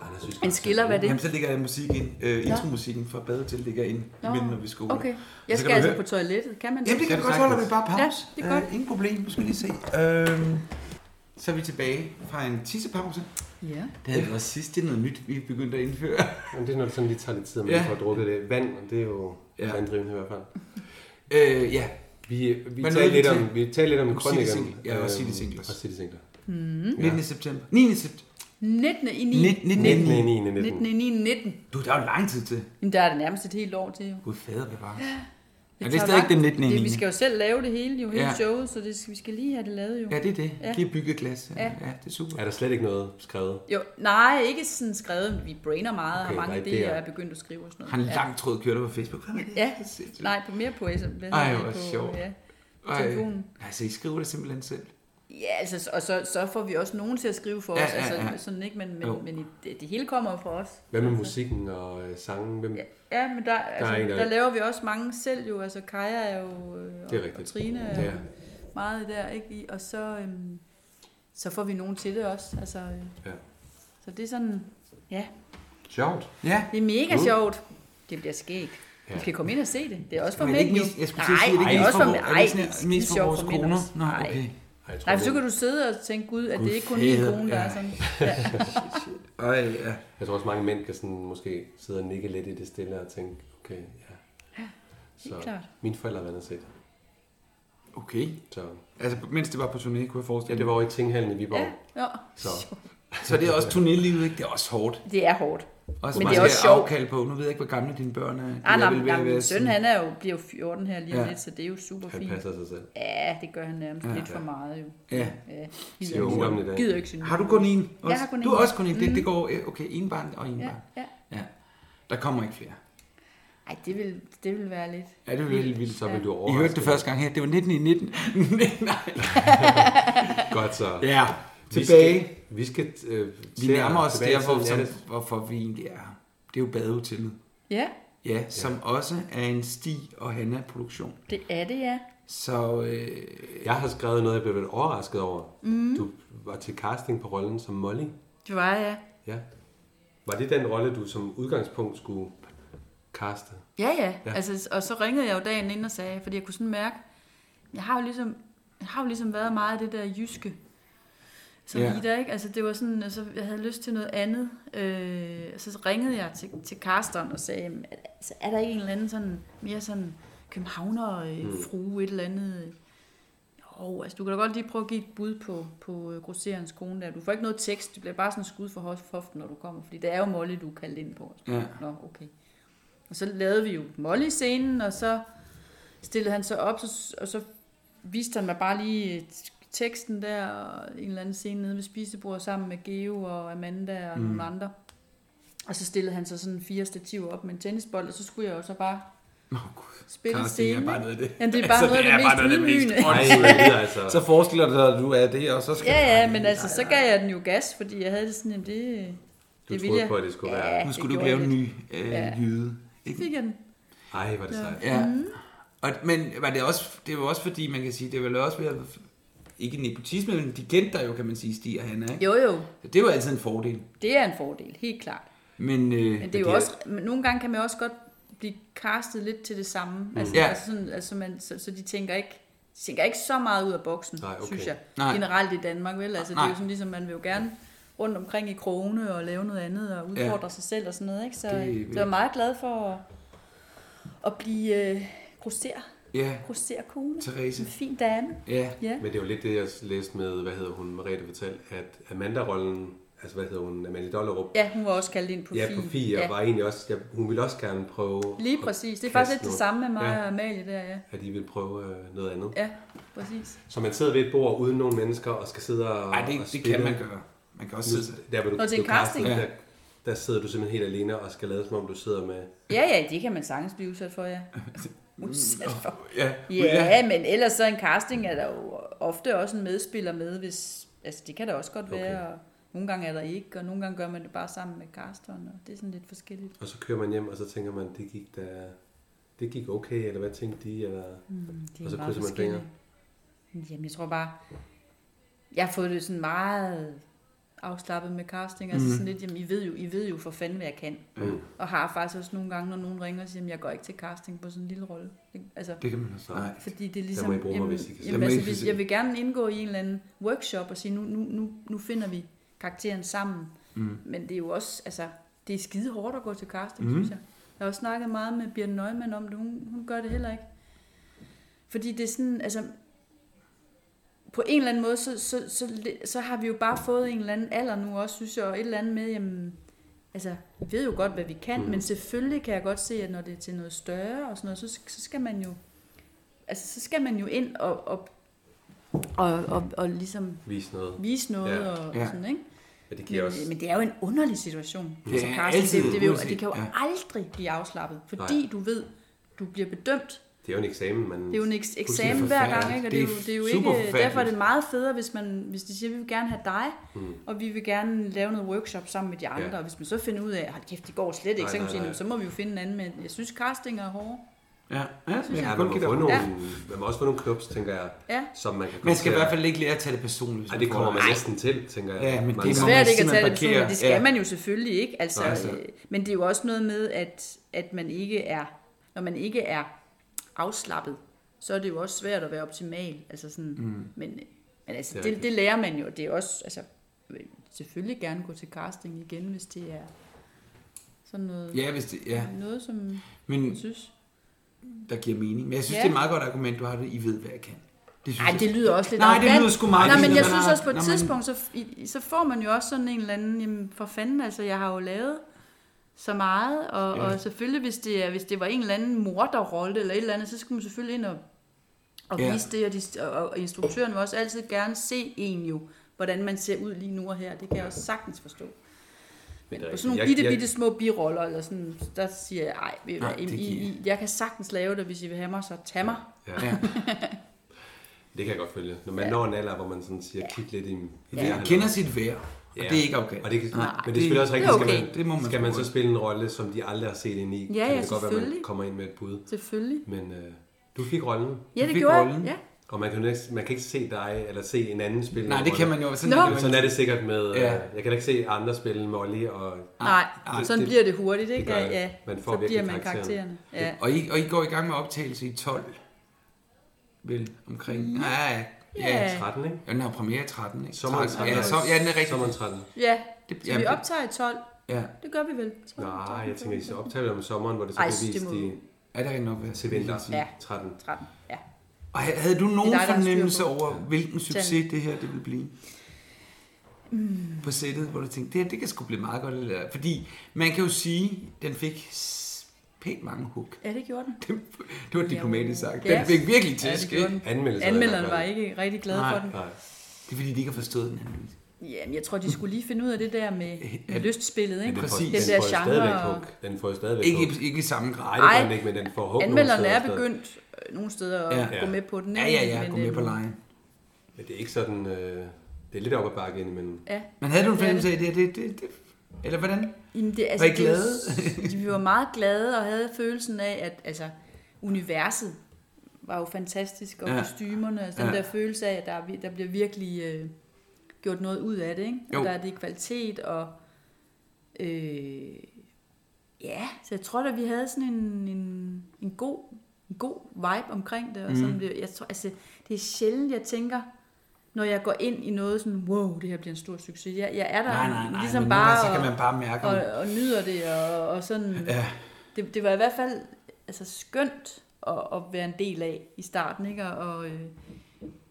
[SPEAKER 2] Anders, vi skal
[SPEAKER 3] En skiller, hvad er det?
[SPEAKER 1] Jamen, så lægger jeg musik ind. Øh, intromusikken fra badet til ligger ind
[SPEAKER 3] Nå,
[SPEAKER 1] imellem, når vi skoler.
[SPEAKER 3] Okay.
[SPEAKER 1] kan
[SPEAKER 3] Jeg
[SPEAKER 1] du
[SPEAKER 3] skal altså
[SPEAKER 1] høre-
[SPEAKER 3] på toilettet. Kan man
[SPEAKER 1] Jamen, det kan
[SPEAKER 2] du
[SPEAKER 1] vi godt
[SPEAKER 2] sagtens.
[SPEAKER 1] holde, vi bare pause.
[SPEAKER 3] Ja, det er godt.
[SPEAKER 1] Øh, ingen problem, nu skal vi lige se. Øh, så er vi tilbage fra en tissepause.
[SPEAKER 3] Ja.
[SPEAKER 1] Det havde vi også sidst, det er noget nyt, vi begyndte at indføre.
[SPEAKER 2] Jamen, det er, når det sådan lige tager lidt tid, at man
[SPEAKER 1] Ja.
[SPEAKER 2] ja. får drukket det. Vand, og det er jo
[SPEAKER 1] Ja.
[SPEAKER 2] ja. vanddrivende i hvert fald.
[SPEAKER 1] Øh, ja.
[SPEAKER 2] Vi, vi,
[SPEAKER 1] nåede
[SPEAKER 2] talte
[SPEAKER 1] vi
[SPEAKER 2] lidt om,
[SPEAKER 1] til?
[SPEAKER 2] vi talte lidt om
[SPEAKER 1] Om
[SPEAKER 2] krønningen.
[SPEAKER 1] City Singler. Ja, og City Singlers.
[SPEAKER 2] Og City Singler.
[SPEAKER 3] Mm.
[SPEAKER 1] 19. september. 9. september.
[SPEAKER 3] 19. i 9.
[SPEAKER 1] 19.
[SPEAKER 2] 19,
[SPEAKER 1] 19.
[SPEAKER 2] 19,
[SPEAKER 3] 19.
[SPEAKER 2] 19.
[SPEAKER 3] i 9. 19.
[SPEAKER 1] Du, der er jo lang tid til.
[SPEAKER 3] Jamen, der er det nærmest et helt år til, jo.
[SPEAKER 1] Gud fader bevares. Ja,
[SPEAKER 3] tager
[SPEAKER 1] det er stadig
[SPEAKER 3] lang-
[SPEAKER 1] den 19.
[SPEAKER 3] Det, vi
[SPEAKER 1] ene.
[SPEAKER 3] skal jo selv lave det hele, jo hele
[SPEAKER 1] Ja.
[SPEAKER 3] showet, så det, skal- vi skal lige have det lavet, jo.
[SPEAKER 1] Ja, det er det.
[SPEAKER 3] Ja.
[SPEAKER 1] Giv bygget glas. Ja.
[SPEAKER 3] Ja.
[SPEAKER 1] ja, det er super.
[SPEAKER 2] Er der slet ikke noget skrevet?
[SPEAKER 3] Jo, nej, ikke sådan skrevet, men vi brainer meget, okay,
[SPEAKER 2] Okay,
[SPEAKER 3] har
[SPEAKER 2] nej,
[SPEAKER 3] mange
[SPEAKER 2] det
[SPEAKER 3] idéer,
[SPEAKER 2] er-
[SPEAKER 3] og er begyndt at skrive og sådan noget.
[SPEAKER 1] Har en lang tråd kørt på Facebook. Hvad var det?
[SPEAKER 3] Ja,
[SPEAKER 1] Sindssygt.
[SPEAKER 3] nej, på mere på SM. Hvad
[SPEAKER 1] Ej,
[SPEAKER 3] hedder
[SPEAKER 1] hvor
[SPEAKER 3] det? På-
[SPEAKER 1] sjovt.
[SPEAKER 3] Ja.
[SPEAKER 1] Ej.
[SPEAKER 3] telefonen.
[SPEAKER 1] Altså, I skriver det simpelthen selv.
[SPEAKER 3] ja, altså, og så, så får vi også nogen til at skrive for
[SPEAKER 1] Ja,
[SPEAKER 3] os,
[SPEAKER 1] ja,
[SPEAKER 3] altså,
[SPEAKER 1] ja.
[SPEAKER 3] sådan ikke, men,
[SPEAKER 1] Jo.
[SPEAKER 3] men, men i, det, det hele kommer jo fra os.
[SPEAKER 2] Hvad med musikken og øh, sangen? Hvem?
[SPEAKER 3] Ja, ja men der, altså,
[SPEAKER 2] en,
[SPEAKER 3] der,
[SPEAKER 2] der-
[SPEAKER 3] der laver vi også mange selv jo, altså Kaja er jo, øh, og,
[SPEAKER 2] Det er rigtigt.
[SPEAKER 3] og Trine er
[SPEAKER 2] Ja.
[SPEAKER 3] ja. meget der, ikke? I- Og så, øhm, så får vi nogen til det også, altså, øh,
[SPEAKER 2] Ja.
[SPEAKER 3] så det er sådan, ja,
[SPEAKER 2] Sjovt.
[SPEAKER 1] Ja.
[SPEAKER 3] det er mega
[SPEAKER 2] Mm.
[SPEAKER 3] mm. sjovt. Det bliver skægt. Ja.
[SPEAKER 2] Ja.
[SPEAKER 3] Du skal komme ind og se det. Det er også for
[SPEAKER 1] Men er
[SPEAKER 3] mænd,
[SPEAKER 1] det ikke
[SPEAKER 3] jo.
[SPEAKER 1] mest, jeg skulle til at
[SPEAKER 3] Nej,
[SPEAKER 1] sige, er det ikke
[SPEAKER 3] er også
[SPEAKER 1] mest
[SPEAKER 3] for
[SPEAKER 1] for,
[SPEAKER 3] mænd.
[SPEAKER 1] vo- er
[SPEAKER 3] Ej,
[SPEAKER 1] det ikke sådan,
[SPEAKER 3] det er
[SPEAKER 1] mest for
[SPEAKER 3] sjovt
[SPEAKER 1] vores
[SPEAKER 3] for mænd
[SPEAKER 1] kroner?
[SPEAKER 3] også.
[SPEAKER 1] Nej,
[SPEAKER 3] Nej.
[SPEAKER 1] okay.
[SPEAKER 2] Ej, jeg tror,
[SPEAKER 3] Nej, for så
[SPEAKER 2] mænd-
[SPEAKER 3] kan du sidde og tænke, gud, at
[SPEAKER 1] Gud
[SPEAKER 3] det er ikke kun min
[SPEAKER 1] fader,
[SPEAKER 3] kone, der
[SPEAKER 1] ja.
[SPEAKER 3] er sådan. Ja.
[SPEAKER 1] Ej, ja.
[SPEAKER 2] jeg tror også, mange mænd kan sådan, måske sidde og nikke lidt i det stille og tænke, okay, ja. Så
[SPEAKER 3] klart.
[SPEAKER 2] mine forældre har været inde og set. det.
[SPEAKER 1] Okay.
[SPEAKER 2] Så
[SPEAKER 1] Altså, mens det var på turné, kunne jeg
[SPEAKER 2] ja,
[SPEAKER 1] forestille
[SPEAKER 2] det
[SPEAKER 1] mig.
[SPEAKER 2] var jo i Tinghallen i Viborg.
[SPEAKER 3] Ja, ja.
[SPEAKER 2] Så
[SPEAKER 1] Så det er også turnélivet, ikke? Det er også hårdt.
[SPEAKER 3] Det er hårdt.
[SPEAKER 1] Også,
[SPEAKER 3] Men
[SPEAKER 1] man
[SPEAKER 3] det er også
[SPEAKER 1] skal
[SPEAKER 3] sjovt.
[SPEAKER 1] afkalde på. Nu ved jeg ikke, hvor gamle dine børn er. De
[SPEAKER 3] Ah,
[SPEAKER 1] er
[SPEAKER 3] nej,
[SPEAKER 1] vel
[SPEAKER 3] men
[SPEAKER 1] ved at
[SPEAKER 3] nej,
[SPEAKER 1] være
[SPEAKER 3] min søn,
[SPEAKER 1] sådan-
[SPEAKER 3] han er jo, bliver jo 14 her lige om
[SPEAKER 1] Ja.
[SPEAKER 3] lidt, så det er jo super
[SPEAKER 2] han
[SPEAKER 3] fint.
[SPEAKER 2] passer sig selv.
[SPEAKER 3] Ja, det gør han nærmest ja, lidt for meget jo.
[SPEAKER 1] Ja.
[SPEAKER 3] ja.
[SPEAKER 2] Det er jo ungdommen i dag.
[SPEAKER 3] Gider ikke sin
[SPEAKER 1] Har du kun en? Også?
[SPEAKER 3] har kun
[SPEAKER 1] Du
[SPEAKER 3] én.
[SPEAKER 1] er også kun en. Det, det går, øh, okay, en barn og en
[SPEAKER 3] Ja,
[SPEAKER 1] barn.
[SPEAKER 3] ja.
[SPEAKER 1] Ja. Der kommer ikke flere.
[SPEAKER 3] Ej, det vil, det vil være lidt.
[SPEAKER 1] Ja, det er jo helt vildt.
[SPEAKER 2] Vildt, så vil du
[SPEAKER 1] I
[SPEAKER 2] overraske.
[SPEAKER 1] hørte det første gang her. Det var 19 i 19. Nej.
[SPEAKER 2] Godt så.
[SPEAKER 1] ja,
[SPEAKER 2] Vi
[SPEAKER 1] tilbage.
[SPEAKER 2] skal- Vi skal, øh,
[SPEAKER 1] Vi
[SPEAKER 2] se-
[SPEAKER 1] nærmer os
[SPEAKER 2] tilbage i
[SPEAKER 1] derfor,
[SPEAKER 2] tiden. Ja,
[SPEAKER 1] som,
[SPEAKER 2] det-
[SPEAKER 1] hvorfor vi egentlig er her. Det er jo badehotellet.
[SPEAKER 3] Ja,
[SPEAKER 1] Ja, som også er en Stig og Hanna-produktion.
[SPEAKER 3] det er det, ja.
[SPEAKER 1] Så øh,
[SPEAKER 2] Jeg har skrevet noget, jeg blev lidt overrasket over. Mm. Du var til casting på rollen som Molly.
[SPEAKER 3] Det var jeg.
[SPEAKER 2] Ja. Var det den rolle, du som udgangspunkt skulle kaste?
[SPEAKER 3] Ja, ja.
[SPEAKER 2] Ja.
[SPEAKER 3] ja. Altså, og så ringede jeg jo dagen inden og sagde, fordi jeg kunne sådan mærke, jeg har jo ligesom, jeg har jo ligesom været meget af det der jyske som
[SPEAKER 1] Ja.
[SPEAKER 3] yeah. Ida, ikke? Altså, det var sådan, altså, jeg havde lyst til noget andet. Øh, og så ringede jeg til, til Karsten og sagde, "Jamen, er- altså, er der ikke en eller anden sådan, mere sådan københavner øh, frue, et eller andet? Jo, altså, du kan da godt lige prøve at give et bud på, på øh, grosserens kone der. Du får ikke noget tekst, det bliver bare sådan skud for hof- hoften, når du kommer, fordi det er jo Molly, du er kaldt ind på.
[SPEAKER 1] Ja.
[SPEAKER 3] Nå, okay. Og så lavede vi jo Molly-scenen, og så stillede han så op, så, og så viste han mig bare lige t- teksten der, og en eller anden scene nede ved spisebordet sammen med Geo og Amanda og mm. nogle andre. Og så stillede han så sådan fire stativer op med en tennisbold, og så skulle jeg jo så bare
[SPEAKER 1] Åh, Gud.
[SPEAKER 3] spille
[SPEAKER 1] Casting er
[SPEAKER 3] scenen.
[SPEAKER 1] bare noget af det.
[SPEAKER 3] Jamen, det er bare noget af det mest ydmygende.
[SPEAKER 2] Nej,
[SPEAKER 1] åndssvage.
[SPEAKER 2] det er altså...
[SPEAKER 1] Så forestiller du dig, at du er det, og så skal
[SPEAKER 3] Ja, ja, men altså, så gav jeg den jo gas, fordi jeg havde det sådan, jamen, det...
[SPEAKER 2] Du
[SPEAKER 3] det
[SPEAKER 2] troede på, at det skulle være.
[SPEAKER 3] Ja,
[SPEAKER 1] nu
[SPEAKER 3] det
[SPEAKER 1] skulle du
[SPEAKER 3] gjorde
[SPEAKER 1] blive
[SPEAKER 3] jeg
[SPEAKER 1] en
[SPEAKER 3] lidt.
[SPEAKER 1] ny øh,
[SPEAKER 3] Ja.
[SPEAKER 1] jyde. Ikke?
[SPEAKER 3] Så fik jeg den.
[SPEAKER 2] Ej, var det sejt.
[SPEAKER 1] Ja.
[SPEAKER 3] Mhm.
[SPEAKER 1] Og, men var det, også, det var også fordi, man kan sige, det var vel også ved at, ikke nepotisme, men de kendte dig jo, kan man sige, Stig og Hanna. Ikke?
[SPEAKER 3] Jo, jo,
[SPEAKER 1] Så det var altid en fordel.
[SPEAKER 3] det er en fordel, helt klart.
[SPEAKER 1] Men, øh,
[SPEAKER 3] Men det er jo også, men nogle gange kan man også godt blive castet lidt til det samme. Mm. Altså,
[SPEAKER 1] Ja.
[SPEAKER 3] altså sådan, altså man, så, så de tænker ikke, de tænker ikke så meget ud af boksen,
[SPEAKER 2] Nej, okay.
[SPEAKER 3] synes jeg.
[SPEAKER 1] Nej.
[SPEAKER 3] Nej. Generelt i Danmark, vel? Altså, det
[SPEAKER 1] Nej.
[SPEAKER 3] er jo sådan ligesom, man vil jo gerne rundt omkring i krogene og lave noget andet og udfordre
[SPEAKER 1] Ja.
[SPEAKER 3] sig selv og sådan noget, ikke? Så,
[SPEAKER 1] Det er
[SPEAKER 3] det, så jeg er meget glad for at, at blive øh, grosser,
[SPEAKER 1] Ja,
[SPEAKER 3] grosserkone.
[SPEAKER 1] Therese.
[SPEAKER 3] En fin dame.
[SPEAKER 1] ja.
[SPEAKER 3] Ja.
[SPEAKER 2] Men det er jo lidt det, jeg læste med, hvad hedder hun, Merete Fortæl, at Amanda-rollen, altså hvad hedder hun, Amalie Dollerup,
[SPEAKER 3] ja, hun var også kaldt ind på
[SPEAKER 2] ja,
[SPEAKER 3] Fie.
[SPEAKER 2] på Fie, ja.
[SPEAKER 3] ja.
[SPEAKER 2] var egentlig også, ja, hun ville også gerne prøve,
[SPEAKER 3] Lige præcis. Det er faktisk lidt det
[SPEAKER 2] Kaste
[SPEAKER 3] samme med mig
[SPEAKER 2] noget.
[SPEAKER 3] ja. og Amalie der, ja.
[SPEAKER 2] at de ville prøve øh, noget andet. Ja.
[SPEAKER 3] Ja, præcis.
[SPEAKER 2] Så man sidder ved et bord uden nogen mennesker og skal sidde og
[SPEAKER 1] Ej,
[SPEAKER 2] og
[SPEAKER 1] det, det
[SPEAKER 2] spille.
[SPEAKER 1] kan man gøre. Man kan også
[SPEAKER 2] Nu-
[SPEAKER 1] sidde
[SPEAKER 2] Der, hvor du,
[SPEAKER 3] Nå, til en
[SPEAKER 2] du castet,
[SPEAKER 3] casting.
[SPEAKER 2] der, der sidder du simpelthen helt alene og skal lade som om du sidder med...
[SPEAKER 3] Ja, ja, det kan man sagtens blive udsat for, ja. Udsat for.
[SPEAKER 1] Ja,
[SPEAKER 3] Ja, men ellers så en casting er der jo ofte også en medspiller med, hvis, altså det kan der også godt være, og nogle gange er der ikke, og nogle gange gør man det bare sammen med casteren, og det er sådan lidt forskelligt.
[SPEAKER 2] Og så kører man hjem, og så tænker man, det gik da... Det gik okay, eller hvad tænkte de, eller... Mm,
[SPEAKER 3] Det er
[SPEAKER 2] og så
[SPEAKER 3] meget
[SPEAKER 2] krydser man
[SPEAKER 3] forskelligt.
[SPEAKER 2] fingre.
[SPEAKER 3] Jamen, jeg tror bare, jeg har fået det sådan meget afslappet med casting, altså sådan lidt, jamen, I ved jo, I ved jo for fanden, hvad jeg kan. Mm. Og har faktisk også nogle gange, når nogen ringer og siger, jamen, jeg går ikke til casting på sådan en lille rolle. Det- Altså,
[SPEAKER 1] det kan man også. Nej.
[SPEAKER 3] Fordi det er
[SPEAKER 2] må
[SPEAKER 3] ligesom,
[SPEAKER 2] I bruge mig,
[SPEAKER 3] jamen,
[SPEAKER 2] hvis I kan se
[SPEAKER 1] det.
[SPEAKER 3] jamen, altså,
[SPEAKER 1] Jamen,
[SPEAKER 3] hvis, jeg vil gerne indgå i en eller anden workshop og sige, nu, nu, nu, nu finder vi karakteren sammen. Mm. Men det er jo også, altså, det er skide hårdt at gå til casting, mm.
[SPEAKER 2] Mhm.
[SPEAKER 3] synes jeg. Jeg har også snakket meget med Bjørn Nøgman om det, hun, hun gør det heller ikke. Fordi det er sådan, altså, på en eller anden måde, så, så, så, så har vi jo bare fået en eller anden alder nu også, synes jeg, og et eller andet med, jamen, altså, vi ved jo godt, hvad vi kan, mm. men selvfølgelig kan jeg godt se, at når det er til noget større og sådan noget, så, så skal man jo, altså, så skal man jo ind og, og, og, og, og ligesom
[SPEAKER 2] Vise noget.
[SPEAKER 3] vise noget
[SPEAKER 2] Ja.
[SPEAKER 3] ja. og
[SPEAKER 1] Ja.
[SPEAKER 3] ja. sådan, ikke?
[SPEAKER 2] Men det giver
[SPEAKER 3] Men,
[SPEAKER 2] også...
[SPEAKER 3] men det er jo en underlig situation.
[SPEAKER 1] Ja,
[SPEAKER 3] altså, Carsten,
[SPEAKER 1] altid,
[SPEAKER 3] det, det, vil jo,
[SPEAKER 1] uanset,
[SPEAKER 3] det kan jo
[SPEAKER 1] ja.
[SPEAKER 3] aldrig blive afslappet, fordi Nej. du ved, du bliver bedømt
[SPEAKER 2] Det er jo en eksamen, man...
[SPEAKER 3] det er jo en eks- eksamen hver
[SPEAKER 1] forfærdeligt.
[SPEAKER 3] gang, ikke? Og det er jo, det er jo
[SPEAKER 1] Det er super
[SPEAKER 3] ikke, derfor er
[SPEAKER 1] forfærdeligt.
[SPEAKER 3] det meget federe, hvis, man, hvis de siger, at vi vil gerne have dig, mm. og vi vil gerne lave noget workshop sammen med de andre.
[SPEAKER 2] Ja.
[SPEAKER 3] Ja. Og hvis man så finder ud af, at kæft, det går slet ikke,
[SPEAKER 2] Nej,
[SPEAKER 3] så kan
[SPEAKER 2] nej,
[SPEAKER 3] man sige,
[SPEAKER 2] nej.
[SPEAKER 3] "Nå, så må vi jo finde en anden. Men jeg synes, casting er hårde.
[SPEAKER 1] Ja, ja, men
[SPEAKER 2] Ja,
[SPEAKER 1] jeg
[SPEAKER 2] man,
[SPEAKER 1] kun
[SPEAKER 2] må
[SPEAKER 1] give
[SPEAKER 2] få
[SPEAKER 1] dig
[SPEAKER 2] nogle,
[SPEAKER 3] Ja.
[SPEAKER 2] man må også få nogle knups, tænker jeg,
[SPEAKER 3] Ja.
[SPEAKER 2] som man kan komme
[SPEAKER 1] Man skal i
[SPEAKER 2] til
[SPEAKER 1] hvert
[SPEAKER 2] at-
[SPEAKER 1] fald ikke lære at tage det personligt.
[SPEAKER 2] Ej, det kommer man næsten til, tænker jeg.
[SPEAKER 1] Ja, men
[SPEAKER 2] Mange
[SPEAKER 1] det
[SPEAKER 3] Det
[SPEAKER 1] må
[SPEAKER 3] er
[SPEAKER 1] man
[SPEAKER 2] gange.
[SPEAKER 3] svært ikke at
[SPEAKER 1] simpelthen
[SPEAKER 3] tage det personligt,
[SPEAKER 1] parkere.
[SPEAKER 3] det skal
[SPEAKER 1] Ja.
[SPEAKER 3] man jo selvfølgelig ikke. Altså,
[SPEAKER 2] Nej,
[SPEAKER 1] altså.
[SPEAKER 3] øh, men det er jo også noget med, at, at man ikke er, når man ikke er afslappet, så er det jo også svært at være optimal. Altså sådan, mm. Men, men altså,
[SPEAKER 2] Det er
[SPEAKER 3] det, det, lærer man jo. Det er også, altså, selvfølgelig gerne gå til casting igen, hvis det er sådan noget,
[SPEAKER 1] Ja, hvis det, ja.
[SPEAKER 3] noget som
[SPEAKER 1] Men
[SPEAKER 3] man synes.
[SPEAKER 1] der giver mening. Men jeg synes, ja.
[SPEAKER 3] Ja.
[SPEAKER 1] det er et meget godt argument, du har det. I ved, hvad jeg kan. Det synes
[SPEAKER 3] Ej, det lyder også lidt
[SPEAKER 1] Nej, det
[SPEAKER 3] arrogant.
[SPEAKER 1] lyder sgu meget
[SPEAKER 3] Nej,
[SPEAKER 1] ligesom,
[SPEAKER 3] men jeg
[SPEAKER 1] man
[SPEAKER 3] synes
[SPEAKER 1] har-
[SPEAKER 3] også på et
[SPEAKER 1] når man-
[SPEAKER 3] tidspunkt, så, i- så får man jo også sådan en eller anden, jamen for fanden, altså jeg har jo lavet så meget, og,
[SPEAKER 1] Ja.
[SPEAKER 3] ja. og selvfølgelig, hvis det, er- hvis det var en eller anden morderrolle eller et eller andet, så skulle man selvfølgelig ind og, og
[SPEAKER 1] Ja.
[SPEAKER 3] ja. vise det, og, de, og, og instruktøren vil også altid gerne se en jo, hvordan man ser ud lige nu og her, det kan jeg også sagtens forstå.
[SPEAKER 2] Men det er
[SPEAKER 3] På
[SPEAKER 2] rigtigt.
[SPEAKER 3] sådan nogle
[SPEAKER 2] Jeg-
[SPEAKER 3] bitte,
[SPEAKER 2] jeg-
[SPEAKER 3] bitte små biroller, eller sådan, der siger jeg, ej, ved,
[SPEAKER 1] Nej,
[SPEAKER 3] Nej, I,
[SPEAKER 1] det
[SPEAKER 3] I,
[SPEAKER 1] giver-
[SPEAKER 3] I, jeg kan sagtens lave det, hvis I vil have mig, så tag mig.
[SPEAKER 2] Ja. Det kan jeg godt følge. Når man når en alder, hvor man sådan siger, kig lidt i... i det her
[SPEAKER 1] Man kender sit værd. Og
[SPEAKER 2] Ja.
[SPEAKER 1] det er ikke okay.
[SPEAKER 2] Og det kan, Nej, men det er
[SPEAKER 1] det-
[SPEAKER 2] selvfølgelig også
[SPEAKER 3] det
[SPEAKER 2] rigtigt,
[SPEAKER 3] er
[SPEAKER 2] skal
[SPEAKER 3] okay.
[SPEAKER 2] man,
[SPEAKER 1] Det må man
[SPEAKER 2] skal
[SPEAKER 1] sgu
[SPEAKER 2] man så
[SPEAKER 1] godt.
[SPEAKER 2] spille en rolle, som de aldrig har set ind i.
[SPEAKER 3] Ja,
[SPEAKER 2] kan
[SPEAKER 3] ja,
[SPEAKER 2] det godt være, man
[SPEAKER 3] selvfølgelig.
[SPEAKER 2] kommer ind med et bud.
[SPEAKER 3] Selvfølgelig.
[SPEAKER 2] Men øh, du fik rollen,
[SPEAKER 3] Ja,
[SPEAKER 1] Du
[SPEAKER 3] det
[SPEAKER 1] fik
[SPEAKER 3] gjorde
[SPEAKER 1] rollen.
[SPEAKER 3] jeg. Ja.
[SPEAKER 2] og man kan, jo næsten, man kan ikke se dig, eller se en anden spille.
[SPEAKER 1] Nej,
[SPEAKER 2] en
[SPEAKER 1] det
[SPEAKER 2] rolle.
[SPEAKER 1] kan man jo. Sådan, er
[SPEAKER 3] Nå.
[SPEAKER 1] det
[SPEAKER 2] Men
[SPEAKER 1] jo.
[SPEAKER 2] sådan er det sikkert med... Øh,
[SPEAKER 1] Ja.
[SPEAKER 2] jeg kan da ikke se andre spille Molly og...
[SPEAKER 3] Nej, sådan
[SPEAKER 2] det-
[SPEAKER 3] bliver det hurtigt, ikke?
[SPEAKER 2] det gør
[SPEAKER 3] Ja,
[SPEAKER 2] det.
[SPEAKER 3] ja.
[SPEAKER 2] Man får
[SPEAKER 3] så
[SPEAKER 2] virkelig
[SPEAKER 3] bliver man
[SPEAKER 2] karaktererne.
[SPEAKER 3] karaktererne. Ja.
[SPEAKER 1] Og I, og I går i gang med optagelse i 12. Vel, omkring. Ja, ja.
[SPEAKER 3] Mm. Ja.
[SPEAKER 2] 13, ikke?
[SPEAKER 1] Ja, Den har premiere i 13, ikke?
[SPEAKER 2] Sommeren 13.
[SPEAKER 1] Ja, som, ja, den er rigtig.
[SPEAKER 2] Sommeren 13.
[SPEAKER 3] Ja,
[SPEAKER 1] Det-
[SPEAKER 3] så vi
[SPEAKER 1] jamen-
[SPEAKER 3] optager i 12.
[SPEAKER 1] Ja,
[SPEAKER 3] Det gør vi vel. Tror jeg,
[SPEAKER 2] Nej,
[SPEAKER 3] 12.
[SPEAKER 2] jeg tænker, I så optager vi om sommeren, hvor det så
[SPEAKER 3] Ej,
[SPEAKER 2] bliver
[SPEAKER 3] det må
[SPEAKER 2] vist i,
[SPEAKER 1] er der ikke nok hvad
[SPEAKER 2] til vinter
[SPEAKER 3] Ja.
[SPEAKER 2] 13.
[SPEAKER 3] 13. Ja.
[SPEAKER 1] Og ha- havde du nogen
[SPEAKER 3] der har styr
[SPEAKER 1] fornemmelse
[SPEAKER 3] på.
[SPEAKER 1] over, hvilken succes det her det ville blive?
[SPEAKER 3] Mm.
[SPEAKER 1] På sættet, hvor du tænkte, det her det kan sgu blive meget godt. Det der. Fordi man kan jo sige, den fik s- pænt mange hug.
[SPEAKER 3] Ja, det gjorde den.
[SPEAKER 1] Den- Det var diplomatisk sagt.
[SPEAKER 3] Ja.
[SPEAKER 1] Den fik virkelig
[SPEAKER 3] Ja,
[SPEAKER 1] tæsk,
[SPEAKER 3] det gjorde
[SPEAKER 1] ikke?
[SPEAKER 3] den.
[SPEAKER 2] Anmeldelserne
[SPEAKER 3] Anmelderen
[SPEAKER 2] i hvert
[SPEAKER 3] var
[SPEAKER 2] fald.
[SPEAKER 3] ikke rigtig glad
[SPEAKER 1] Nej.
[SPEAKER 3] for den.
[SPEAKER 2] Nej.
[SPEAKER 1] Det er fordi, de ikke har forstået den her lyd.
[SPEAKER 3] Jamen, jeg tror, de skulle lige finde ud af det der med, med
[SPEAKER 1] At-
[SPEAKER 3] lystspillet, ikke?
[SPEAKER 1] får- Præcis.
[SPEAKER 3] Den
[SPEAKER 2] Den
[SPEAKER 3] der
[SPEAKER 2] får jo
[SPEAKER 3] genre.
[SPEAKER 2] stadigvæk hug. Den får jo stadigvæk
[SPEAKER 1] Ikke,
[SPEAKER 2] hug.
[SPEAKER 1] i- ikke i samme grad.
[SPEAKER 2] Nej, det gør
[SPEAKER 3] Ej,
[SPEAKER 2] den ikke, men den får hug. nogle
[SPEAKER 3] Anmelderne
[SPEAKER 2] steder
[SPEAKER 3] er
[SPEAKER 2] stadig.
[SPEAKER 3] begyndt øh, nogle steder at
[SPEAKER 1] Ja.
[SPEAKER 3] gå med på den.
[SPEAKER 1] Ja,
[SPEAKER 3] ikke?
[SPEAKER 1] ja, ja,
[SPEAKER 3] Men,
[SPEAKER 1] gå med
[SPEAKER 3] øh,
[SPEAKER 1] på lejen.
[SPEAKER 2] Men det er ikke sådan... Øh, det er lidt op ad bakke indimellem.
[SPEAKER 3] Ja. øh,
[SPEAKER 1] Men havde du en
[SPEAKER 3] Det er
[SPEAKER 1] fornemmelse af at det, det, det, det? Eller hvordan?
[SPEAKER 3] Jamen, det, altså,
[SPEAKER 1] Var I
[SPEAKER 3] det er jo- vi var meget glade og havde følelsen af, at altså, universet var jo fantastisk, og
[SPEAKER 1] Ja.
[SPEAKER 3] ja. kostymerne, altså den
[SPEAKER 1] Ja.
[SPEAKER 3] der følelse af, at der, er vir- der bliver virkelig øh, gjort noget ud af det, ikke?
[SPEAKER 1] Jo.
[SPEAKER 3] Og der er det kvalitet, og øh, ja, så jeg tror da, vi havde sådan en, en, en god en god vibe omkring det, og sådan,
[SPEAKER 1] Mm.
[SPEAKER 3] det, jeg tror, altså, det er sjældent, jeg tænker, når jeg går ind i noget sådan, wow, det her bliver en stor succes. Jeg, jeg er der
[SPEAKER 1] Nej, nej, nej.
[SPEAKER 3] ligesom
[SPEAKER 1] men
[SPEAKER 3] bare...
[SPEAKER 1] nogle gange, så kan
[SPEAKER 3] og-
[SPEAKER 1] man bare mærke, om-
[SPEAKER 3] og, og nyder det, og, og sådan...
[SPEAKER 1] Ja.
[SPEAKER 3] Det, det var i hvert fald altså, skønt at, at være en del af i starten, ikke? Og, og, øh...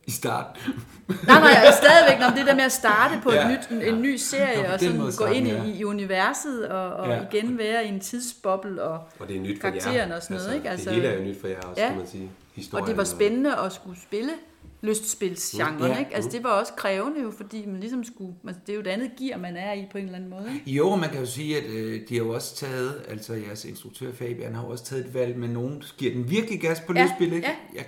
[SPEAKER 1] i starten.
[SPEAKER 3] Nej, nej, og stadigvæk om det der med at starte på
[SPEAKER 1] Ja.
[SPEAKER 3] ja. et nyt, en, en ny serie,
[SPEAKER 1] Nå, på den
[SPEAKER 3] og sådan
[SPEAKER 1] måde
[SPEAKER 3] gå
[SPEAKER 1] starten,
[SPEAKER 3] ind
[SPEAKER 1] ja.
[SPEAKER 3] i, i universet, og, og
[SPEAKER 1] Ja.
[SPEAKER 3] ja. igen være i en tidsboble, og,
[SPEAKER 2] Og det er nyt for jer.
[SPEAKER 3] Karakteren og sådan noget, ikke?
[SPEAKER 2] Altså,
[SPEAKER 3] Altså-
[SPEAKER 2] det hele er jo nyt for jer også,
[SPEAKER 3] Ja.
[SPEAKER 2] kan man sige. Historien
[SPEAKER 3] og det var spændende at skulle spille lystspilsgenren,
[SPEAKER 1] Ja.
[SPEAKER 3] ikke? Altså, det var også krævende jo, fordi man ligesom skulle... Altså, det er jo et andet gear, man er i på en eller anden måde, ikke?
[SPEAKER 1] Jo, og man kan jo sige, at øh, de har jo også taget, altså jeres instruktør Fabian har jo også taget et valg med nogen, der giver den virkelig gas på
[SPEAKER 3] Ja,
[SPEAKER 1] lystspil, ikke?
[SPEAKER 3] ja.
[SPEAKER 1] Jeg,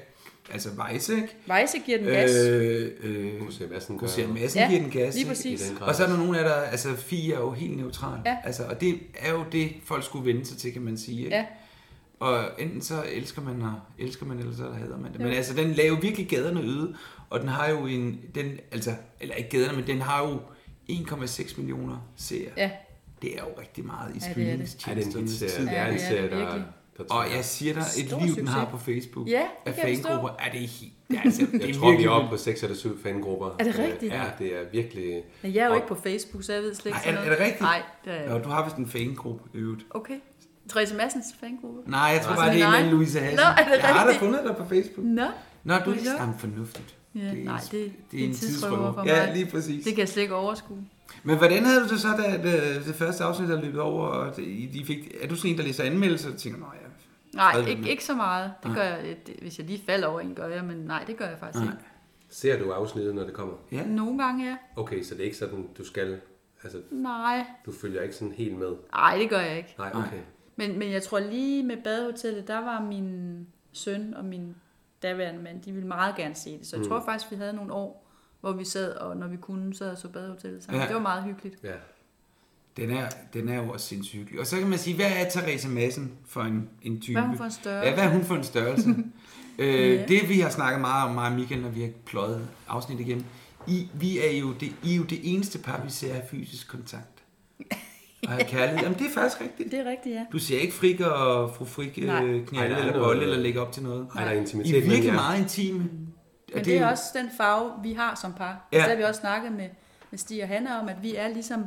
[SPEAKER 1] altså Weisse, ikke?
[SPEAKER 3] Vejse giver den gas.
[SPEAKER 1] Øh, øh,
[SPEAKER 2] Kunne se massen
[SPEAKER 1] Kunne se, at massen
[SPEAKER 3] Ja,
[SPEAKER 1] giver den gas,
[SPEAKER 3] lige
[SPEAKER 1] ikke?
[SPEAKER 3] præcis.
[SPEAKER 2] I den grad.
[SPEAKER 1] Og så er der nogen af der, altså Fie er jo helt neutral.
[SPEAKER 3] Ja.
[SPEAKER 1] Altså, og det er jo det, folk skulle vende sig til, kan man sige, ikke?
[SPEAKER 3] Ja.
[SPEAKER 1] Og enten så elsker man, og elsker man, eller så hader man det. Men altså, den laver jo virkelig gaderne øde, og den har jo en, den, altså, eller ikke gaderne, men den har jo 1,6 millioner seere.
[SPEAKER 3] Ja.
[SPEAKER 1] Det er jo rigtig meget i
[SPEAKER 3] det er det.
[SPEAKER 2] Ja, det er en
[SPEAKER 1] streamingstjenesternes
[SPEAKER 2] hit
[SPEAKER 1] tid.
[SPEAKER 2] serie. Det er
[SPEAKER 3] Ja,
[SPEAKER 2] en
[SPEAKER 3] det er
[SPEAKER 2] serie,
[SPEAKER 3] det
[SPEAKER 2] der...
[SPEAKER 3] virkelig.
[SPEAKER 2] der
[SPEAKER 1] Og jeg siger dig, et
[SPEAKER 3] Stor
[SPEAKER 1] liv, den har
[SPEAKER 3] succes.
[SPEAKER 1] på Facebook.
[SPEAKER 3] Ja, det
[SPEAKER 1] af
[SPEAKER 3] kan jeg forstå.
[SPEAKER 1] fangrupper. Er det helt... Ja, altså, det er
[SPEAKER 2] jeg tror, vi
[SPEAKER 1] virkelig
[SPEAKER 2] er oppe på 6 eller 7 fangrupper.
[SPEAKER 3] Er det rigtigt?
[SPEAKER 2] Ja, det er virkelig...
[SPEAKER 3] Men jeg er jo
[SPEAKER 2] Og-
[SPEAKER 3] ikke på Facebook, så jeg ved slet ikke
[SPEAKER 1] Ej,
[SPEAKER 3] sådan
[SPEAKER 1] er-
[SPEAKER 3] noget.
[SPEAKER 1] er det rigtigt?
[SPEAKER 3] Nej, det er jeg
[SPEAKER 1] Nå, du har vist en fangruppe øvet.
[SPEAKER 3] Okay. Therese Massens fangruppe?
[SPEAKER 1] Nej, jeg tror
[SPEAKER 3] Nej.
[SPEAKER 1] bare, det er en
[SPEAKER 3] Nej.
[SPEAKER 1] af Louise Hansen.
[SPEAKER 3] Nå, er det
[SPEAKER 1] jeg har da
[SPEAKER 3] rigtigt?
[SPEAKER 1] fundet dig på Facebook.
[SPEAKER 3] Nå,
[SPEAKER 1] Nå, du er ikke
[SPEAKER 3] Nå.
[SPEAKER 1] sammen fornuftigt.
[SPEAKER 3] Ja, nej, det- det er en tidsrøver for
[SPEAKER 1] Ja,
[SPEAKER 3] mig.
[SPEAKER 1] lige præcis.
[SPEAKER 3] det kan jeg slet ikke overskue.
[SPEAKER 1] Men hvordan havde du det så, da det, det første afsnit der løbet over? Og det, I- de fik, er du sådan en, der læser anmeldelser og tænker, nå ja,
[SPEAKER 3] Nej,
[SPEAKER 1] Fred være med.
[SPEAKER 3] ikke, ikke så meget. Det gør jeg, det, hvis jeg lige falder over en, gør jeg, men nej, det gør jeg faktisk
[SPEAKER 1] Nej.
[SPEAKER 3] nej. ikke.
[SPEAKER 2] Ser du afsnittet, når det kommer?
[SPEAKER 3] Nogle gange, ja.
[SPEAKER 2] Okay, så det er ikke sådan, du skal... Altså,
[SPEAKER 3] Nej,
[SPEAKER 2] du følger ikke sådan helt med.
[SPEAKER 3] nej, det gør jeg ikke.
[SPEAKER 2] Nej, okay.
[SPEAKER 3] Men, men jeg tror lige med badehotellet, der var min søn og min daværende mand, de ville meget gerne se det. Så jeg mm. tror faktisk, vi havde nogle år, hvor vi sad, og når vi kunne, sad og så badehotellet sammen.
[SPEAKER 1] Ja.
[SPEAKER 3] Ja. Det var meget hyggeligt.
[SPEAKER 2] Ja.
[SPEAKER 1] den er, den er jo også sindssygt hyggelig. Og så kan man sige, hvad er Therese Madsen for en, en type?
[SPEAKER 3] Hvad er hun for en størrelse?
[SPEAKER 1] Ja, hvad er hun for en størrelse? øh, Det vi har snakket meget om, mig og Michael, når vi har pløjet afsnit igennem, I, vi er jo det, I er jo det eneste par, vi ser have fysisk kontakt. Og have kærlighed. Jamen, det er faktisk rigtigt.
[SPEAKER 3] Det er rigtigt, ja.
[SPEAKER 1] Du ser ikke frik og fru frik
[SPEAKER 3] Nej.
[SPEAKER 1] knæle
[SPEAKER 2] Ej, der er
[SPEAKER 1] eller
[SPEAKER 2] noget-
[SPEAKER 1] bolle eller lægge op til noget.
[SPEAKER 2] Ej, der er
[SPEAKER 1] I
[SPEAKER 2] intimitet
[SPEAKER 1] er virkelig
[SPEAKER 2] mellem jer.
[SPEAKER 1] meget intime.
[SPEAKER 3] Men det er også den farve, vi har som par.
[SPEAKER 1] Ja.
[SPEAKER 3] Ja. Så har vi også snakket med, med Stig og Hanna om, at vi er ligesom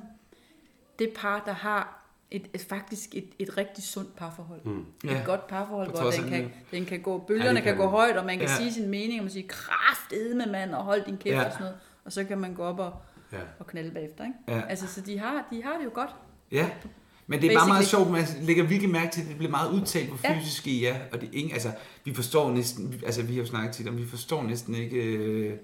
[SPEAKER 3] det par, der har et, et faktisk et, et rigtig sundt parforhold. Mm. Et
[SPEAKER 1] Ja.
[SPEAKER 3] ja. godt parforhold,
[SPEAKER 1] På
[SPEAKER 3] hvor
[SPEAKER 1] trods
[SPEAKER 3] den
[SPEAKER 1] af
[SPEAKER 3] kan,
[SPEAKER 1] det.
[SPEAKER 3] den kan gå, bølgerne
[SPEAKER 2] det
[SPEAKER 3] ja,
[SPEAKER 2] kan
[SPEAKER 3] kan, gå
[SPEAKER 2] den.
[SPEAKER 3] højt, og man kan
[SPEAKER 1] Ja.
[SPEAKER 3] ja. sige sin mening, og man siger, kraftede med mand, og hold din kæft
[SPEAKER 1] Ja.
[SPEAKER 3] ja. og sådan noget. Og så kan man gå op og,
[SPEAKER 2] Ja.
[SPEAKER 3] og knalde bagefter. Ikke?
[SPEAKER 1] Ja.
[SPEAKER 3] Altså, så de har, de har det jo godt.
[SPEAKER 1] Ja. Men det er bare meget
[SPEAKER 3] Basically.
[SPEAKER 1] sjovt, man lægger virkelig mærke til, at det bliver meget udtalt, hvor
[SPEAKER 3] Ja.
[SPEAKER 1] fysisk I er. Og det er ingen, altså, vi forstår næsten, vi- altså vi har jo snakket tit om, vi forstår næsten ikke øh,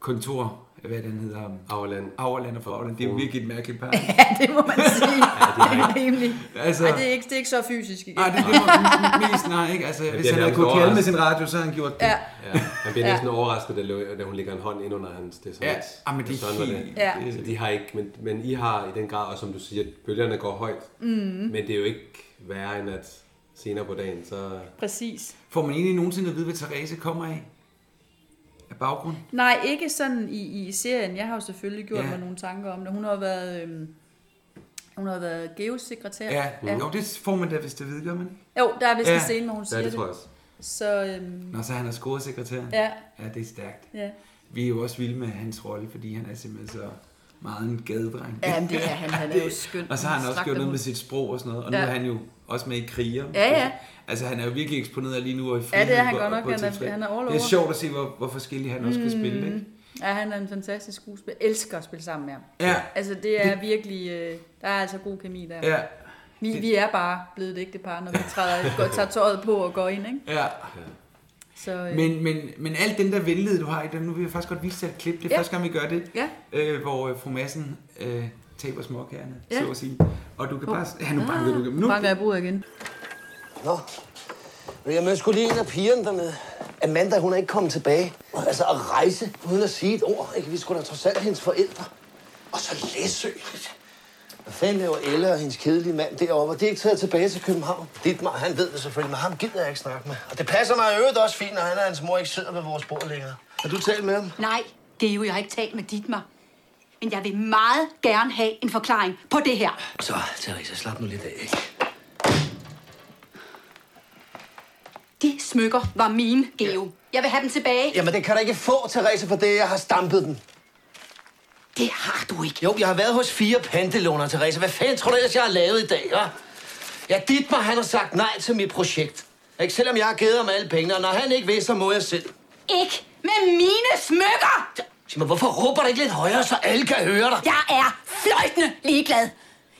[SPEAKER 1] kontor, øh, hvad den hedder,
[SPEAKER 2] Auerland.
[SPEAKER 1] Auerland og Forland. Det er jo virkelig et mærkeligt par.
[SPEAKER 3] Ja, det må man sige. det er rimelig.
[SPEAKER 1] Altså,
[SPEAKER 3] Ej, det er ikke, det er ikke så fysisk igen.
[SPEAKER 1] Nej, det, det var mest nej, ikke? Altså, hvis han
[SPEAKER 2] bliver
[SPEAKER 1] havde
[SPEAKER 2] nærmest
[SPEAKER 1] kunnet kalde med
[SPEAKER 2] overrasket.
[SPEAKER 1] sin radio, så havde han gjort det.
[SPEAKER 3] Ja.
[SPEAKER 2] Ja. Man bliver næsten overrasket, da, Lo- da hun lægger en hånd ind under hans. Det er sådan
[SPEAKER 1] Ja,
[SPEAKER 2] lidt-
[SPEAKER 1] ah, men det
[SPEAKER 2] sådan
[SPEAKER 1] er
[SPEAKER 2] var
[SPEAKER 1] helt...
[SPEAKER 3] Ja.
[SPEAKER 1] det-
[SPEAKER 2] Så de har ikke, men, men I har i den grad, og som du siger, bølgerne går højt. Mm. Men det er jo ikke værre end at senere på dagen, så...
[SPEAKER 3] Præcis.
[SPEAKER 1] Får man egentlig nogensinde at vide, hvad Therese kommer af? Af baggrund?
[SPEAKER 3] Nej, ikke sådan i, i serien. Jeg har jo selvfølgelig gjort
[SPEAKER 1] Ja.
[SPEAKER 3] ja. mig nogle tanker om det. Hun har jo været, øhm, hun har jo været geosekretær.
[SPEAKER 1] Ja. ja. Jo, det får man da, hvis det ved, gør man ikke?
[SPEAKER 3] Jo, der er vist
[SPEAKER 1] Ja.
[SPEAKER 3] ja. en scene, hvor hun
[SPEAKER 2] Ja,
[SPEAKER 3] siger
[SPEAKER 2] det
[SPEAKER 3] det.
[SPEAKER 2] tror jeg også.
[SPEAKER 3] Så øhm,
[SPEAKER 1] Nå, så han er skoresekretæren.
[SPEAKER 3] ja,
[SPEAKER 1] Ja, det er stærkt.
[SPEAKER 3] ja.
[SPEAKER 1] vi er jo også vilde med hans rolle, fordi han er simpelthen så meget en gadedreng.
[SPEAKER 3] Ja, men det er han. Han er jo skøn.
[SPEAKER 1] Og så har han også gjort noget med
[SPEAKER 3] Slagterhund.
[SPEAKER 1] sit sprog og sådan noget, og nu
[SPEAKER 3] Ja.
[SPEAKER 1] er han jo også med i kriger.
[SPEAKER 3] Ja, ja.
[SPEAKER 1] Altså, han er jo virkelig eksponeret lige nu og i
[SPEAKER 3] Ja, det er han
[SPEAKER 1] frihed
[SPEAKER 3] godt
[SPEAKER 1] og-
[SPEAKER 3] nok.
[SPEAKER 1] og
[SPEAKER 3] Han er-
[SPEAKER 1] tilfreds.
[SPEAKER 3] han er all
[SPEAKER 1] Det er
[SPEAKER 3] over. Mm.
[SPEAKER 1] sjovt at se, hvor, hvor forskellige han også kan spille, ikke?
[SPEAKER 3] Ja, han er en fantastisk skuespiller. Jeg elsker at spille sammen med ham.
[SPEAKER 1] Ja,
[SPEAKER 3] Altså, det er virkelig... Øh, der er altså god kemi der.
[SPEAKER 1] ja,
[SPEAKER 3] Vi, vi er bare blevet et ægte par, når vi træder, går, tager tøjet på og går ind, ikke?
[SPEAKER 1] ja.
[SPEAKER 3] Så, øh,
[SPEAKER 1] Men, men, men alt den der venlighed, du har i dig, nu vil jeg faktisk godt vise dig et klip. Det er ja.
[SPEAKER 3] Ja.
[SPEAKER 1] første gang, vi gør det,
[SPEAKER 3] Ja.
[SPEAKER 1] øh, hvor øh, fru Madsen øh, taber småkærne, ja.
[SPEAKER 3] Ja. Ah,
[SPEAKER 1] så at sige. Og du kan bare... Ja, nu banker du. Nu,
[SPEAKER 3] banker jeg bordet igen.
[SPEAKER 4] Nå, men jeg mødte sgu lige en af pigerne dernede. Amanda, hun er ikke kommet tilbage. Altså at rejse uden at sige et ord. Ikke? Vi skulle da trods alt hendes forældre. Og så Læsø. Hvad fanden laver Ella og hendes kedelige mand derovre? Var de ikke taget tilbage til København? Dietmar, han ved det selvfølgelig, men ham gider jeg ikke snakke med. Og det passer mig i øvrigt også fint, når han og hans mor ikke sidder ved vores bord længere. Har du talt med ham?
[SPEAKER 5] Nej, det er jo, jeg har ikke talt med Dietmar. Men jeg vil meget gerne have en forklaring på det her.
[SPEAKER 4] Så, Therese, slap nu lidt af, ikke?
[SPEAKER 5] De smykker var mine, Geo. Jeg vil have dem tilbage.
[SPEAKER 4] Jamen, det kan du ikke få, Therese, for det, jeg har stampet den.
[SPEAKER 5] Det har du ikke.
[SPEAKER 4] Jo, jeg har været hos fire pantelåner, Therese. Hvad fanden tror du ellers, jeg har lavet i dag, hva? Ja, Dietmar, han har sagt nej til mit projekt. Ikke selvom jeg har givet ham alle pengene, og når han ikke vil, så må jeg selv.
[SPEAKER 5] Ikke med mine smykker!
[SPEAKER 4] Sig mig, hvorfor råber du ikke lidt højere, så alle kan høre dig?
[SPEAKER 5] Jeg er fløjtende ligeglad.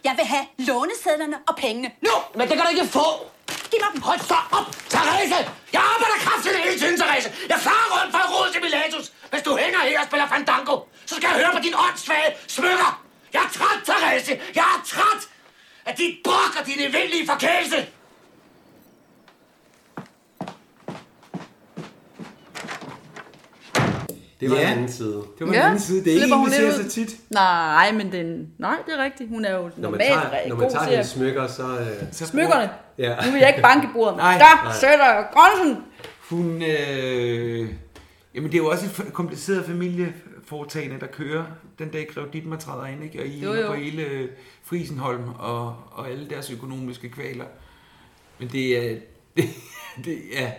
[SPEAKER 5] Jeg vil have lånesedlerne og pengene.
[SPEAKER 4] Nu! Men det kan du ikke få!
[SPEAKER 5] Giv mig dem.
[SPEAKER 4] Hold så op, Therese! Jeg arbejder kraftigt hele tiden, Therese! Jeg farer rundt fra rod til Milatus. Hvis du hænger her og spiller fandango, så skal jeg høre på din åndssvage smykker! Jeg er træt, Therese! Jeg er træt af dit brok og din evindelige forkælelse!
[SPEAKER 2] Det var
[SPEAKER 1] Ja.
[SPEAKER 2] ja. en anden side.
[SPEAKER 1] det var ja. den anden side. Det er ikke
[SPEAKER 3] slipper
[SPEAKER 1] en,
[SPEAKER 3] hun
[SPEAKER 1] vi
[SPEAKER 3] lidt
[SPEAKER 1] ser så
[SPEAKER 3] ud.
[SPEAKER 1] tit.
[SPEAKER 3] Nej, men den, nej, det er rigtigt. Hun er jo
[SPEAKER 2] Når man
[SPEAKER 3] normalt
[SPEAKER 2] tager, når man
[SPEAKER 3] god
[SPEAKER 2] tager
[SPEAKER 3] til
[SPEAKER 2] hendes
[SPEAKER 3] at...
[SPEAKER 2] smykker, så... Øh,
[SPEAKER 1] Så bruger-
[SPEAKER 3] Smykkerne.
[SPEAKER 2] Ja.
[SPEAKER 3] Nu vil jeg ikke banke i bordet.
[SPEAKER 1] Nej,
[SPEAKER 3] der sætter jeg grænsen.
[SPEAKER 1] Hun, øh, jamen det er jo også et f- kompliceret familieforetagende, der kører den dag Grev Dittmar træder ind, ikke? og I
[SPEAKER 3] Jo,
[SPEAKER 1] jo, jo.
[SPEAKER 3] jo.
[SPEAKER 1] på hele øh, Frisenholm og, og alle deres økonomiske kvaler. Men det er, det, det, ja,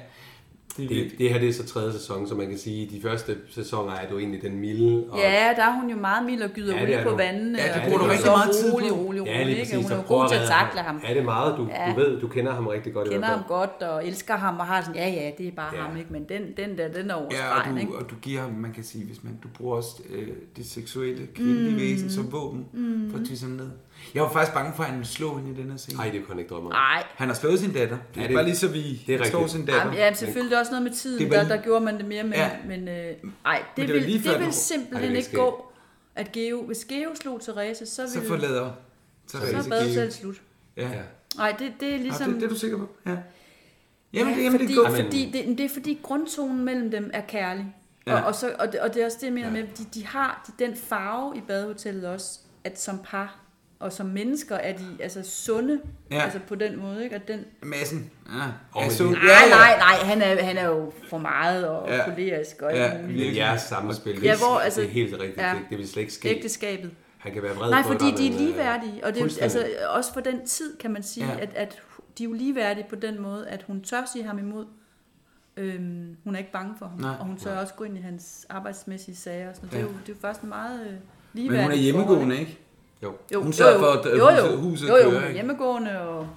[SPEAKER 1] det,
[SPEAKER 2] det, det her det er så tredje sæson, så man kan sige, at de første sæsoner er du egentlig den milde. Og,
[SPEAKER 3] Ja, der er hun jo meget mild og gyder
[SPEAKER 2] Ja,
[SPEAKER 3] ja,
[SPEAKER 2] det er
[SPEAKER 3] ude på
[SPEAKER 2] hun.
[SPEAKER 3] vandene.
[SPEAKER 1] Ja, det
[SPEAKER 3] og
[SPEAKER 1] bruger
[SPEAKER 2] du
[SPEAKER 3] hun er
[SPEAKER 2] rigtig
[SPEAKER 3] så
[SPEAKER 1] meget tid på.
[SPEAKER 3] Rolig, rolig, rolig,
[SPEAKER 2] ja, lige
[SPEAKER 3] ikke?
[SPEAKER 2] præcis.
[SPEAKER 3] Hun er jo
[SPEAKER 2] så prøver
[SPEAKER 3] god til at
[SPEAKER 2] redde
[SPEAKER 3] takle ham.
[SPEAKER 2] Er det meget? Du,
[SPEAKER 3] Ja.
[SPEAKER 2] du ved, du kender ham rigtig godt. i
[SPEAKER 3] Kender
[SPEAKER 2] hvert
[SPEAKER 3] ham
[SPEAKER 2] fald.
[SPEAKER 3] godt og elsker ham og har sådan, ja ja, det er bare
[SPEAKER 2] Ja.
[SPEAKER 3] ham, ikke? Men den, den der, den er over
[SPEAKER 1] Ja, og
[SPEAKER 3] stregen, ikke?
[SPEAKER 1] du, og du giver ham, man kan sige, hvis man, du bruger også øh, det seksuelle kvindelige mm. væsen som våben mm. for at tyse ham ned. Jeg var faktisk bange for, at han ville slå hende i den her scene.
[SPEAKER 2] Nej, det kunne han ikke drømme om.
[SPEAKER 3] Nej.
[SPEAKER 1] Han har slået sin datter. Det er,
[SPEAKER 2] Ja,
[SPEAKER 1] ja,
[SPEAKER 2] det-
[SPEAKER 1] bare lige så vi
[SPEAKER 2] det er
[SPEAKER 1] slår
[SPEAKER 2] rigtigt.
[SPEAKER 1] sin
[SPEAKER 3] Jamen,
[SPEAKER 1] datter.
[SPEAKER 3] ja, selvfølgelig også noget med tiden,
[SPEAKER 1] Det er
[SPEAKER 3] der,
[SPEAKER 1] vel-
[SPEAKER 3] der gjorde man det mere, men,
[SPEAKER 1] Ja.
[SPEAKER 3] ja. men øh, ej, det,
[SPEAKER 1] det
[SPEAKER 3] det
[SPEAKER 1] var lige
[SPEAKER 3] vil,
[SPEAKER 1] før, den-
[SPEAKER 3] det vil
[SPEAKER 2] Ej, det
[SPEAKER 3] simpelthen
[SPEAKER 2] vil
[SPEAKER 3] ikke
[SPEAKER 2] ske.
[SPEAKER 3] gå, at Geo, hvis Geo slog Therese, så
[SPEAKER 1] Så
[SPEAKER 3] ville
[SPEAKER 1] forlader så,
[SPEAKER 3] så er badet selv slut.
[SPEAKER 1] Ja.
[SPEAKER 2] Ja.
[SPEAKER 1] ja.
[SPEAKER 3] Nej, det, det er ligesom...
[SPEAKER 1] det, det er du sikker på? Ja. Jamen, det,
[SPEAKER 3] Ja,
[SPEAKER 1] jamen,
[SPEAKER 3] fordi,
[SPEAKER 1] det er godt.
[SPEAKER 2] Amen.
[SPEAKER 3] fordi, det, men det er fordi grundtonen mellem dem er kærlig. Ja. Og, og, så, og, det, og det er også det, jeg mener ja. med, de, de har de, den farve i badehotellet også, at som par og som mennesker er de altså sunde,
[SPEAKER 1] Ja.
[SPEAKER 3] ja. altså på den måde, ikke? At den,
[SPEAKER 1] Massen. Ja.
[SPEAKER 2] Og
[SPEAKER 1] Ja,
[SPEAKER 2] med
[SPEAKER 1] så-
[SPEAKER 2] den-
[SPEAKER 1] Ah, ja,
[SPEAKER 3] nej,
[SPEAKER 1] ja.
[SPEAKER 3] nej, nej, han er, han er jo for meget og
[SPEAKER 1] Ja.
[SPEAKER 3] ja. kolerisk og
[SPEAKER 1] Ja,
[SPEAKER 3] alt muligt.
[SPEAKER 2] Men jeres samspil, det,
[SPEAKER 3] Ja,
[SPEAKER 2] er-
[SPEAKER 3] hvor, altså-
[SPEAKER 2] det er helt rigtigt.
[SPEAKER 3] ja.
[SPEAKER 2] Det, det vil slet ikke ske.
[SPEAKER 3] Ægteskabet.
[SPEAKER 2] Han kan være vred
[SPEAKER 3] Nej,
[SPEAKER 2] på dig,
[SPEAKER 3] fordi de er
[SPEAKER 2] men, øh,
[SPEAKER 3] ligeværdige, og det er jo,
[SPEAKER 2] fuldstændig.
[SPEAKER 3] altså, også for den tid, kan man sige,
[SPEAKER 1] Ja.
[SPEAKER 3] ja. at, at de er jo ligeværdige på den måde, at hun tør sige ham imod. Øhm, hun er ikke bange for ham,
[SPEAKER 1] Nej.
[SPEAKER 3] og hun tør også gå ind i hans arbejdsmæssige sager. Og sådan. noget.
[SPEAKER 1] Ja.
[SPEAKER 3] Det, er jo, det er jo først en meget øh,
[SPEAKER 1] Men
[SPEAKER 3] ligeværdigt.
[SPEAKER 1] hun er hjemmegående, ikke?
[SPEAKER 2] Jo,
[SPEAKER 3] Jo,
[SPEAKER 1] Hun
[SPEAKER 3] hun
[SPEAKER 1] sørger
[SPEAKER 3] jo,
[SPEAKER 1] for, at, øh,
[SPEAKER 3] jo, jo,
[SPEAKER 1] huset- huset
[SPEAKER 3] jo, jo,
[SPEAKER 1] kører,
[SPEAKER 3] hun er
[SPEAKER 1] ikke?
[SPEAKER 3] hjemmegående, og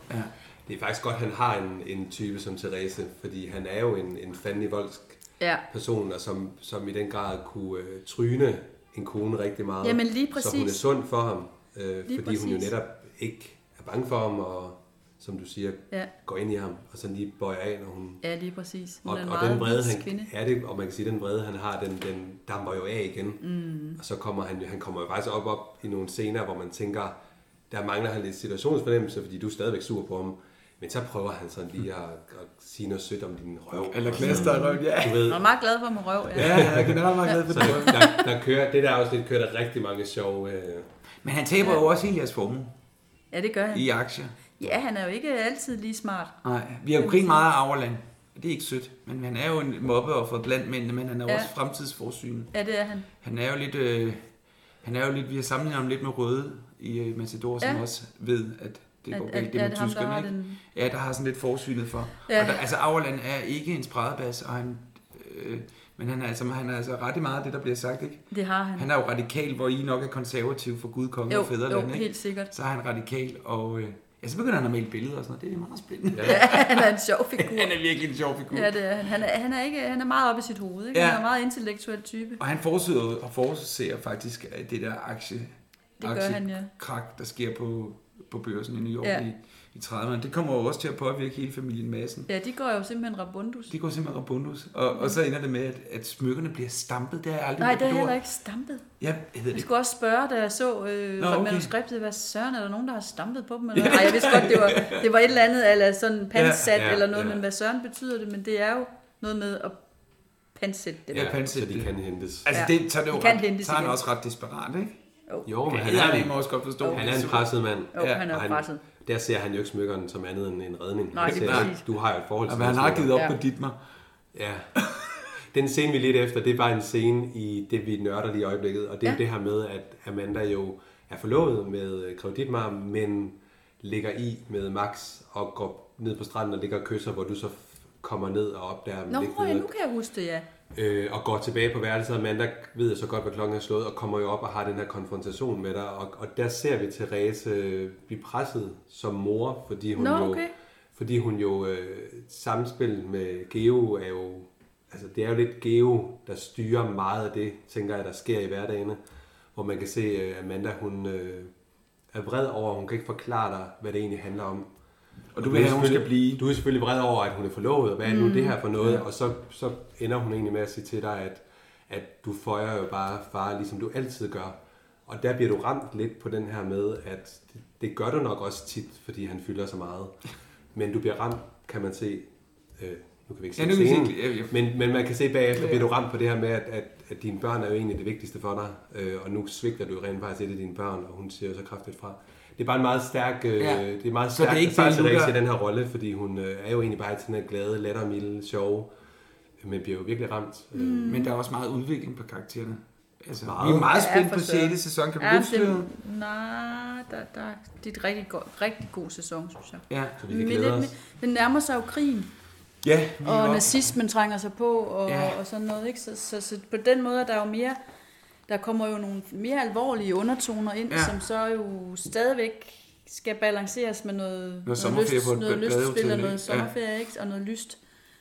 [SPEAKER 2] det er faktisk godt, han har en, en type som Therese, fordi han er jo en, en fandelig voldsk
[SPEAKER 3] ja.
[SPEAKER 2] person, og som, som i den grad kunne øh, tryne en kone rigtig meget.
[SPEAKER 3] Jamen, lige
[SPEAKER 2] Så hun er
[SPEAKER 3] præcis.
[SPEAKER 2] sund for ham, øh, fordi
[SPEAKER 3] Lige
[SPEAKER 2] præcis. hun jo
[SPEAKER 3] præcis.
[SPEAKER 2] netop ikke er bange for ham, og som du siger,
[SPEAKER 3] Ja.
[SPEAKER 2] går ind i ham, og sådan lige bøjer af, når hun...
[SPEAKER 3] ja, lige præcis. Hun
[SPEAKER 2] Og,
[SPEAKER 3] er en
[SPEAKER 2] og
[SPEAKER 3] meget
[SPEAKER 2] den vrede,
[SPEAKER 3] vis
[SPEAKER 2] han,
[SPEAKER 3] kvinde.
[SPEAKER 2] er det, og man kan sige, den vrede, han har, den, den damper jo af igen. Mm. Og så kommer han, jo- han kommer jo faktisk op, op i nogle scener, hvor man tænker, der mangler han lidt situationsfornemmelse, fordi du er stadigvæk sur på ham. Men så prøver han sådan lige at, at sige noget sødt om din røv.
[SPEAKER 1] Eller
[SPEAKER 2] Og sådan
[SPEAKER 1] klaster og røv, ja.
[SPEAKER 2] noget. Du ved,
[SPEAKER 3] Hun er meget glad for mig røv. Ja.
[SPEAKER 1] Ja, jeg er generelt meget glad for
[SPEAKER 2] så
[SPEAKER 1] det.
[SPEAKER 2] der, der, der kører, det der afsnit kører der rigtig mange sjove... Øh,
[SPEAKER 1] Men han taber jo også hele jeres formue
[SPEAKER 3] ja, det gør han.
[SPEAKER 1] i aktier.
[SPEAKER 3] Ja, han er jo ikke altid lige smart.
[SPEAKER 1] Nej, vi har jo grint meget af Auerland. Det er ikke sødt, men han er jo en mobbeoffer blandt mændene, men han er jo
[SPEAKER 3] Ja.
[SPEAKER 1] også fremtidsforsyn.
[SPEAKER 3] Ja, det er han.
[SPEAKER 1] Han er jo lidt, øh, han er jo lidt, vi har sammenlignet ham lidt med Røde i øh, Matador, som
[SPEAKER 3] Ja.
[SPEAKER 1] også ved, at det
[SPEAKER 3] At-
[SPEAKER 1] går
[SPEAKER 3] at-
[SPEAKER 1] galt, det
[SPEAKER 3] er
[SPEAKER 1] med
[SPEAKER 3] det ham, der
[SPEAKER 1] tyskerne,
[SPEAKER 3] har
[SPEAKER 1] ikke?
[SPEAKER 3] den-
[SPEAKER 1] Ja, der har sådan lidt forsynet for. Ja.
[SPEAKER 3] Ja.
[SPEAKER 1] Og der, altså, Auerland er ikke en spredebas, og han, øh, Men han er, altså, han er altså ret i meget af det, der bliver sagt, ikke?
[SPEAKER 3] Det har han.
[SPEAKER 1] Han er jo radikal, hvor I nok er konservativ for Gud, konge
[SPEAKER 3] Jo,
[SPEAKER 1] og fædreland,
[SPEAKER 3] jo,
[SPEAKER 1] ikke?
[SPEAKER 3] helt sikkert.
[SPEAKER 1] Så er han radikal, og øh, ja, så begynder han at male billeder og sådan noget. Det er meget spændende. Ja.
[SPEAKER 3] han er en sjov figur.
[SPEAKER 1] Han er virkelig en sjov figur.
[SPEAKER 3] Ja, det er. han. Han er, han er, ikke, han er meget oppe i sit hoved. Ikke?
[SPEAKER 1] Ja.
[SPEAKER 3] Ja. Han er en meget intellektuel type.
[SPEAKER 1] Og han forudser, og forudser faktisk at det der aktie,
[SPEAKER 3] Det gør han, ja.
[SPEAKER 1] krak, der sker på, på børsen i New York
[SPEAKER 3] Ja.
[SPEAKER 1] ja. i, i 30'erne. Det kommer jo også til at påvirke hele familien Madsen.
[SPEAKER 3] Ja, de går jo simpelthen rabundus.
[SPEAKER 1] De går simpelthen rabundus. Og, og så ender det med, at, at smykkerne bliver stampet. Det har jeg aldrig
[SPEAKER 3] Nej,
[SPEAKER 1] hørt
[SPEAKER 3] det er
[SPEAKER 1] et ord.
[SPEAKER 3] heller ikke stampet.
[SPEAKER 1] Ja, hvad hedder
[SPEAKER 3] Jeg
[SPEAKER 1] det?
[SPEAKER 3] skulle også spørge, da jeg så øh,
[SPEAKER 1] Nå,
[SPEAKER 3] Nå, okay.
[SPEAKER 1] okay.
[SPEAKER 3] manuskriptet, hvad søren, er der nogen, der har stampet på dem? Eller? Nej, jeg vidste godt, det var, det var et eller andet, eller sådan pansat
[SPEAKER 1] Ja,
[SPEAKER 3] ja,
[SPEAKER 1] ja,
[SPEAKER 3] ja, eller noget,
[SPEAKER 1] ja.
[SPEAKER 3] ja. men hvad søren betyder det? Men det er jo noget med at pansætte dem. Ja.
[SPEAKER 1] Ja,
[SPEAKER 2] Ja,
[SPEAKER 1] pansæt
[SPEAKER 2] så de
[SPEAKER 1] det.
[SPEAKER 2] kan hentes.
[SPEAKER 1] Altså,
[SPEAKER 3] Ja.
[SPEAKER 1] det, så er det jo
[SPEAKER 3] De kan
[SPEAKER 1] ret,
[SPEAKER 3] hentes
[SPEAKER 1] så er han
[SPEAKER 3] igen.
[SPEAKER 1] også ret desperat, ikke?
[SPEAKER 2] Jo, men han
[SPEAKER 1] Ja,
[SPEAKER 2] er,
[SPEAKER 1] det må jeg også godt forstå.
[SPEAKER 2] han er en presset mand.
[SPEAKER 3] Jo,
[SPEAKER 1] Ja,
[SPEAKER 3] ja, han
[SPEAKER 2] Og
[SPEAKER 3] er presset.
[SPEAKER 2] der ser han jo ikke smykkerne som andet end en redning.
[SPEAKER 3] Nej,
[SPEAKER 2] Han
[SPEAKER 3] det
[SPEAKER 2] ser,
[SPEAKER 3] er præcis.
[SPEAKER 2] Du har jo et forhold
[SPEAKER 1] Og
[SPEAKER 2] til
[SPEAKER 1] hvad han
[SPEAKER 2] dine
[SPEAKER 1] har givet op
[SPEAKER 3] Ja.
[SPEAKER 1] på Ditmar.
[SPEAKER 2] Ja. Den scene, vi lidt efter, det var en scene i det, vi nørder lige i øjeblikket, og det er ja.
[SPEAKER 3] Ja.
[SPEAKER 2] det her med, at Amanda jo er forlovet med Grev Dittmar, men ligger i med Max og går ned på stranden og ligger og kysser, hvor du så f- kommer ned og opdager dem
[SPEAKER 3] Nå,
[SPEAKER 2] lidt
[SPEAKER 3] ja,
[SPEAKER 2] nede.
[SPEAKER 3] nu kan jeg huske det, ja.
[SPEAKER 2] øh, og går tilbage på værelset, og Amanda ved jeg så godt, hvad klokken er slået, og kommer jo op og har den her konfrontation med dig, og, og der ser vi Therese øh, blive presset som mor, fordi hun
[SPEAKER 3] Nå,
[SPEAKER 2] jo,
[SPEAKER 3] okay.
[SPEAKER 2] fordi hun jo øh, samspil med Geo er jo, altså det er jo lidt Geo, der styrer meget af det, tænker jeg, der sker i hverdagene, hvor man kan se øh, Amanda, hun øh, er vred over, at hun kan ikke forklare dig, hvad det egentlig handler om.
[SPEAKER 1] Og du vil have, hun skal
[SPEAKER 2] selvfølgelig-
[SPEAKER 1] blive.
[SPEAKER 2] Du er selvfølgelig vred over, at hun er forlovet, og hvad er nu det her for noget? Og så, så ender hun egentlig med at sige til dig, at, at du føjer jo bare far, ligesom du altid gør. Og der bliver du ramt lidt på den her med, at det, det gør du nok også tit, fordi han fylder så meget. Men du bliver ramt, kan man se. Øh, nu kan vi ikke se
[SPEAKER 1] Ja,
[SPEAKER 2] ja,
[SPEAKER 1] nu kan vi se-
[SPEAKER 2] scenen,
[SPEAKER 1] ja, ja.
[SPEAKER 2] men, men man kan se bagefter, bliver du ramt på det her med, at, at, at dine børn er jo egentlig det vigtigste for dig, øh, og nu svigter du jo rent faktisk et af dine børn, og hun siger jo så kraftigt fra. Det er bare en meget stærk, øh,
[SPEAKER 1] Ja.
[SPEAKER 2] ja. det er meget
[SPEAKER 1] Så det er
[SPEAKER 2] stærkt
[SPEAKER 1] ikke
[SPEAKER 2] at
[SPEAKER 1] bare
[SPEAKER 2] se
[SPEAKER 1] nu,
[SPEAKER 2] Therese
[SPEAKER 1] der-
[SPEAKER 2] i den her rolle, fordi hun øh, er jo egentlig bare sådan her glade, lettermilde, sjove, men bliver jo virkelig ramt. Mm.
[SPEAKER 1] Men der er også meget udvikling på karaktererne. Altså, meget. Vi er
[SPEAKER 2] Meget.
[SPEAKER 1] meget
[SPEAKER 3] Ja,
[SPEAKER 1] spændt
[SPEAKER 3] for
[SPEAKER 1] på
[SPEAKER 3] søren.
[SPEAKER 1] 6. sæson. Kan vi
[SPEAKER 3] ja
[SPEAKER 1] løfte det?
[SPEAKER 3] det, nej, der, der, det er et rigtig, god, rigtig god sæson, synes jeg.
[SPEAKER 1] Ja.
[SPEAKER 2] Så vi
[SPEAKER 3] Men
[SPEAKER 2] kan
[SPEAKER 3] lidt,
[SPEAKER 2] glæde os.
[SPEAKER 3] mere- den nærmer sig jo krigen,
[SPEAKER 1] Ja, vi
[SPEAKER 3] og
[SPEAKER 1] er også-
[SPEAKER 3] nazismen trænger sig på, og,
[SPEAKER 1] Ja.
[SPEAKER 3] ja. og sådan noget. Ikke? Så, så, så på den måde er der jo mere, der kommer jo nogle mere alvorlige undertoner ind,
[SPEAKER 1] Ja.
[SPEAKER 3] ja. som så jo stadigvæk skal balanceres med noget,
[SPEAKER 1] sommerferie på et
[SPEAKER 3] noget
[SPEAKER 1] badehotel,
[SPEAKER 3] lystspil og
[SPEAKER 1] ikke? Ja.
[SPEAKER 3] noget sommerferie, ikke? og noget lyst.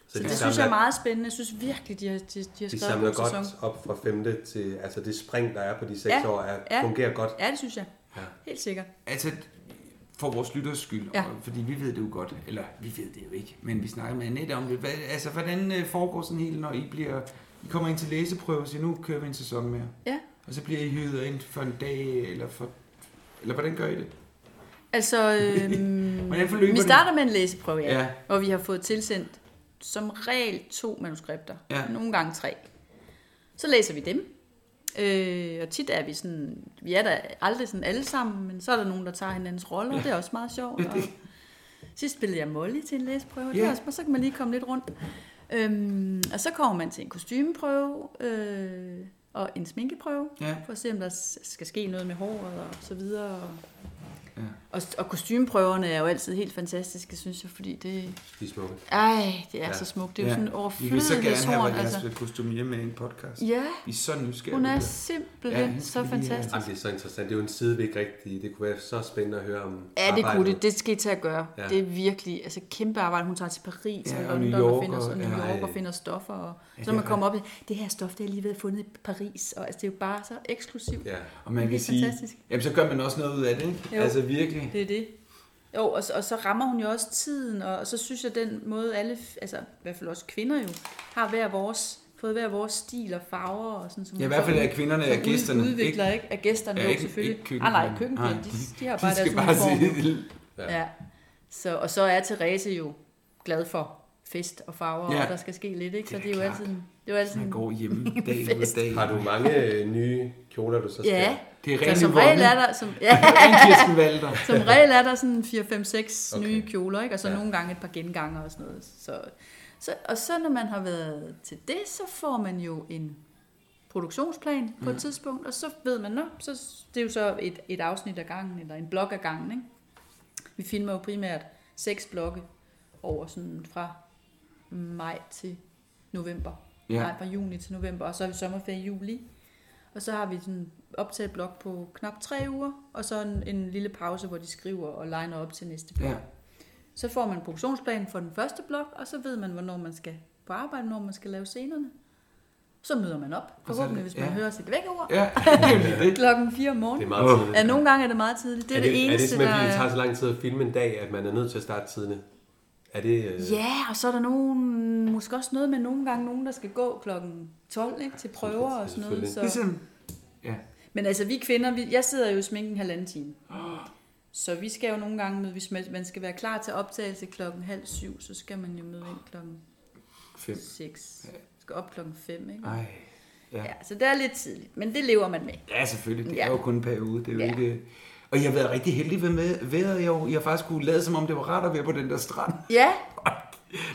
[SPEAKER 3] Så,
[SPEAKER 2] de
[SPEAKER 3] det synes
[SPEAKER 2] samler-
[SPEAKER 3] jeg er meget spændende. Jeg synes virkelig, de har, de, de har
[SPEAKER 2] De
[SPEAKER 3] skrevet en
[SPEAKER 2] samler
[SPEAKER 3] god
[SPEAKER 2] godt
[SPEAKER 3] sæson.
[SPEAKER 2] op fra femte til, altså det spring, der er på de seks
[SPEAKER 3] Ja.
[SPEAKER 2] år, er,
[SPEAKER 3] Ja.
[SPEAKER 2] fungerer godt.
[SPEAKER 3] Ja, det synes jeg. Ja. Helt sikkert.
[SPEAKER 1] Altså, for vores lytters skyld, ja.
[SPEAKER 3] Ja.
[SPEAKER 1] fordi vi ved det jo godt, eller vi ved det jo ikke, men vi snakker med Annette om det. Hvad, altså, hvordan øh, foregår sådan helt, når I bliver... I kommer ind til læseprøve og siger, nu kører vi en sæson mere.
[SPEAKER 3] Ja.
[SPEAKER 1] Og så bliver I hyret ind for en dag, eller for... Eller hvordan gør I det?
[SPEAKER 3] Altså, øhm,
[SPEAKER 1] Hvordan forløber
[SPEAKER 3] vi
[SPEAKER 1] det?
[SPEAKER 3] starter med en læseprøve, ja,
[SPEAKER 1] Ja.
[SPEAKER 3] ja. hvor vi har fået tilsendt som regel to manuskripter,
[SPEAKER 1] Ja.
[SPEAKER 3] ja. nogle gange tre. Så læser vi dem, øh, og tit er vi sådan, vi er der aldrig sådan alle sammen, men så er der nogen, der tager hinandens roller, og det er også meget sjovt. Og sidst spillede jeg Molly til en læseprøve,
[SPEAKER 1] Ja.
[SPEAKER 3] ja. også, og så kan man lige komme lidt rundt. Øhm, og så kommer man til en kostymeprøve øh, og en sminkeprøve,
[SPEAKER 1] Ja.
[SPEAKER 3] for at se, om der s- skal ske noget med håret og så videre. Og,
[SPEAKER 1] Ja.
[SPEAKER 3] ja. og, og kostymeprøverne er jo altid helt fantastiske, synes jeg, fordi det,
[SPEAKER 2] De er smukke.
[SPEAKER 3] ej, det er
[SPEAKER 2] Ja.
[SPEAKER 3] ja. så smukt. Det er jo sådan
[SPEAKER 1] Vi vil så gerne have,
[SPEAKER 3] overflødighedshorn.
[SPEAKER 1] at
[SPEAKER 3] Altså.
[SPEAKER 1] jeres kostumier med i en podcast.
[SPEAKER 3] Ja,
[SPEAKER 1] Vi er så nysgerrige.
[SPEAKER 3] hun
[SPEAKER 1] på
[SPEAKER 3] er
[SPEAKER 1] det. Ja,
[SPEAKER 3] simpelthen
[SPEAKER 1] hende
[SPEAKER 3] ja,
[SPEAKER 1] skal
[SPEAKER 3] så
[SPEAKER 1] vi lige have.
[SPEAKER 3] fantastisk.
[SPEAKER 2] Jamen, det er så interessant. Det er jo en side, vi ikke rigtig... Det kunne være så spændende at høre om
[SPEAKER 3] Ja, det kunne
[SPEAKER 2] arbejdet.
[SPEAKER 3] det. Det skal I til at gøre.
[SPEAKER 2] Ja.
[SPEAKER 3] Ja. Det er virkelig altså, kæmpe arbejde. Hun tager til Paris
[SPEAKER 1] Ja,
[SPEAKER 3] ja,
[SPEAKER 1] og
[SPEAKER 3] og London
[SPEAKER 1] New
[SPEAKER 3] og,
[SPEAKER 1] York
[SPEAKER 3] finder,
[SPEAKER 1] og-
[SPEAKER 3] og, New York
[SPEAKER 1] ja,
[SPEAKER 3] og finder stoffer. Og,
[SPEAKER 1] det
[SPEAKER 3] så
[SPEAKER 1] er
[SPEAKER 3] man kommer op i, det her stof, det har lige været fundet i Paris. Og altså, det er jo bare så eksklusivt.
[SPEAKER 2] Ja.
[SPEAKER 1] Og man
[SPEAKER 3] Det er
[SPEAKER 1] kan sige,
[SPEAKER 3] fantastisk.
[SPEAKER 1] jamen, så gør man også noget ud af det, ikke?
[SPEAKER 3] Jo.
[SPEAKER 1] Altså virkelig.
[SPEAKER 3] Det er det. Jo, og, så- og så rammer hun jo også tiden, og, og så synes jeg, den måde alle, altså i hvert fald også kvinder jo, har hver vores, fået hver vores stil og farver og sådan. Som
[SPEAKER 1] Ja, i
[SPEAKER 3] hun
[SPEAKER 1] hvert fald
[SPEAKER 3] sådan-
[SPEAKER 1] er kvinderne
[SPEAKER 3] som
[SPEAKER 1] af gæsterne,
[SPEAKER 3] ud- Udvikler ikke, af gæsterne
[SPEAKER 1] Ja,
[SPEAKER 3] ja, jo
[SPEAKER 1] ikke-
[SPEAKER 3] selvfølgelig.
[SPEAKER 1] ikke
[SPEAKER 3] Ikke
[SPEAKER 1] køkkenkvinder.
[SPEAKER 3] ah, nej, køkkenpiger,
[SPEAKER 1] Nej,
[SPEAKER 3] de, de har
[SPEAKER 1] De
[SPEAKER 3] bare
[SPEAKER 1] skal
[SPEAKER 3] deres
[SPEAKER 1] bare
[SPEAKER 3] uniform.
[SPEAKER 1] sige,
[SPEAKER 3] Ja. Så, og så er Therese jo glad for fest og farver,
[SPEAKER 1] Ja.
[SPEAKER 3] ja. og der skal ske lidt, ikke? Så
[SPEAKER 1] Det er
[SPEAKER 3] det, er jo
[SPEAKER 1] klart.
[SPEAKER 3] altid, en- det er jo altid
[SPEAKER 1] man
[SPEAKER 3] en
[SPEAKER 1] går hjemme dag ud
[SPEAKER 3] Fest.
[SPEAKER 1] dag.
[SPEAKER 2] Har du mange øh, nye kjoler, du så skal?
[SPEAKER 3] Ja,
[SPEAKER 1] Det er
[SPEAKER 3] så
[SPEAKER 1] rent
[SPEAKER 3] som regel er der, som, ja,
[SPEAKER 1] Kirsten Valder.
[SPEAKER 3] som regel er der sådan 4-5-6 okay. nye
[SPEAKER 2] Okay.
[SPEAKER 3] kjoler, ikke? og så
[SPEAKER 2] Ja.
[SPEAKER 3] ja. nogle gange et par genganger og sådan noget. Så, så, og så når man har været til det, så får man jo en produktionsplan på et tidspunkt, og så ved man, nå, så det er jo så et, et afsnit af gangen, eller en blok af gangen. Ikke? Vi filmer jo primært seks blokke over sådan fra maj til november.
[SPEAKER 1] Ja.
[SPEAKER 3] Ja. Nej, fra juni til november, og så er vi sommerferie i juli. Og så har vi sådan optaget blok på knap tre uger, og så en, en lille pause, hvor de skriver og legner op til næste blok.
[SPEAKER 1] Ja.
[SPEAKER 3] Ja. Så får man produktionsplanen for den første blok, og så ved man, hvornår man skal på arbejde, når man skal lave scenerne. Så møder man op, forhåbentlig, hvis man
[SPEAKER 1] ja.
[SPEAKER 3] ja. hører sit vækkeord. Ja.
[SPEAKER 1] Ja, nemlig det.
[SPEAKER 3] Klokken 4 om
[SPEAKER 2] Det
[SPEAKER 3] morgenen.
[SPEAKER 2] er meget
[SPEAKER 1] Åh.
[SPEAKER 2] tidligt.
[SPEAKER 3] Ja, nogle gange er det meget tidligt. Det er,
[SPEAKER 2] er
[SPEAKER 3] det,
[SPEAKER 2] det, er det
[SPEAKER 3] eneste,
[SPEAKER 2] simpelthen, fordi det
[SPEAKER 3] der...
[SPEAKER 2] tager så lang tid at filme en dag, at man er nødt til at starte tidligt? Er det... Øh,
[SPEAKER 3] Ja, og så er der nogen, måske også noget med nogle gange nogen, der skal gå klokken 12 ikke, til prøver og sådan noget.
[SPEAKER 2] Selvfølgelig.
[SPEAKER 3] Så.
[SPEAKER 1] Ligesom, ja.
[SPEAKER 3] Men altså, vi kvinder, vi, jeg sidder jo i sminken halvanden time. Så vi skal jo nogle gange møde, hvis man man skal være klar til optagelse klokken halv syv, så skal man jo møde ind klokken
[SPEAKER 1] Fem.
[SPEAKER 3] seks. Skal op klokken fem, ikke?
[SPEAKER 1] Ej.
[SPEAKER 3] Ja, så det er lidt tidligt, men det lever man med.
[SPEAKER 1] Ja, selvfølgelig. Det er
[SPEAKER 3] Ja.
[SPEAKER 1] jo kun en periode. Det er jo
[SPEAKER 3] Ja.
[SPEAKER 1] ikke... Og jeg har været rigtig heldig ved med vejret. Jeg, har- jeg har faktisk kunne lade, som om det var rart at være på den der strand.
[SPEAKER 3] Ja,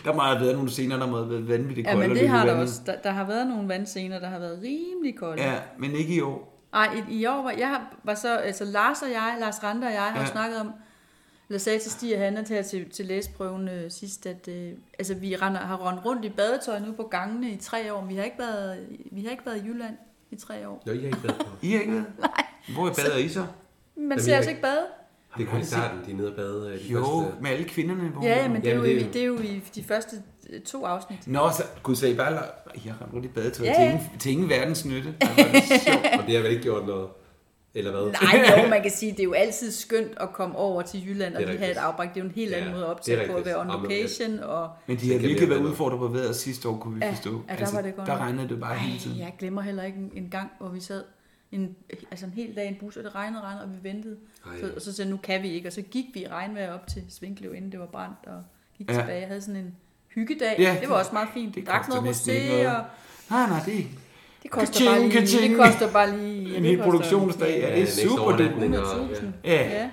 [SPEAKER 1] Der må have været nogle scener, der må have været vanvittigt
[SPEAKER 3] ja
[SPEAKER 1] kolde.
[SPEAKER 3] men
[SPEAKER 1] og
[SPEAKER 3] det har der
[SPEAKER 1] lykkevandet.
[SPEAKER 3] også. Der, der har været nogle vandscener, der har været rimelig kolde.
[SPEAKER 1] Ja, men ikke i år.
[SPEAKER 3] Ej, i, i år var, jeg har- var så, altså Lars og jeg, Lars Rande og jeg har
[SPEAKER 1] Ja.
[SPEAKER 3] ja. snakket om, eller sagde til Stig og Hanna her til, til læseprøven øh, sidst, at øh, altså, vi render, har rendt rundt i badetøj nu på gangene i tre år. Vi har ikke været, vi har ikke været i Jylland i tre år.
[SPEAKER 2] Nå, I har ikke været på.
[SPEAKER 1] I har ikke været? Nej. Hvor bader I så?
[SPEAKER 3] Man
[SPEAKER 2] vi
[SPEAKER 3] ser altså
[SPEAKER 2] ikke-
[SPEAKER 3] ikke bade.
[SPEAKER 2] Det er kun i starten, de er nede og bade. øh, De
[SPEAKER 1] Jo,
[SPEAKER 2] Første,
[SPEAKER 1] med alle kvinderne. Hvor
[SPEAKER 3] Ja, men det er, jo,
[SPEAKER 2] Jamen, det er
[SPEAKER 3] i-
[SPEAKER 2] jo-
[SPEAKER 3] det er jo i de første øh, to afsnit.
[SPEAKER 1] Nå, så gud sagde I bare, la- I har ramt rundt i badetøj
[SPEAKER 3] Ja,
[SPEAKER 1] til,
[SPEAKER 3] ja.
[SPEAKER 1] ingen, til ingen verdens nytte. Ej, hvor er det sjovt.
[SPEAKER 2] og det har vel ikke gjort noget? Eller hvad?
[SPEAKER 3] Nej, jo, man kan sige, det er jo altid skønt at komme over til Jylland og
[SPEAKER 2] Det er
[SPEAKER 3] lige have et
[SPEAKER 2] rigtigt.
[SPEAKER 3] afbræk. Det er jo en helt
[SPEAKER 2] Ja,
[SPEAKER 3] anden måde
[SPEAKER 2] det
[SPEAKER 3] at
[SPEAKER 2] er
[SPEAKER 3] optage på at
[SPEAKER 2] rigtigt.
[SPEAKER 3] være on
[SPEAKER 2] Jamen, ja.
[SPEAKER 3] location. Og,
[SPEAKER 1] Men de
[SPEAKER 2] Så
[SPEAKER 1] har
[SPEAKER 2] kan vi
[SPEAKER 1] virkelig
[SPEAKER 2] have
[SPEAKER 1] været
[SPEAKER 2] noget.
[SPEAKER 1] udfordret på vejret sidste år, kunne vi
[SPEAKER 3] Ja,
[SPEAKER 1] forstå. Altså,
[SPEAKER 3] ja, der var det godt
[SPEAKER 1] der
[SPEAKER 3] nok.
[SPEAKER 1] regnede det bare hele tiden.
[SPEAKER 3] Ej, jeg glemmer heller ikke en, en gang, hvor vi sad en, altså en hel dag i en bus, og det regnede og regnede, og vi ventede.
[SPEAKER 2] Ej.
[SPEAKER 3] Så, og så sagde jeg, nu kan vi ikke, og så gik vi i regnvejr op til Svinkløv, inden det var brændt, og gik
[SPEAKER 1] Ja.
[SPEAKER 3] ja. tilbage. Jeg havde sådan en hyggedag.
[SPEAKER 1] Ja,
[SPEAKER 3] Ja, det var også meget fint.
[SPEAKER 1] det
[SPEAKER 3] Det drak
[SPEAKER 1] koster
[SPEAKER 3] noget
[SPEAKER 1] næsten
[SPEAKER 3] rosé,
[SPEAKER 1] ikke noget.
[SPEAKER 3] og
[SPEAKER 1] Nej, nej, det er
[SPEAKER 3] det koster,
[SPEAKER 1] Ka-ching,
[SPEAKER 3] bare lige,
[SPEAKER 1] ka-ching.
[SPEAKER 3] det koster bare lige...
[SPEAKER 1] en
[SPEAKER 3] det
[SPEAKER 1] hel
[SPEAKER 3] koster
[SPEAKER 1] produktionsdag. Ja, det er
[SPEAKER 2] næste
[SPEAKER 1] super duper.
[SPEAKER 2] overnatning og-
[SPEAKER 3] 100.000.
[SPEAKER 1] Ja.
[SPEAKER 3] Ja.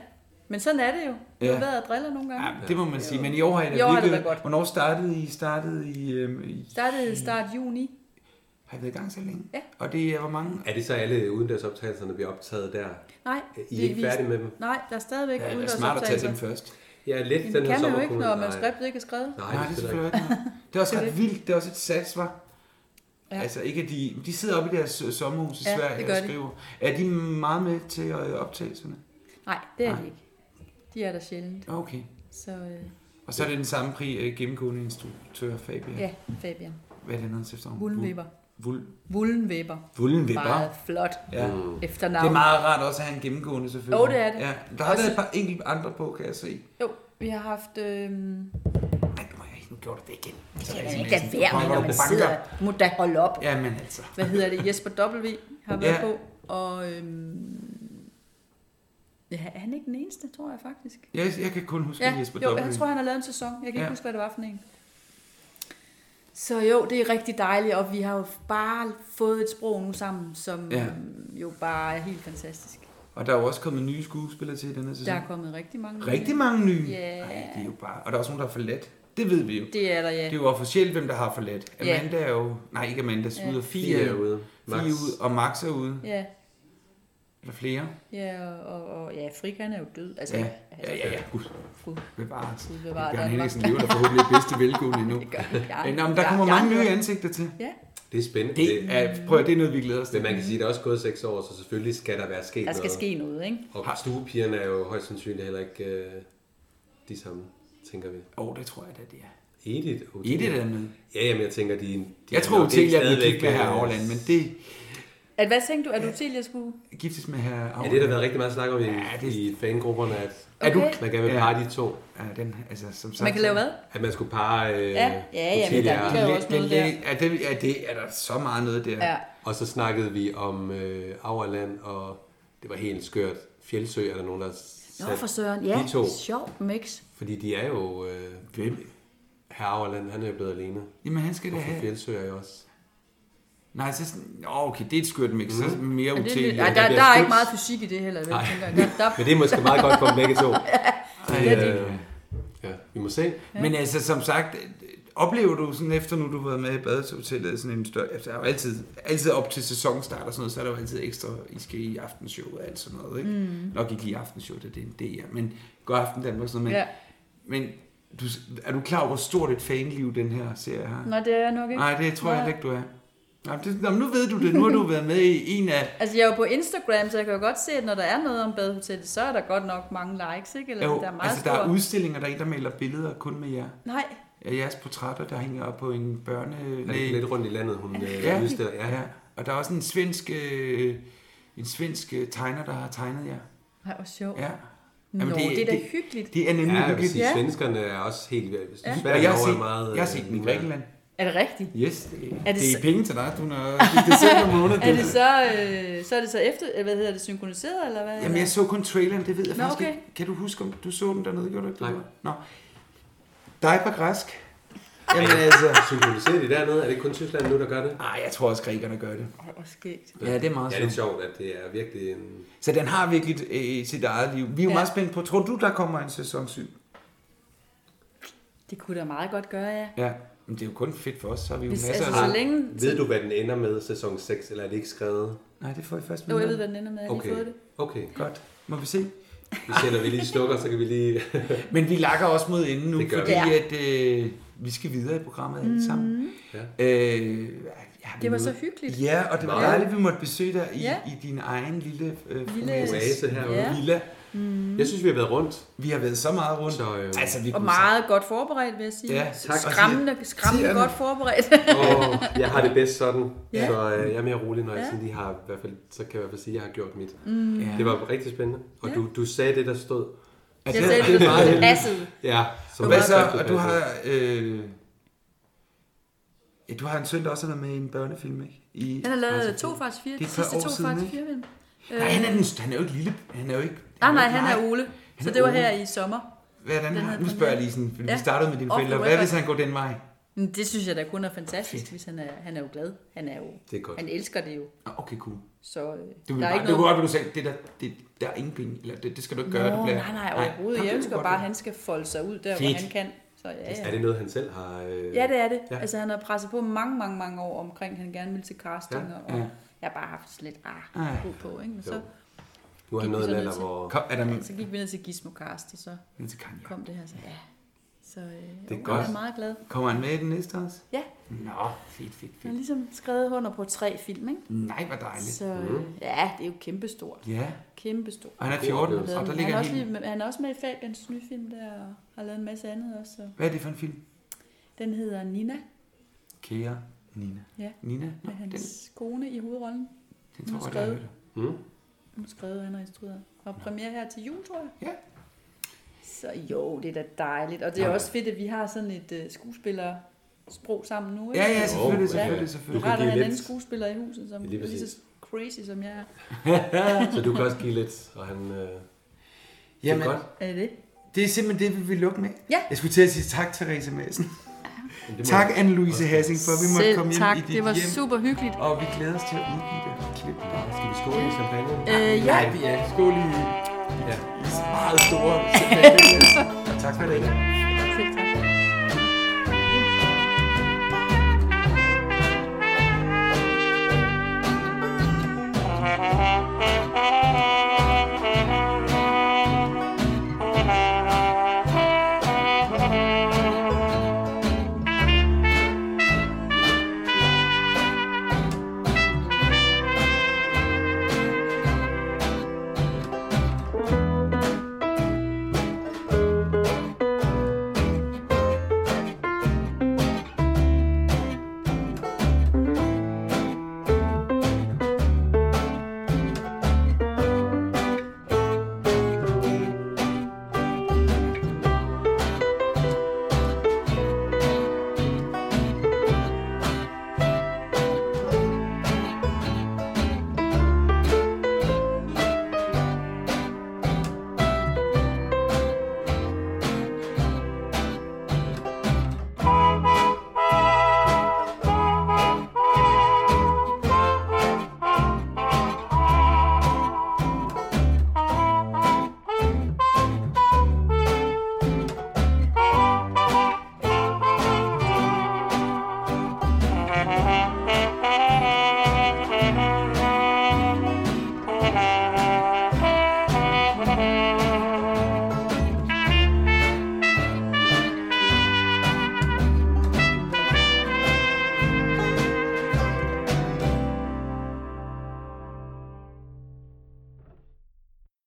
[SPEAKER 3] Men sådan er det jo.
[SPEAKER 1] Ja.
[SPEAKER 3] Det har været at drille nogle
[SPEAKER 1] ja,
[SPEAKER 3] gange.
[SPEAKER 1] det må man sige. Men i år har I da
[SPEAKER 3] I år har det
[SPEAKER 1] virkelig...
[SPEAKER 3] været godt.
[SPEAKER 1] Hvornår startede I? Startede I, øhm, I...
[SPEAKER 3] Startede start juni.
[SPEAKER 1] Har I været i gang så længe?
[SPEAKER 3] Ja.
[SPEAKER 1] Og det er hvor mange?
[SPEAKER 2] Er det så alle udendørsoptagelserne, bliver optaget der?
[SPEAKER 3] Nej,
[SPEAKER 2] I er ikke færdige med dem?
[SPEAKER 3] Nej, der er stadigvæk
[SPEAKER 1] Ja, det er smart at tage
[SPEAKER 3] udendørsoptagelser.
[SPEAKER 1] dem først.
[SPEAKER 2] Ja, lidt
[SPEAKER 3] Men
[SPEAKER 2] den
[SPEAKER 3] Det
[SPEAKER 2] her
[SPEAKER 3] kan man jo
[SPEAKER 2] sommer
[SPEAKER 3] ikke,
[SPEAKER 2] kunne-
[SPEAKER 3] når
[SPEAKER 2] nej.
[SPEAKER 3] manuskriptet ikke er skrevet.
[SPEAKER 2] Nej,
[SPEAKER 1] Nej,
[SPEAKER 2] det
[SPEAKER 1] det er
[SPEAKER 2] er
[SPEAKER 1] selvfølgelig ikke. noget. Det er også ret vildt. Det er også et sats, var. Ja.
[SPEAKER 3] Ja.
[SPEAKER 1] Altså ikke, at de, de sidder oppe i deres øh, sommerhus i
[SPEAKER 3] Ja, det
[SPEAKER 1] Sverige
[SPEAKER 3] gør
[SPEAKER 1] og
[SPEAKER 3] de.
[SPEAKER 1] skriver. Er de meget med til øh, optagelserne?
[SPEAKER 3] Nej, det er
[SPEAKER 1] Nej.
[SPEAKER 3] de ikke. De er der sjældent.
[SPEAKER 1] Okay.
[SPEAKER 3] Så øh,
[SPEAKER 1] Og så er det den samme pri, øh, gennemgående instruktør, Fabian.
[SPEAKER 3] ja, Fabian.
[SPEAKER 1] Hvad er det andet efter?
[SPEAKER 3] Wullenweber.
[SPEAKER 1] Vul,
[SPEAKER 3] Wullenweber.
[SPEAKER 1] Wullenweber.
[SPEAKER 3] Meget flot
[SPEAKER 1] Ja.
[SPEAKER 2] Mm.
[SPEAKER 3] efternavn.
[SPEAKER 1] Det er meget rart også at have en gennemgående, selvfølgelig.
[SPEAKER 3] Jo, det er det.
[SPEAKER 1] Ja. Der har
[SPEAKER 3] Også-
[SPEAKER 1] været et par enkelte andre på, kan jeg se.
[SPEAKER 3] Jo, vi har haft... Øh,
[SPEAKER 1] Nej, nu må jeg ikke. Nu gjorde du det igen.
[SPEAKER 3] det
[SPEAKER 1] er
[SPEAKER 3] kan
[SPEAKER 1] det
[SPEAKER 3] man ikke lade
[SPEAKER 1] sådan,
[SPEAKER 3] være
[SPEAKER 1] du
[SPEAKER 3] med, når
[SPEAKER 1] banker.
[SPEAKER 3] man sidder. Må da holde op.
[SPEAKER 1] Jamen altså.
[SPEAKER 3] Hvad hedder det? Jesper W. har været
[SPEAKER 1] Ja.
[SPEAKER 3] på. Og øhm, ja, er han ikke den eneste, tror jeg faktisk.
[SPEAKER 1] Jeg, jeg kan kun huske
[SPEAKER 3] Ja,
[SPEAKER 1] Jesper
[SPEAKER 3] jo,
[SPEAKER 1] W.
[SPEAKER 3] jeg tror, han har lavet en sæson. Jeg kan ikke
[SPEAKER 1] Ja.
[SPEAKER 3] huske, hvad det var for en. Så jo, det er rigtig dejligt, og vi har jo bare fået et sprog nu sammen, som
[SPEAKER 1] Ja.
[SPEAKER 3] ja. jo bare er helt fantastisk.
[SPEAKER 1] Og der er jo også kommet nye skuespillere til i denne sæson.
[SPEAKER 3] Der er kommet rigtig mange.
[SPEAKER 1] Rigtig mange nye.
[SPEAKER 3] Ja.
[SPEAKER 1] Ej, det er jo bare... Og der er også nogen, der har forladt. Det ved vi jo.
[SPEAKER 3] Det er der, ja.
[SPEAKER 1] Det er jo officielt, hvem der har forladt.
[SPEAKER 3] Ja.
[SPEAKER 1] Amanda er jo... Nej, ikke Amanda. Så ud af fire.
[SPEAKER 2] Fie er ude. Max.
[SPEAKER 1] Fie er ude, og Max er ude.
[SPEAKER 3] Ja,
[SPEAKER 1] Eller flere.
[SPEAKER 3] ja og, og, og ja, Frik, han er jo død. Altså,
[SPEAKER 1] Ja,
[SPEAKER 3] altså,
[SPEAKER 1] ja, ja. ja. Gud,
[SPEAKER 3] Gud,
[SPEAKER 1] bevares.
[SPEAKER 3] Gud bevare
[SPEAKER 1] Bjørn
[SPEAKER 3] Danmark.
[SPEAKER 1] Henriksen lever der forhåbentlig i bedste velgående endnu.
[SPEAKER 3] det gør han gerne.
[SPEAKER 1] Nå, men der
[SPEAKER 3] Ja,
[SPEAKER 1] kommer
[SPEAKER 3] ja,
[SPEAKER 1] mange
[SPEAKER 3] ja.
[SPEAKER 1] nye ansigter til.
[SPEAKER 3] Ja,
[SPEAKER 2] Det er spændende.
[SPEAKER 1] Det
[SPEAKER 2] Det,
[SPEAKER 1] er, prøv at det er noget, vi glæder os til.
[SPEAKER 2] men man kan sige, at der er også gået seks år, så selvfølgelig skal der være sket
[SPEAKER 3] der skal
[SPEAKER 2] noget.
[SPEAKER 3] ske noget, ikke?
[SPEAKER 2] Og stuepigerne er jo højst sandsynligt heller ikke øh, de samme, tænker vi.
[SPEAKER 1] Åh, oh, det tror jeg da, det er.
[SPEAKER 2] Edith? og
[SPEAKER 1] I det
[SPEAKER 2] Otelia.
[SPEAKER 1] der med.
[SPEAKER 2] Ja, jamen jeg tænker, de... de
[SPEAKER 1] Jeg tror,
[SPEAKER 2] nok ikke
[SPEAKER 1] Otelia vil
[SPEAKER 2] stadigvæk,
[SPEAKER 1] gifte med her
[SPEAKER 2] øh,
[SPEAKER 1] Overland, men det
[SPEAKER 3] At, hvad tænkte du, at Otelia skulle...
[SPEAKER 1] giftes med her
[SPEAKER 2] Ja,
[SPEAKER 1] Overland.
[SPEAKER 2] det har der været rigtig meget snak om i,
[SPEAKER 1] Ja, det-
[SPEAKER 2] i fangrupperne, at
[SPEAKER 1] Er du...
[SPEAKER 3] Okay.
[SPEAKER 2] man gerne vil
[SPEAKER 1] Ja.
[SPEAKER 2] parre de to.
[SPEAKER 1] Ja, den, altså, som sagt,
[SPEAKER 3] Man kan lave hvad?
[SPEAKER 2] At man skulle parre øh,
[SPEAKER 3] Ja, ja, ja, men
[SPEAKER 2] Otelia.
[SPEAKER 3] der-
[SPEAKER 1] Den,
[SPEAKER 3] Der er jo
[SPEAKER 1] læ-
[SPEAKER 3] også
[SPEAKER 1] den,
[SPEAKER 3] noget
[SPEAKER 1] læ- ja, det, ja, det er der så meget noget der.
[SPEAKER 3] Ja,
[SPEAKER 2] Og så snakkede vi om øh, Auerland, og det var helt skørt. Fjeldsø er der nogen, der sat,
[SPEAKER 3] Nå, for Søren. Ja,
[SPEAKER 2] de to.
[SPEAKER 3] sjov mix.
[SPEAKER 2] Fordi de er jo... Øh,
[SPEAKER 1] Hvem?
[SPEAKER 2] Herre Auerland, han er jo blevet alene.
[SPEAKER 1] Jamen, han skal da
[SPEAKER 2] Og for
[SPEAKER 1] have...
[SPEAKER 2] Fjeldsø er jo også...
[SPEAKER 1] Nej, så sådan... Åh, okay, det er et skørt mix.
[SPEAKER 2] Mhm.
[SPEAKER 1] Så er det mere
[SPEAKER 3] Ja, det,
[SPEAKER 1] Otelia.
[SPEAKER 3] ja, der, der er ikke meget fysik i det heller, vel, tænker jeg. Der, der,
[SPEAKER 2] Men det er måske meget godt for dem begge to.
[SPEAKER 1] Ja, det,
[SPEAKER 2] Øh, ja, vi må se.
[SPEAKER 1] Men altså, som sagt, oplever du sådan, efter nu du har været med i badehotellet, sådan en større... Altså, der er jo altid, altid op til sæsonstart og sådan noget, så er der jo altid ekstra, I skal i aftenshowet og alt sådan noget, ikke? Mm. Nok ikke lige aftenshowet, det er en DR, men god aften Danmark og sådan noget, men, ja. men Du, er du klar over, hvor stort et fanliv den her serie har?
[SPEAKER 3] Nå, det er jeg nok ikke.
[SPEAKER 1] Nej, det tror jeg
[SPEAKER 3] Nå.
[SPEAKER 1] heller ikke, du er. Nå, det, nå, men nu ved du det. Nu har du været med i en af...
[SPEAKER 3] Altså, jeg er jo på Instagram, så jeg kan jo godt se, at når der er noget om badehotellet, så er der godt nok mange likes, ikke? Eller
[SPEAKER 1] Jo,
[SPEAKER 3] der er meget
[SPEAKER 1] altså, der er
[SPEAKER 3] stor-
[SPEAKER 1] udstillinger, der er en, der maler billeder kun med jer.
[SPEAKER 3] Nej,
[SPEAKER 1] Af jeres portrætter, der hænger op på en børne...
[SPEAKER 2] Er det ikke lidt rundt i landet, hun øh,
[SPEAKER 1] Ja.
[SPEAKER 2] udstiller? Ja.
[SPEAKER 1] Ja, og der er også en svensk, øh, en svensk øh, tegner, der har tegnet jer.
[SPEAKER 3] nej, hvor sjovt.
[SPEAKER 1] Ja.
[SPEAKER 3] Nå, det er da hyggeligt.
[SPEAKER 1] Det er nemlig ja,
[SPEAKER 2] Ja, jeg vil
[SPEAKER 1] hyggeligt.
[SPEAKER 2] sige,
[SPEAKER 1] Ja.
[SPEAKER 2] ja. svenskerne er også helt... Ja.
[SPEAKER 1] Og
[SPEAKER 2] Sverige
[SPEAKER 1] jeg har
[SPEAKER 2] Norge er
[SPEAKER 1] set,
[SPEAKER 2] meget...
[SPEAKER 1] jeg har set den i
[SPEAKER 2] øh,
[SPEAKER 1] Grækenland.
[SPEAKER 3] Er det rigtigt?
[SPEAKER 1] Yes, det, er
[SPEAKER 3] Er
[SPEAKER 1] det,
[SPEAKER 3] det
[SPEAKER 1] det er
[SPEAKER 3] så-
[SPEAKER 1] penge til dig. Du når det er selv om måneden.
[SPEAKER 3] Er det så, øh, så er det så efter, eller hvad hedder det, synkroniseret, eller hvad?
[SPEAKER 1] Jamen, jeg så kun traileren, det ved jeg
[SPEAKER 3] Nå,
[SPEAKER 1] faktisk
[SPEAKER 3] okay.
[SPEAKER 1] ikke. Kan du huske, om du så den dernede? Gjorde du ikke det?
[SPEAKER 2] Nej.
[SPEAKER 1] Nå. Dig på græsk. Jamen altså...
[SPEAKER 2] Synkroniserer de dernede? Er det kun Tyskland nu, der gør det?
[SPEAKER 1] Ej, jeg tror også, grækerne gør det.
[SPEAKER 3] Ej, hvor skægt.
[SPEAKER 1] Ja, det er meget
[SPEAKER 2] Ja, det er
[SPEAKER 1] sjovt.
[SPEAKER 2] sjovt, at det er virkelig en...
[SPEAKER 1] Så den har virkelig øh, sit eget liv. Vi er jo ja.
[SPEAKER 3] Ja.
[SPEAKER 1] meget spændt på. Tror du, der kommer en sæson 7?
[SPEAKER 3] Det kunne da meget godt gøre, ja.
[SPEAKER 1] Ja. Men det er jo kun fedt for os, så har vi jo
[SPEAKER 3] Hvis,
[SPEAKER 1] masser
[SPEAKER 3] altså,
[SPEAKER 1] af...
[SPEAKER 3] så længe...
[SPEAKER 2] Ved du, hvad den ender med, sæson 6, eller er det ikke skrevet?
[SPEAKER 1] Nej, det får I først
[SPEAKER 3] Jo,
[SPEAKER 1] med.
[SPEAKER 3] jeg ved, hvad den ender med. Jeg har lige fået
[SPEAKER 2] Okay,
[SPEAKER 3] det.
[SPEAKER 2] okay.
[SPEAKER 1] Godt. Må vi se?
[SPEAKER 2] Hvis eller vi lige slukker, så kan vi lige...
[SPEAKER 1] Men vi lakker også mod enden nu,
[SPEAKER 2] Det gør
[SPEAKER 1] fordi
[SPEAKER 2] vi.
[SPEAKER 1] at, øh, vi skal videre i programmet alle sammen.
[SPEAKER 2] Ja.
[SPEAKER 1] Øh, ja, vi
[SPEAKER 3] Mm-hmm. Det var
[SPEAKER 1] nåede-
[SPEAKER 3] så hyggeligt.
[SPEAKER 1] Ja, og det var
[SPEAKER 2] Meget.
[SPEAKER 1] dejligt, at vi måtte besøge dig i,
[SPEAKER 3] Ja.
[SPEAKER 1] i din egen lille, øh,
[SPEAKER 3] Lille-
[SPEAKER 2] Oase herude.
[SPEAKER 3] Ja.
[SPEAKER 1] villa.
[SPEAKER 2] Jeg synes, vi har været rundt.
[SPEAKER 1] Vi har været så meget rundt.
[SPEAKER 2] Så, øh,
[SPEAKER 1] altså, vi
[SPEAKER 3] Og
[SPEAKER 1] kunne
[SPEAKER 3] meget godt forberedt, vil jeg sige.
[SPEAKER 1] Ja, tak.
[SPEAKER 3] Skræmmende, skræmmende
[SPEAKER 1] Tierne.
[SPEAKER 3] godt forberedt.
[SPEAKER 2] Og jeg har det bedst sådan,
[SPEAKER 3] Ja.
[SPEAKER 2] så øh, jeg er mere rolig, når jeg
[SPEAKER 3] Ja. Mm.
[SPEAKER 2] sådan lige har... I hvert fald, så kan jeg i hvert fald sige, at jeg har gjort mit.
[SPEAKER 1] sagt- Ja.
[SPEAKER 2] Det var rigtig spændende. Og du, du sagde det, der stod.
[SPEAKER 3] Jeg sagde, det var passet.
[SPEAKER 2] Ja, som
[SPEAKER 1] Hvad
[SPEAKER 2] var
[SPEAKER 1] så?
[SPEAKER 2] rigtig
[SPEAKER 1] Og du
[SPEAKER 2] passende.
[SPEAKER 1] har... Øh, ja, du har en søn, der også har været med i en børnefilm, ikke? I,
[SPEAKER 3] Han har lavet to faktisk fire.
[SPEAKER 1] Altså, Det er et par
[SPEAKER 3] De sidste
[SPEAKER 1] år
[SPEAKER 3] to
[SPEAKER 1] siden,
[SPEAKER 3] faktisk
[SPEAKER 1] ikke?
[SPEAKER 3] fire film.
[SPEAKER 1] Nej, han er, den, han er jo ikke lille. Han er jo ikke...
[SPEAKER 3] Øh, Nej,
[SPEAKER 1] jo
[SPEAKER 3] Ah, nej,
[SPEAKER 1] ikke
[SPEAKER 3] han
[SPEAKER 1] leg.
[SPEAKER 3] er Ole. Så
[SPEAKER 1] er
[SPEAKER 3] det var
[SPEAKER 1] Ole.
[SPEAKER 3] her i sommer.
[SPEAKER 1] Hvordan har,
[SPEAKER 3] Den havde
[SPEAKER 1] nu
[SPEAKER 3] premiere.
[SPEAKER 1] spørger jeg lige sådan, fordi ja.
[SPEAKER 3] Ja.
[SPEAKER 1] vi startede med dine
[SPEAKER 3] Off the
[SPEAKER 1] forældre. Hvad
[SPEAKER 3] record.
[SPEAKER 1] hvis han går den vej?
[SPEAKER 3] Men det synes jeg da kun er fantastisk, hvis han er, han er jo glad. Han er jo,
[SPEAKER 2] Det er godt.
[SPEAKER 3] han elsker det jo.
[SPEAKER 1] Nå, Okay, cool.
[SPEAKER 3] Så øh,
[SPEAKER 1] Du vil
[SPEAKER 3] der er
[SPEAKER 1] bare,
[SPEAKER 3] ikke
[SPEAKER 1] det var
[SPEAKER 3] noget...
[SPEAKER 1] godt, hvad du sagde, det der, det, der er ingen penge, eller det, det skal du ikke gøre.
[SPEAKER 3] Nå,
[SPEAKER 1] det bliver...
[SPEAKER 3] nej, nej, overhovedet.
[SPEAKER 1] Nå,
[SPEAKER 3] Jeg
[SPEAKER 1] det kunne
[SPEAKER 3] ønsker
[SPEAKER 1] godt
[SPEAKER 3] bare, at
[SPEAKER 1] være.
[SPEAKER 3] han skal folde sig ud der,
[SPEAKER 1] Fedt. Altså,
[SPEAKER 3] hvor han kan. Så ja,
[SPEAKER 2] Er
[SPEAKER 3] ja.
[SPEAKER 2] det noget, han selv har... Øh...
[SPEAKER 3] Ja, det er det.
[SPEAKER 2] Ja.
[SPEAKER 3] Altså, han har presset på mange, mange, mange år omkring, at han gerne ville til casting,
[SPEAKER 1] Ja,
[SPEAKER 3] og
[SPEAKER 1] ja.
[SPEAKER 3] jeg har bare haft sådan lidt,
[SPEAKER 1] Ej.
[SPEAKER 3] ah, god på, ikke? Men
[SPEAKER 2] Jo.
[SPEAKER 3] så,
[SPEAKER 2] Nu har han
[SPEAKER 3] Gik
[SPEAKER 2] noget
[SPEAKER 3] vi så
[SPEAKER 2] i
[SPEAKER 3] ned
[SPEAKER 2] alder,
[SPEAKER 3] til?
[SPEAKER 2] hvor...
[SPEAKER 1] Kom, er der
[SPEAKER 3] så gik vi ned til Gizmocast, og så
[SPEAKER 1] Men så kan jeg.
[SPEAKER 3] kom det her, så ja. Så øh,
[SPEAKER 2] er
[SPEAKER 3] jo,
[SPEAKER 2] godt.
[SPEAKER 3] jeg er meget glad.
[SPEAKER 1] Kommer han med i den næste også?
[SPEAKER 3] Ja,
[SPEAKER 1] Nå, fedt, fedt,
[SPEAKER 3] jeg
[SPEAKER 1] fedt.
[SPEAKER 3] har ligesom skrevet under på tre film, ikke?
[SPEAKER 1] Nej, hvor dejligt.
[SPEAKER 3] Så øh, ja, det er jo kæmpestort.
[SPEAKER 1] Ja,
[SPEAKER 3] Kæmpestort.
[SPEAKER 1] og han er 14,
[SPEAKER 3] Han,
[SPEAKER 1] og der
[SPEAKER 3] han,
[SPEAKER 1] ligger
[SPEAKER 3] er
[SPEAKER 1] han
[SPEAKER 3] også,
[SPEAKER 1] helt...
[SPEAKER 3] lige- han er også med i Fabians nye film der, og har lavet en masse andet også. Så.
[SPEAKER 1] Hvad er det for en film?
[SPEAKER 3] Den hedder Nina,
[SPEAKER 1] Kære Nina.
[SPEAKER 3] Ja.
[SPEAKER 1] Nina? Nå,
[SPEAKER 3] med
[SPEAKER 1] den,
[SPEAKER 3] hans kone i hovedrollen.
[SPEAKER 1] den tror jeg,
[SPEAKER 3] skrevet.
[SPEAKER 1] jeg har hørt.
[SPEAKER 3] Hun har skrevet, og han har instrueret. Og premiere her til jul, tror jeg.
[SPEAKER 1] Ja.
[SPEAKER 3] Så jo, det er da dejligt. Og det er også fedt, at vi har sådan et uh, skuespillersprog sammen nu. Ikke?
[SPEAKER 1] Ja, ja, selvfølgelig,
[SPEAKER 2] Jo,
[SPEAKER 1] selvfølgelig,
[SPEAKER 2] ja.
[SPEAKER 1] selvfølgelig.
[SPEAKER 2] kan
[SPEAKER 3] Rart at
[SPEAKER 2] give
[SPEAKER 3] have en
[SPEAKER 2] lidt.
[SPEAKER 3] anden skuespiller i huset, som er
[SPEAKER 2] Lige
[SPEAKER 3] lige så
[SPEAKER 2] præcis.
[SPEAKER 3] crazy, som jeg er.
[SPEAKER 2] Så du kan også give lidt, og han... Øh...
[SPEAKER 1] Jamen,
[SPEAKER 2] godt.
[SPEAKER 3] Er det det?
[SPEAKER 1] det er simpelthen det, vi vil lukke med.
[SPEAKER 3] Ja.
[SPEAKER 1] Jeg skulle til at sige tak, Therese Madsen.
[SPEAKER 2] Det må
[SPEAKER 1] Tak, Anne-Louise Hassing, for at vi måtte komme
[SPEAKER 3] tak.
[SPEAKER 1] hjem i dit
[SPEAKER 3] det var
[SPEAKER 1] hjem.
[SPEAKER 3] super hyggeligt.
[SPEAKER 1] Og vi glæder os til at udgive det klip. Der
[SPEAKER 2] Skal vi skåle i champagne?
[SPEAKER 3] Øh, ja,
[SPEAKER 1] vi er skål i,
[SPEAKER 2] Ja.
[SPEAKER 1] i meget store champagne. tak for det.